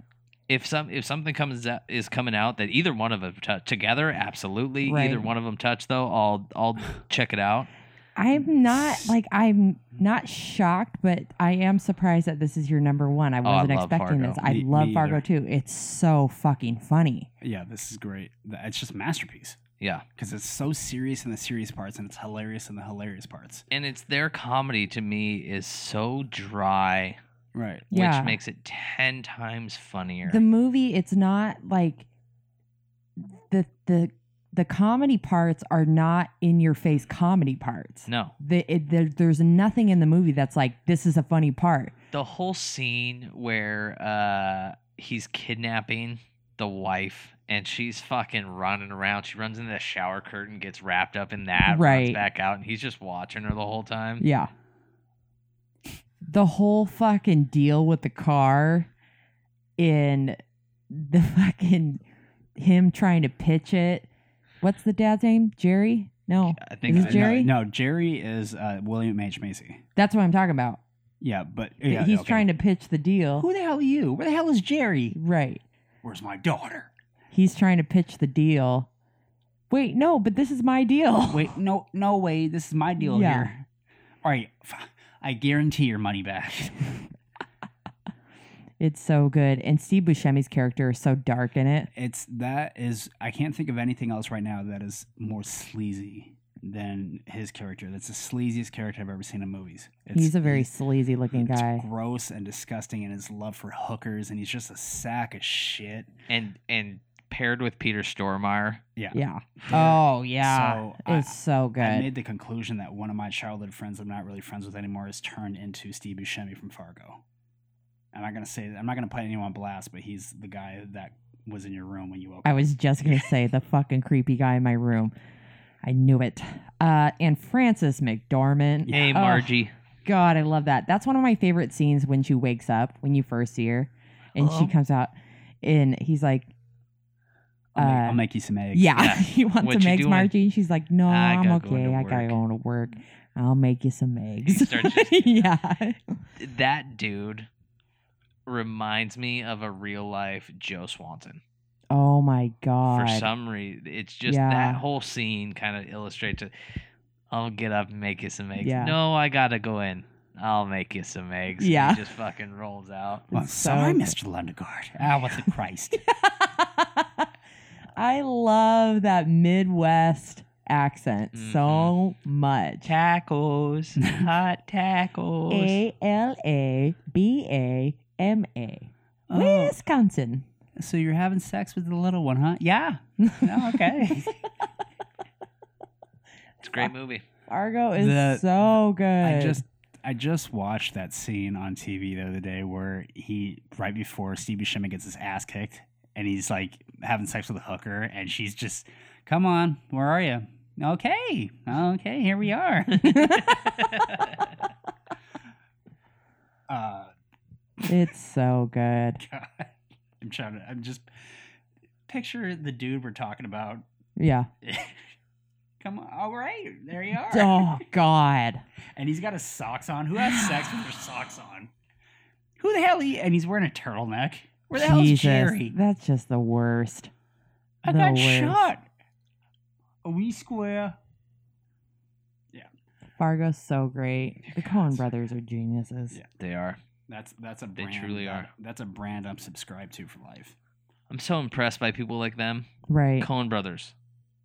[SPEAKER 6] if some if something comes out, is coming out that either one of them touch together, absolutely.
[SPEAKER 4] Right.
[SPEAKER 6] Either one of them touch though, I'll I'll check it out.
[SPEAKER 4] I'm not like I'm not shocked, but I am surprised that this is your number one. I
[SPEAKER 6] I
[SPEAKER 4] wasn't
[SPEAKER 6] love
[SPEAKER 4] expecting this.
[SPEAKER 5] Oh, Fargo.
[SPEAKER 4] I
[SPEAKER 5] Me-
[SPEAKER 4] love
[SPEAKER 5] me
[SPEAKER 4] Fargo
[SPEAKER 5] either.
[SPEAKER 4] too. It's so fucking funny.
[SPEAKER 5] Yeah, this is great. Th- It's just a masterpiece
[SPEAKER 6] Yeah,
[SPEAKER 5] because it's so serious in the serious parts, and it's hilarious in the hilarious parts.
[SPEAKER 6] and it's their comedy to me is so dry,
[SPEAKER 5] Right.
[SPEAKER 4] Yeah.
[SPEAKER 6] which makes it ten times funnier.
[SPEAKER 4] the movie it's not like the the the comedy parts are not in your face comedy parts.
[SPEAKER 6] no,
[SPEAKER 4] The, it, there, there's nothing in the movie that's like this is a funny part.
[SPEAKER 6] the whole scene where uh he's kidnapping the wife and she's fucking running around she runs into the shower curtain gets wrapped up in that runs
[SPEAKER 4] Right.
[SPEAKER 6] back out and he's just watching her the whole
[SPEAKER 5] Mm-hmm.
[SPEAKER 6] time
[SPEAKER 4] Yeah. The whole fucking deal with the car in the fucking him trying to pitch it. What's the dad's name? Jerry? No.
[SPEAKER 6] i think
[SPEAKER 4] Is
[SPEAKER 5] Uh,
[SPEAKER 4] it
[SPEAKER 5] no-
[SPEAKER 6] I-
[SPEAKER 4] Jerry?
[SPEAKER 5] No, Jerry is uh, William H Macy.
[SPEAKER 4] That's what I'm talking about.
[SPEAKER 5] Yeah, but yeah,
[SPEAKER 4] He's
[SPEAKER 5] okay.
[SPEAKER 4] trying to pitch the deal.
[SPEAKER 5] Who the hell are you? Where the hell is Jerry?
[SPEAKER 4] Right.
[SPEAKER 5] Where's my daughter?
[SPEAKER 4] He's trying to pitch the deal. Wait, no, but this is my deal.
[SPEAKER 5] Wait, no, no way. This is my deal
[SPEAKER 4] Yeah.
[SPEAKER 5] here. All right, f- I guarantee your money back.
[SPEAKER 4] It's so good. And Steve Buscemi's character is so dark in it.
[SPEAKER 5] It's that is I can't think of anything else right now that is more sleazy than his character. That's the sleaziest character I've ever seen in movies. It's,
[SPEAKER 4] He's a very sleazy looking
[SPEAKER 5] it's
[SPEAKER 4] guy.
[SPEAKER 5] gross and disgusting, and his love for hookers, and he's just a sack of shit.
[SPEAKER 6] and and paired with peter stormare
[SPEAKER 4] Yeah. Oh, yeah.
[SPEAKER 5] So I-
[SPEAKER 4] it's so good.
[SPEAKER 5] I made the conclusion that one of my childhood friends I'm not really friends with anymore is turned into Steve Buscemi from Fargo. I'm not gonna say I'm not gonna put anyone on blast, but he's the guy that was in your room when you woke
[SPEAKER 4] I
[SPEAKER 5] up.
[SPEAKER 4] was just gonna say the fucking creepy guy in my room. I knew it. Uh, and Frances McDormand.
[SPEAKER 6] hey
[SPEAKER 4] Oh,
[SPEAKER 6] margie
[SPEAKER 4] God, I love that. That's one of my favorite scenes when she wakes up when you first see her, and
[SPEAKER 5] Uh-huh.
[SPEAKER 6] Hello?
[SPEAKER 4] she comes out, and he's like,
[SPEAKER 5] I'll, make, I'll
[SPEAKER 4] uh,
[SPEAKER 5] make you some eggs.
[SPEAKER 4] "Yeah,
[SPEAKER 6] Yeah.
[SPEAKER 4] you want
[SPEAKER 6] What
[SPEAKER 4] some
[SPEAKER 6] you
[SPEAKER 4] eggs,
[SPEAKER 6] doing?
[SPEAKER 4] Margie?" And she's like, "No,
[SPEAKER 6] I
[SPEAKER 4] I'm
[SPEAKER 6] gotta go
[SPEAKER 4] okay.
[SPEAKER 6] to
[SPEAKER 4] I gotta go
[SPEAKER 6] work."
[SPEAKER 4] to work. I'll make you some eggs."
[SPEAKER 6] starts just-
[SPEAKER 4] yeah.
[SPEAKER 6] that dude reminds me of a real life joe swanson
[SPEAKER 4] Oh my God.
[SPEAKER 6] for some reason. It's just
[SPEAKER 4] Yeah.
[SPEAKER 6] that whole scene kind of illustrates it. I'll get up and make you some eggs.
[SPEAKER 4] Yeah.
[SPEAKER 6] No, I gotta go in. I'll make you some eggs. And
[SPEAKER 4] Yeah.
[SPEAKER 6] he just fucking rolls out.
[SPEAKER 5] Well,
[SPEAKER 4] It's
[SPEAKER 5] sorry,
[SPEAKER 4] so-
[SPEAKER 5] Mr. Lundegaard. Ah, what the Christ.
[SPEAKER 4] I love that Midwest accent so
[SPEAKER 6] Mm-hmm.
[SPEAKER 4] much.
[SPEAKER 6] Tackles, hot tackles.
[SPEAKER 4] A L A B A M A.
[SPEAKER 6] Oh.
[SPEAKER 4] Wisconsin.
[SPEAKER 5] Oh, so you're having sex with the little one, huh? Yeah. Oh, okay.
[SPEAKER 6] It's a great movie.
[SPEAKER 4] Fargo is
[SPEAKER 5] The-
[SPEAKER 4] so good.
[SPEAKER 5] I just I I just watched that scene on TV the other day where he right before Stevie Shimon gets his ass kicked and he's like having sex with a hooker and she's just, "Come on, where are you?" Okay, okay, here we are. uh,
[SPEAKER 4] It's so good.
[SPEAKER 5] God. I'm trying to. I'm just picture the dude we're talking about.
[SPEAKER 4] Yeah.
[SPEAKER 5] Come on, all right, there you are.
[SPEAKER 4] Oh God.
[SPEAKER 5] And he's got his socks on. Who has sex with their socks on? Who the hell? He and he's wearing a turtleneck. Where the hell is
[SPEAKER 4] Jesus.
[SPEAKER 5] Jerry?
[SPEAKER 4] That's just the worst.
[SPEAKER 5] I
[SPEAKER 4] the
[SPEAKER 5] got
[SPEAKER 4] worst.
[SPEAKER 5] shot. Are we square?
[SPEAKER 4] Fargo's so great. The Coen
[SPEAKER 5] Oh God.
[SPEAKER 4] brothers are geniuses.
[SPEAKER 5] Yeah.
[SPEAKER 6] They are.
[SPEAKER 5] That's that's a
[SPEAKER 6] They
[SPEAKER 5] brand.
[SPEAKER 6] truly
[SPEAKER 5] that-
[SPEAKER 6] are.
[SPEAKER 5] That's a brand I'm subscribed to for life.
[SPEAKER 6] I'm so impressed by people like them.
[SPEAKER 4] Right.
[SPEAKER 6] Coen Brothers,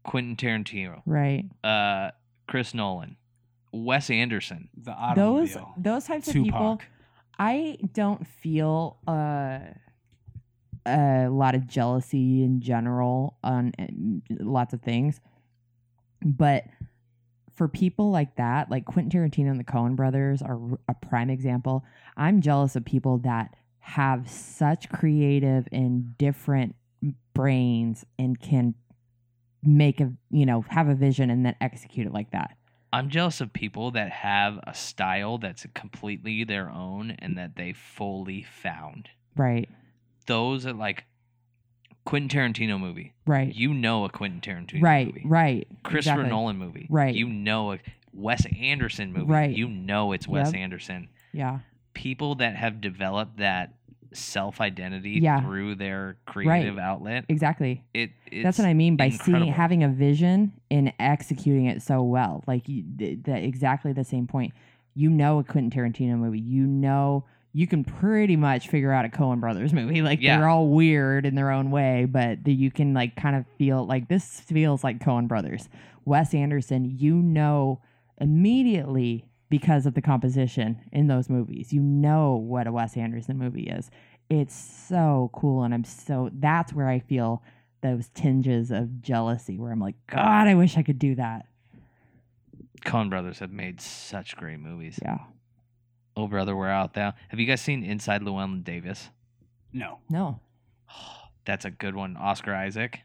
[SPEAKER 6] Quentin Tarantino,
[SPEAKER 4] right.
[SPEAKER 6] uh, Chris Nolan, Wes Anderson.
[SPEAKER 5] The
[SPEAKER 4] Those
[SPEAKER 5] automobile.
[SPEAKER 4] those types of people
[SPEAKER 5] Tupac.
[SPEAKER 4] I don't feel uh, a lot of jealousy in general on uh, lots of things, but for people like that, like Quentin Tarantino and the Coen Brothers are a prime example. I'm jealous of people that have such creative and different brains and can make a you know have a vision and then execute it like that.
[SPEAKER 6] I'm jealous of people that have a style that's completely their own and that they fully found.
[SPEAKER 4] Right.
[SPEAKER 6] Those are like Quentin Tarantino movie.
[SPEAKER 4] Right.
[SPEAKER 6] You know a Quentin Tarantino
[SPEAKER 4] right.
[SPEAKER 6] movie.
[SPEAKER 4] Right.
[SPEAKER 6] Christopher
[SPEAKER 4] Exactly.
[SPEAKER 6] Nolan movie.
[SPEAKER 4] Right.
[SPEAKER 6] You know a Wes Anderson movie.
[SPEAKER 4] Right.
[SPEAKER 6] You know it's Wes
[SPEAKER 4] Yep.
[SPEAKER 6] Anderson.
[SPEAKER 4] Yeah.
[SPEAKER 6] People that have developed that self identity
[SPEAKER 4] Yeah.
[SPEAKER 6] through their creative outlet.
[SPEAKER 4] Exactly.
[SPEAKER 6] It it's,
[SPEAKER 4] That's what I mean by
[SPEAKER 6] incredible.
[SPEAKER 4] seeing having a vision and executing it so well. Like you, th- that exactly the same point. You know a Quentin Tarantino movie. You know you can pretty much figure out a Coen Brothers movie. Like
[SPEAKER 6] Yeah.
[SPEAKER 4] they're all weird in their own way, but the, you can like kind of feel like this feels like Coen Brothers. Wes Anderson, you know immediately because of the composition in those movies. You know what a Wes Anderson movie is. It's so cool and I'm so that's where I feel those tinges of jealousy where I'm like, God, I wish I could do that.
[SPEAKER 6] Coen Brothers have made such great movies.
[SPEAKER 4] Yeah.
[SPEAKER 6] Oh brother, we're out there. Have you guys seen Inside Llewellyn Davis?
[SPEAKER 5] No.
[SPEAKER 4] No.
[SPEAKER 6] That's a good one. Oscar Isaac,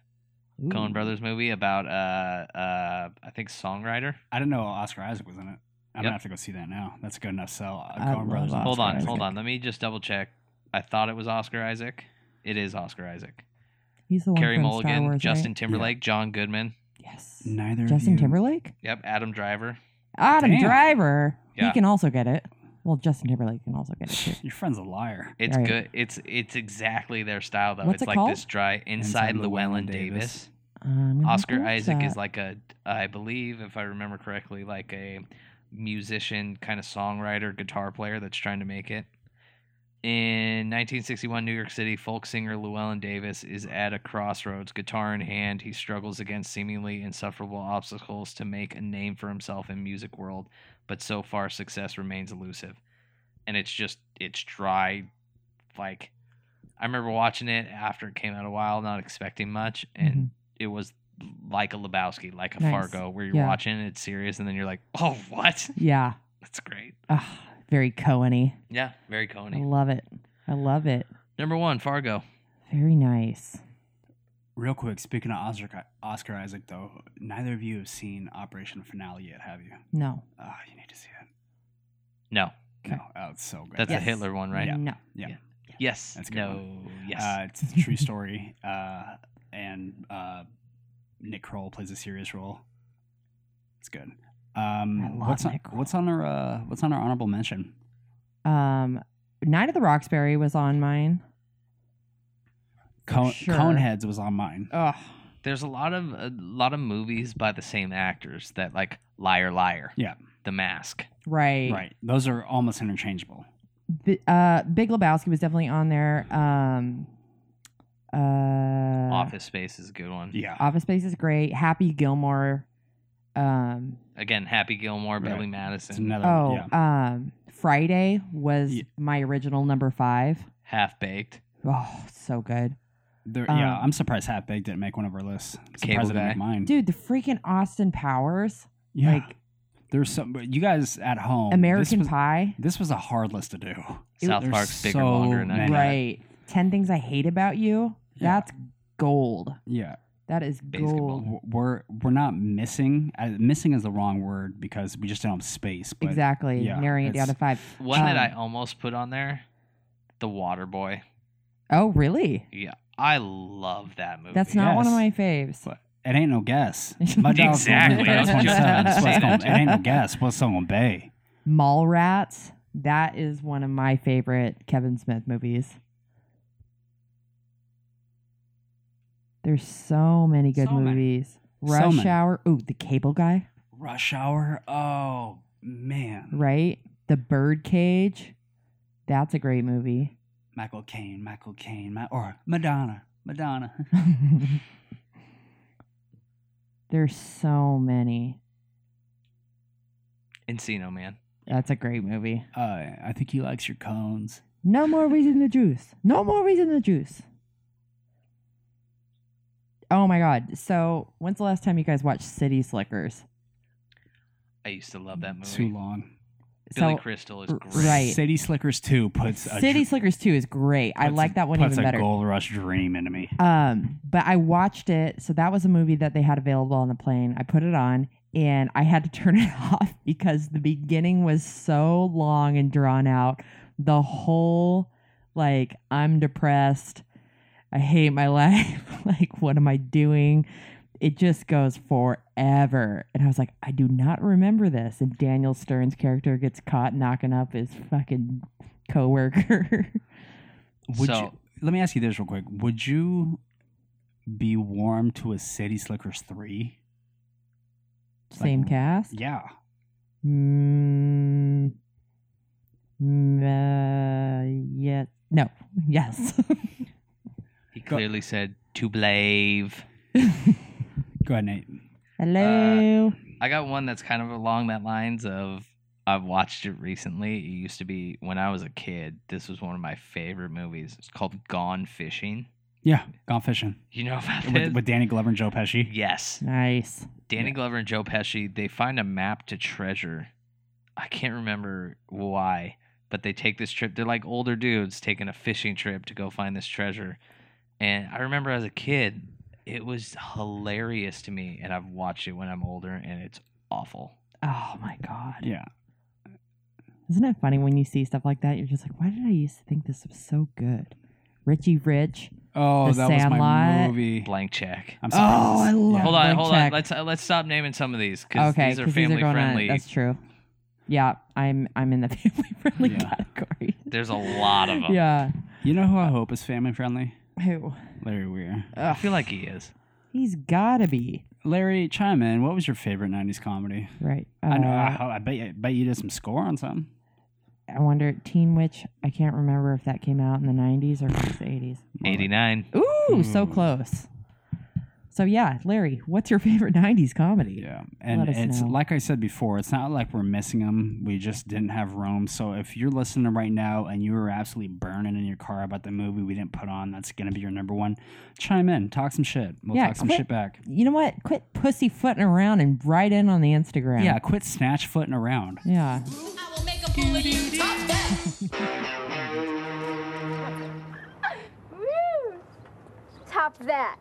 [SPEAKER 4] Ooh.
[SPEAKER 6] Coen Brothers movie about uh uh I think songwriter.
[SPEAKER 5] I didn't know Oscar Isaac was in it. I'm
[SPEAKER 6] Yep.
[SPEAKER 5] gonna have to go see that now. That's a good enough sell. Uh,
[SPEAKER 4] I
[SPEAKER 5] Coen
[SPEAKER 4] love
[SPEAKER 5] Brothers.
[SPEAKER 4] Oscar
[SPEAKER 6] hold on, hold
[SPEAKER 4] Isaac.
[SPEAKER 6] on. Let me just double check. I thought it was Oscar Isaac. It is Oscar Isaac.
[SPEAKER 4] He's the one
[SPEAKER 6] Carrie
[SPEAKER 4] from Star
[SPEAKER 6] Mulligan,
[SPEAKER 4] Wars,
[SPEAKER 6] Justin
[SPEAKER 4] right?
[SPEAKER 6] Timberlake, John Goodman.
[SPEAKER 4] Yes.
[SPEAKER 5] Neither. of
[SPEAKER 4] Justin
[SPEAKER 5] you-
[SPEAKER 4] Timberlake?
[SPEAKER 6] Yep, Adam Driver.
[SPEAKER 4] Adam
[SPEAKER 5] Damn.
[SPEAKER 4] Driver.
[SPEAKER 6] Yeah.
[SPEAKER 4] He can also get it. Well, Justin Timberlake can also get it too.
[SPEAKER 5] Your friend's a liar.
[SPEAKER 6] It's
[SPEAKER 4] Right.
[SPEAKER 6] good. It's it's exactly their style though.
[SPEAKER 4] What's
[SPEAKER 6] it's
[SPEAKER 4] it
[SPEAKER 6] like this
[SPEAKER 4] called?
[SPEAKER 6] dry inside,
[SPEAKER 5] Inside Llewellyn
[SPEAKER 6] Llewellyn Davis.
[SPEAKER 5] Davis.
[SPEAKER 4] Um,
[SPEAKER 6] Oscar Isaac is like a, I believe, if I remember correctly, like a musician, kind of songwriter, guitar player that's trying to make it. In 1961, New York City, folk singer Llewellyn Davis is at a crossroads, guitar in hand. He struggles against seemingly insuperable obstacles to make a name for himself in music world, but so far success remains elusive. And it's just, it's dry, like. I remember watching it after it came out a while, not expecting much, and
[SPEAKER 4] Mhm.
[SPEAKER 6] it was like a Lebowski, like a
[SPEAKER 4] Nice.
[SPEAKER 6] Fargo, where you're
[SPEAKER 4] Yeah.
[SPEAKER 6] watching it, it's serious, and then you're like, oh, what?
[SPEAKER 4] Yeah.
[SPEAKER 6] That's great.
[SPEAKER 4] Ugh, very Cohen-y.
[SPEAKER 6] Yeah, very
[SPEAKER 4] I
[SPEAKER 6] Coney.
[SPEAKER 4] love it. I love it.
[SPEAKER 6] Number one, Fargo.
[SPEAKER 4] Very nice.
[SPEAKER 5] Real quick, speaking of Oscar, Oscar Isaac, though, neither of you have seen Operation Finale yet, have you?
[SPEAKER 4] No.
[SPEAKER 5] Oh, you need to see it.
[SPEAKER 6] No,
[SPEAKER 5] No, oh, it's so good.
[SPEAKER 6] that's
[SPEAKER 4] Yes.
[SPEAKER 6] a Hitler one, right?
[SPEAKER 4] No.
[SPEAKER 5] yeah.
[SPEAKER 6] Yeah. Yes.
[SPEAKER 5] That's a good
[SPEAKER 6] no. Yes.
[SPEAKER 5] Uh, it's a true story, uh, and uh, Nick Kroll plays a serious role. It's good.
[SPEAKER 4] I
[SPEAKER 5] Um,
[SPEAKER 4] love
[SPEAKER 5] what's on,
[SPEAKER 4] Nick Kroll.
[SPEAKER 5] what's on our uh, what's on our honorable mention?
[SPEAKER 4] Um, Night of the Roxbury was on mine.
[SPEAKER 5] Cone,
[SPEAKER 4] sure.
[SPEAKER 5] Coneheads was on mine.
[SPEAKER 4] Ugh.
[SPEAKER 6] There's a lot of a lot of movies by the same actors that like Liar Liar.
[SPEAKER 5] Yeah.
[SPEAKER 6] The Mask.
[SPEAKER 4] Right.
[SPEAKER 5] Right, those are almost interchangeable.
[SPEAKER 4] B- uh, Big Lebowski was definitely on there. Um, uh,
[SPEAKER 6] Office Space is a good one.
[SPEAKER 5] Yeah,
[SPEAKER 4] Office Space is great. Happy Gilmore. Um,
[SPEAKER 6] Again, Happy Gilmore,
[SPEAKER 5] Right.
[SPEAKER 6] Billy
[SPEAKER 5] it's
[SPEAKER 6] Madison,
[SPEAKER 5] another.
[SPEAKER 4] oh,
[SPEAKER 5] yeah.
[SPEAKER 4] um, Friday was
[SPEAKER 5] Yeah.
[SPEAKER 4] my original number five.
[SPEAKER 6] Half Baked.
[SPEAKER 4] Oh, so good,
[SPEAKER 5] There- yeah,
[SPEAKER 4] um,
[SPEAKER 5] I'm surprised Hat Big didn't make one of our lists. I'm
[SPEAKER 6] Cable
[SPEAKER 5] surprised it didn't
[SPEAKER 6] Guy.
[SPEAKER 5] make mine.
[SPEAKER 4] dude. The freaking Austin Powers,
[SPEAKER 5] yeah.
[SPEAKER 4] like
[SPEAKER 5] There's some but you guys at home.
[SPEAKER 4] American
[SPEAKER 5] this was,
[SPEAKER 4] Pie.
[SPEAKER 5] This was a hard list to do.
[SPEAKER 6] South
[SPEAKER 5] There's
[SPEAKER 6] Park's bigger,
[SPEAKER 5] so
[SPEAKER 6] longer, and I
[SPEAKER 5] many.
[SPEAKER 6] know it.
[SPEAKER 4] Right. 10 Things I Hate About You.
[SPEAKER 5] Yeah.
[SPEAKER 4] That's gold.
[SPEAKER 5] Yeah.
[SPEAKER 4] That is
[SPEAKER 6] Basketball.
[SPEAKER 4] gold.
[SPEAKER 5] w- We're we're not missing. Uh, missing is the wrong word because we just don't have space. But
[SPEAKER 4] Exactly.
[SPEAKER 5] yeah,
[SPEAKER 4] Narrowing it down to
[SPEAKER 5] it's-
[SPEAKER 4] five.
[SPEAKER 6] One that I
[SPEAKER 4] Um,
[SPEAKER 6] almost put on there, The Water Boy.
[SPEAKER 4] Oh, really?
[SPEAKER 6] Yeah, I love that movie.
[SPEAKER 4] That's not one of
[SPEAKER 5] Yes.
[SPEAKER 4] my faves.
[SPEAKER 5] But it ain't no guess. My dog's gonna be
[SPEAKER 6] Exactly,
[SPEAKER 5] like
[SPEAKER 6] I was just
[SPEAKER 5] 27.
[SPEAKER 6] about
[SPEAKER 5] That's
[SPEAKER 6] to
[SPEAKER 5] what
[SPEAKER 6] say
[SPEAKER 5] it's gonna-
[SPEAKER 6] that.
[SPEAKER 5] It ain't no guess. What's someone bay?
[SPEAKER 4] Mallrats. That is one of my favorite Kevin Smith movies. There's so many good
[SPEAKER 5] So many.
[SPEAKER 4] movies.
[SPEAKER 5] So
[SPEAKER 4] Rush
[SPEAKER 5] many.
[SPEAKER 4] Hour. Ooh, The Cable Guy,
[SPEAKER 5] Rush hour. Oh man.
[SPEAKER 4] right? The Birdcage. That's a great movie.
[SPEAKER 5] Michael Caine. Michael Caine. Ma- or Madonna. Madonna.
[SPEAKER 4] There's so many.
[SPEAKER 6] Encino Man.
[SPEAKER 4] That's a great movie.
[SPEAKER 5] Uh, I think he likes your cones.
[SPEAKER 4] No more reason the juice. No more reason the juice. Oh my god. So when's the last time you guys watched City Slickers?
[SPEAKER 6] I used to love that movie.
[SPEAKER 5] Too long.
[SPEAKER 6] Billy
[SPEAKER 4] so
[SPEAKER 6] Crystal is
[SPEAKER 4] r-
[SPEAKER 6] great.
[SPEAKER 4] Right.
[SPEAKER 5] City Slickers two puts a
[SPEAKER 4] City
[SPEAKER 5] dr-
[SPEAKER 4] Slickers 2 is great. I
[SPEAKER 5] puts
[SPEAKER 4] like
[SPEAKER 5] a-
[SPEAKER 4] that one
[SPEAKER 5] puts
[SPEAKER 4] even
[SPEAKER 5] a
[SPEAKER 4] better.
[SPEAKER 5] Gold Rush dream into me.
[SPEAKER 4] Um, but I watched it. So that was a movie that they had available on the plane. I put it on and I had to turn it off because the beginning was so long and drawn out. The whole like I'm depressed. I hate my life. like what am I doing? It just goes forever. And I was like, I do not remember this. And Daniel Stern's character gets caught knocking up his fucking coworker.
[SPEAKER 5] Would
[SPEAKER 6] So-
[SPEAKER 5] you, let me ask you this real quick. Would you be warm to a City Slickers three?
[SPEAKER 4] Same cast.
[SPEAKER 5] Yeah.
[SPEAKER 4] Mm, mm, uh, yes. No. Yes.
[SPEAKER 6] He clearly said to blave.
[SPEAKER 5] Go ahead, Nate.
[SPEAKER 4] Hello.
[SPEAKER 6] I got one that's kind of along that lines of I've watched it recently. It used to be when I was a kid. This was one of my favorite movies. It's called Gone Fishing.
[SPEAKER 5] Yeah, gone fishing
[SPEAKER 6] You know about this?
[SPEAKER 5] with, with Danny Glover and Joe Pesci.
[SPEAKER 6] yes.
[SPEAKER 4] nice.
[SPEAKER 6] Danny
[SPEAKER 5] Yeah.
[SPEAKER 6] Glover and Joe Pesci, they find a map to treasure. I can't remember why, but they take this trip. They're like older dudes taking a fishing trip to go find this treasure. And I remember as a kid, it was hilarious to me. And I've watched it when I'm older, and it's awful.
[SPEAKER 4] Oh my god.
[SPEAKER 5] Yeah.
[SPEAKER 4] Isn't it funny when you see stuff like that? You're just like, why did I used to think this was so good? Richie Rich.
[SPEAKER 5] Oh,
[SPEAKER 4] The
[SPEAKER 5] that was my
[SPEAKER 4] Sandlot.
[SPEAKER 5] movie.
[SPEAKER 6] Blank check.
[SPEAKER 5] I'm sorry.
[SPEAKER 4] Oh,
[SPEAKER 5] this-
[SPEAKER 4] I love-
[SPEAKER 6] Hold on,
[SPEAKER 4] Blank
[SPEAKER 6] hold on.
[SPEAKER 4] check.
[SPEAKER 6] Let's uh, let's stop naming some of these because
[SPEAKER 4] Okay,
[SPEAKER 6] these are
[SPEAKER 4] 'cause
[SPEAKER 6] family
[SPEAKER 4] going on-
[SPEAKER 6] friendly.
[SPEAKER 4] that's true. Yeah, I'm I'm in the family friendly
[SPEAKER 5] Yeah.
[SPEAKER 4] category.
[SPEAKER 6] There's a lot of them.
[SPEAKER 4] Yeah.
[SPEAKER 5] You know who I hope is family friendly?
[SPEAKER 4] Who?
[SPEAKER 5] Larry Weir.
[SPEAKER 6] I feel like he is.
[SPEAKER 4] He's gotta be
[SPEAKER 5] Larry, chime in. What was your favorite '90s comedy?
[SPEAKER 4] right.
[SPEAKER 5] I know.
[SPEAKER 4] Uh,
[SPEAKER 5] I, I bet. You, I bet you did some score on something.
[SPEAKER 4] I wonder Teen Witch. I can't remember if that came out in the 90s or if it was the 80s.
[SPEAKER 5] More like-
[SPEAKER 6] 89.
[SPEAKER 4] Ooh,
[SPEAKER 5] Ooh.
[SPEAKER 4] so close. So yeah, Larry, what's your favorite 90s comedy?
[SPEAKER 5] Yeah, and
[SPEAKER 4] us
[SPEAKER 5] it's
[SPEAKER 4] know.
[SPEAKER 5] like I said before, it's not like we're missing them. We just didn't have room. So if you're listening right now and you were absolutely burning in your car about the movie we didn't put on, that's gonna be your number one. Chime in, talk some shit. We'll
[SPEAKER 4] Yeah,
[SPEAKER 5] talk some
[SPEAKER 4] quit-
[SPEAKER 5] shit back.
[SPEAKER 4] You know what? Quit pussyfooting around and write in on the Instagram.
[SPEAKER 5] Yeah, quit snatch footing around.
[SPEAKER 4] Yeah.
[SPEAKER 1] I will make a fool of you. Top that.
[SPEAKER 3] Woo! Top that.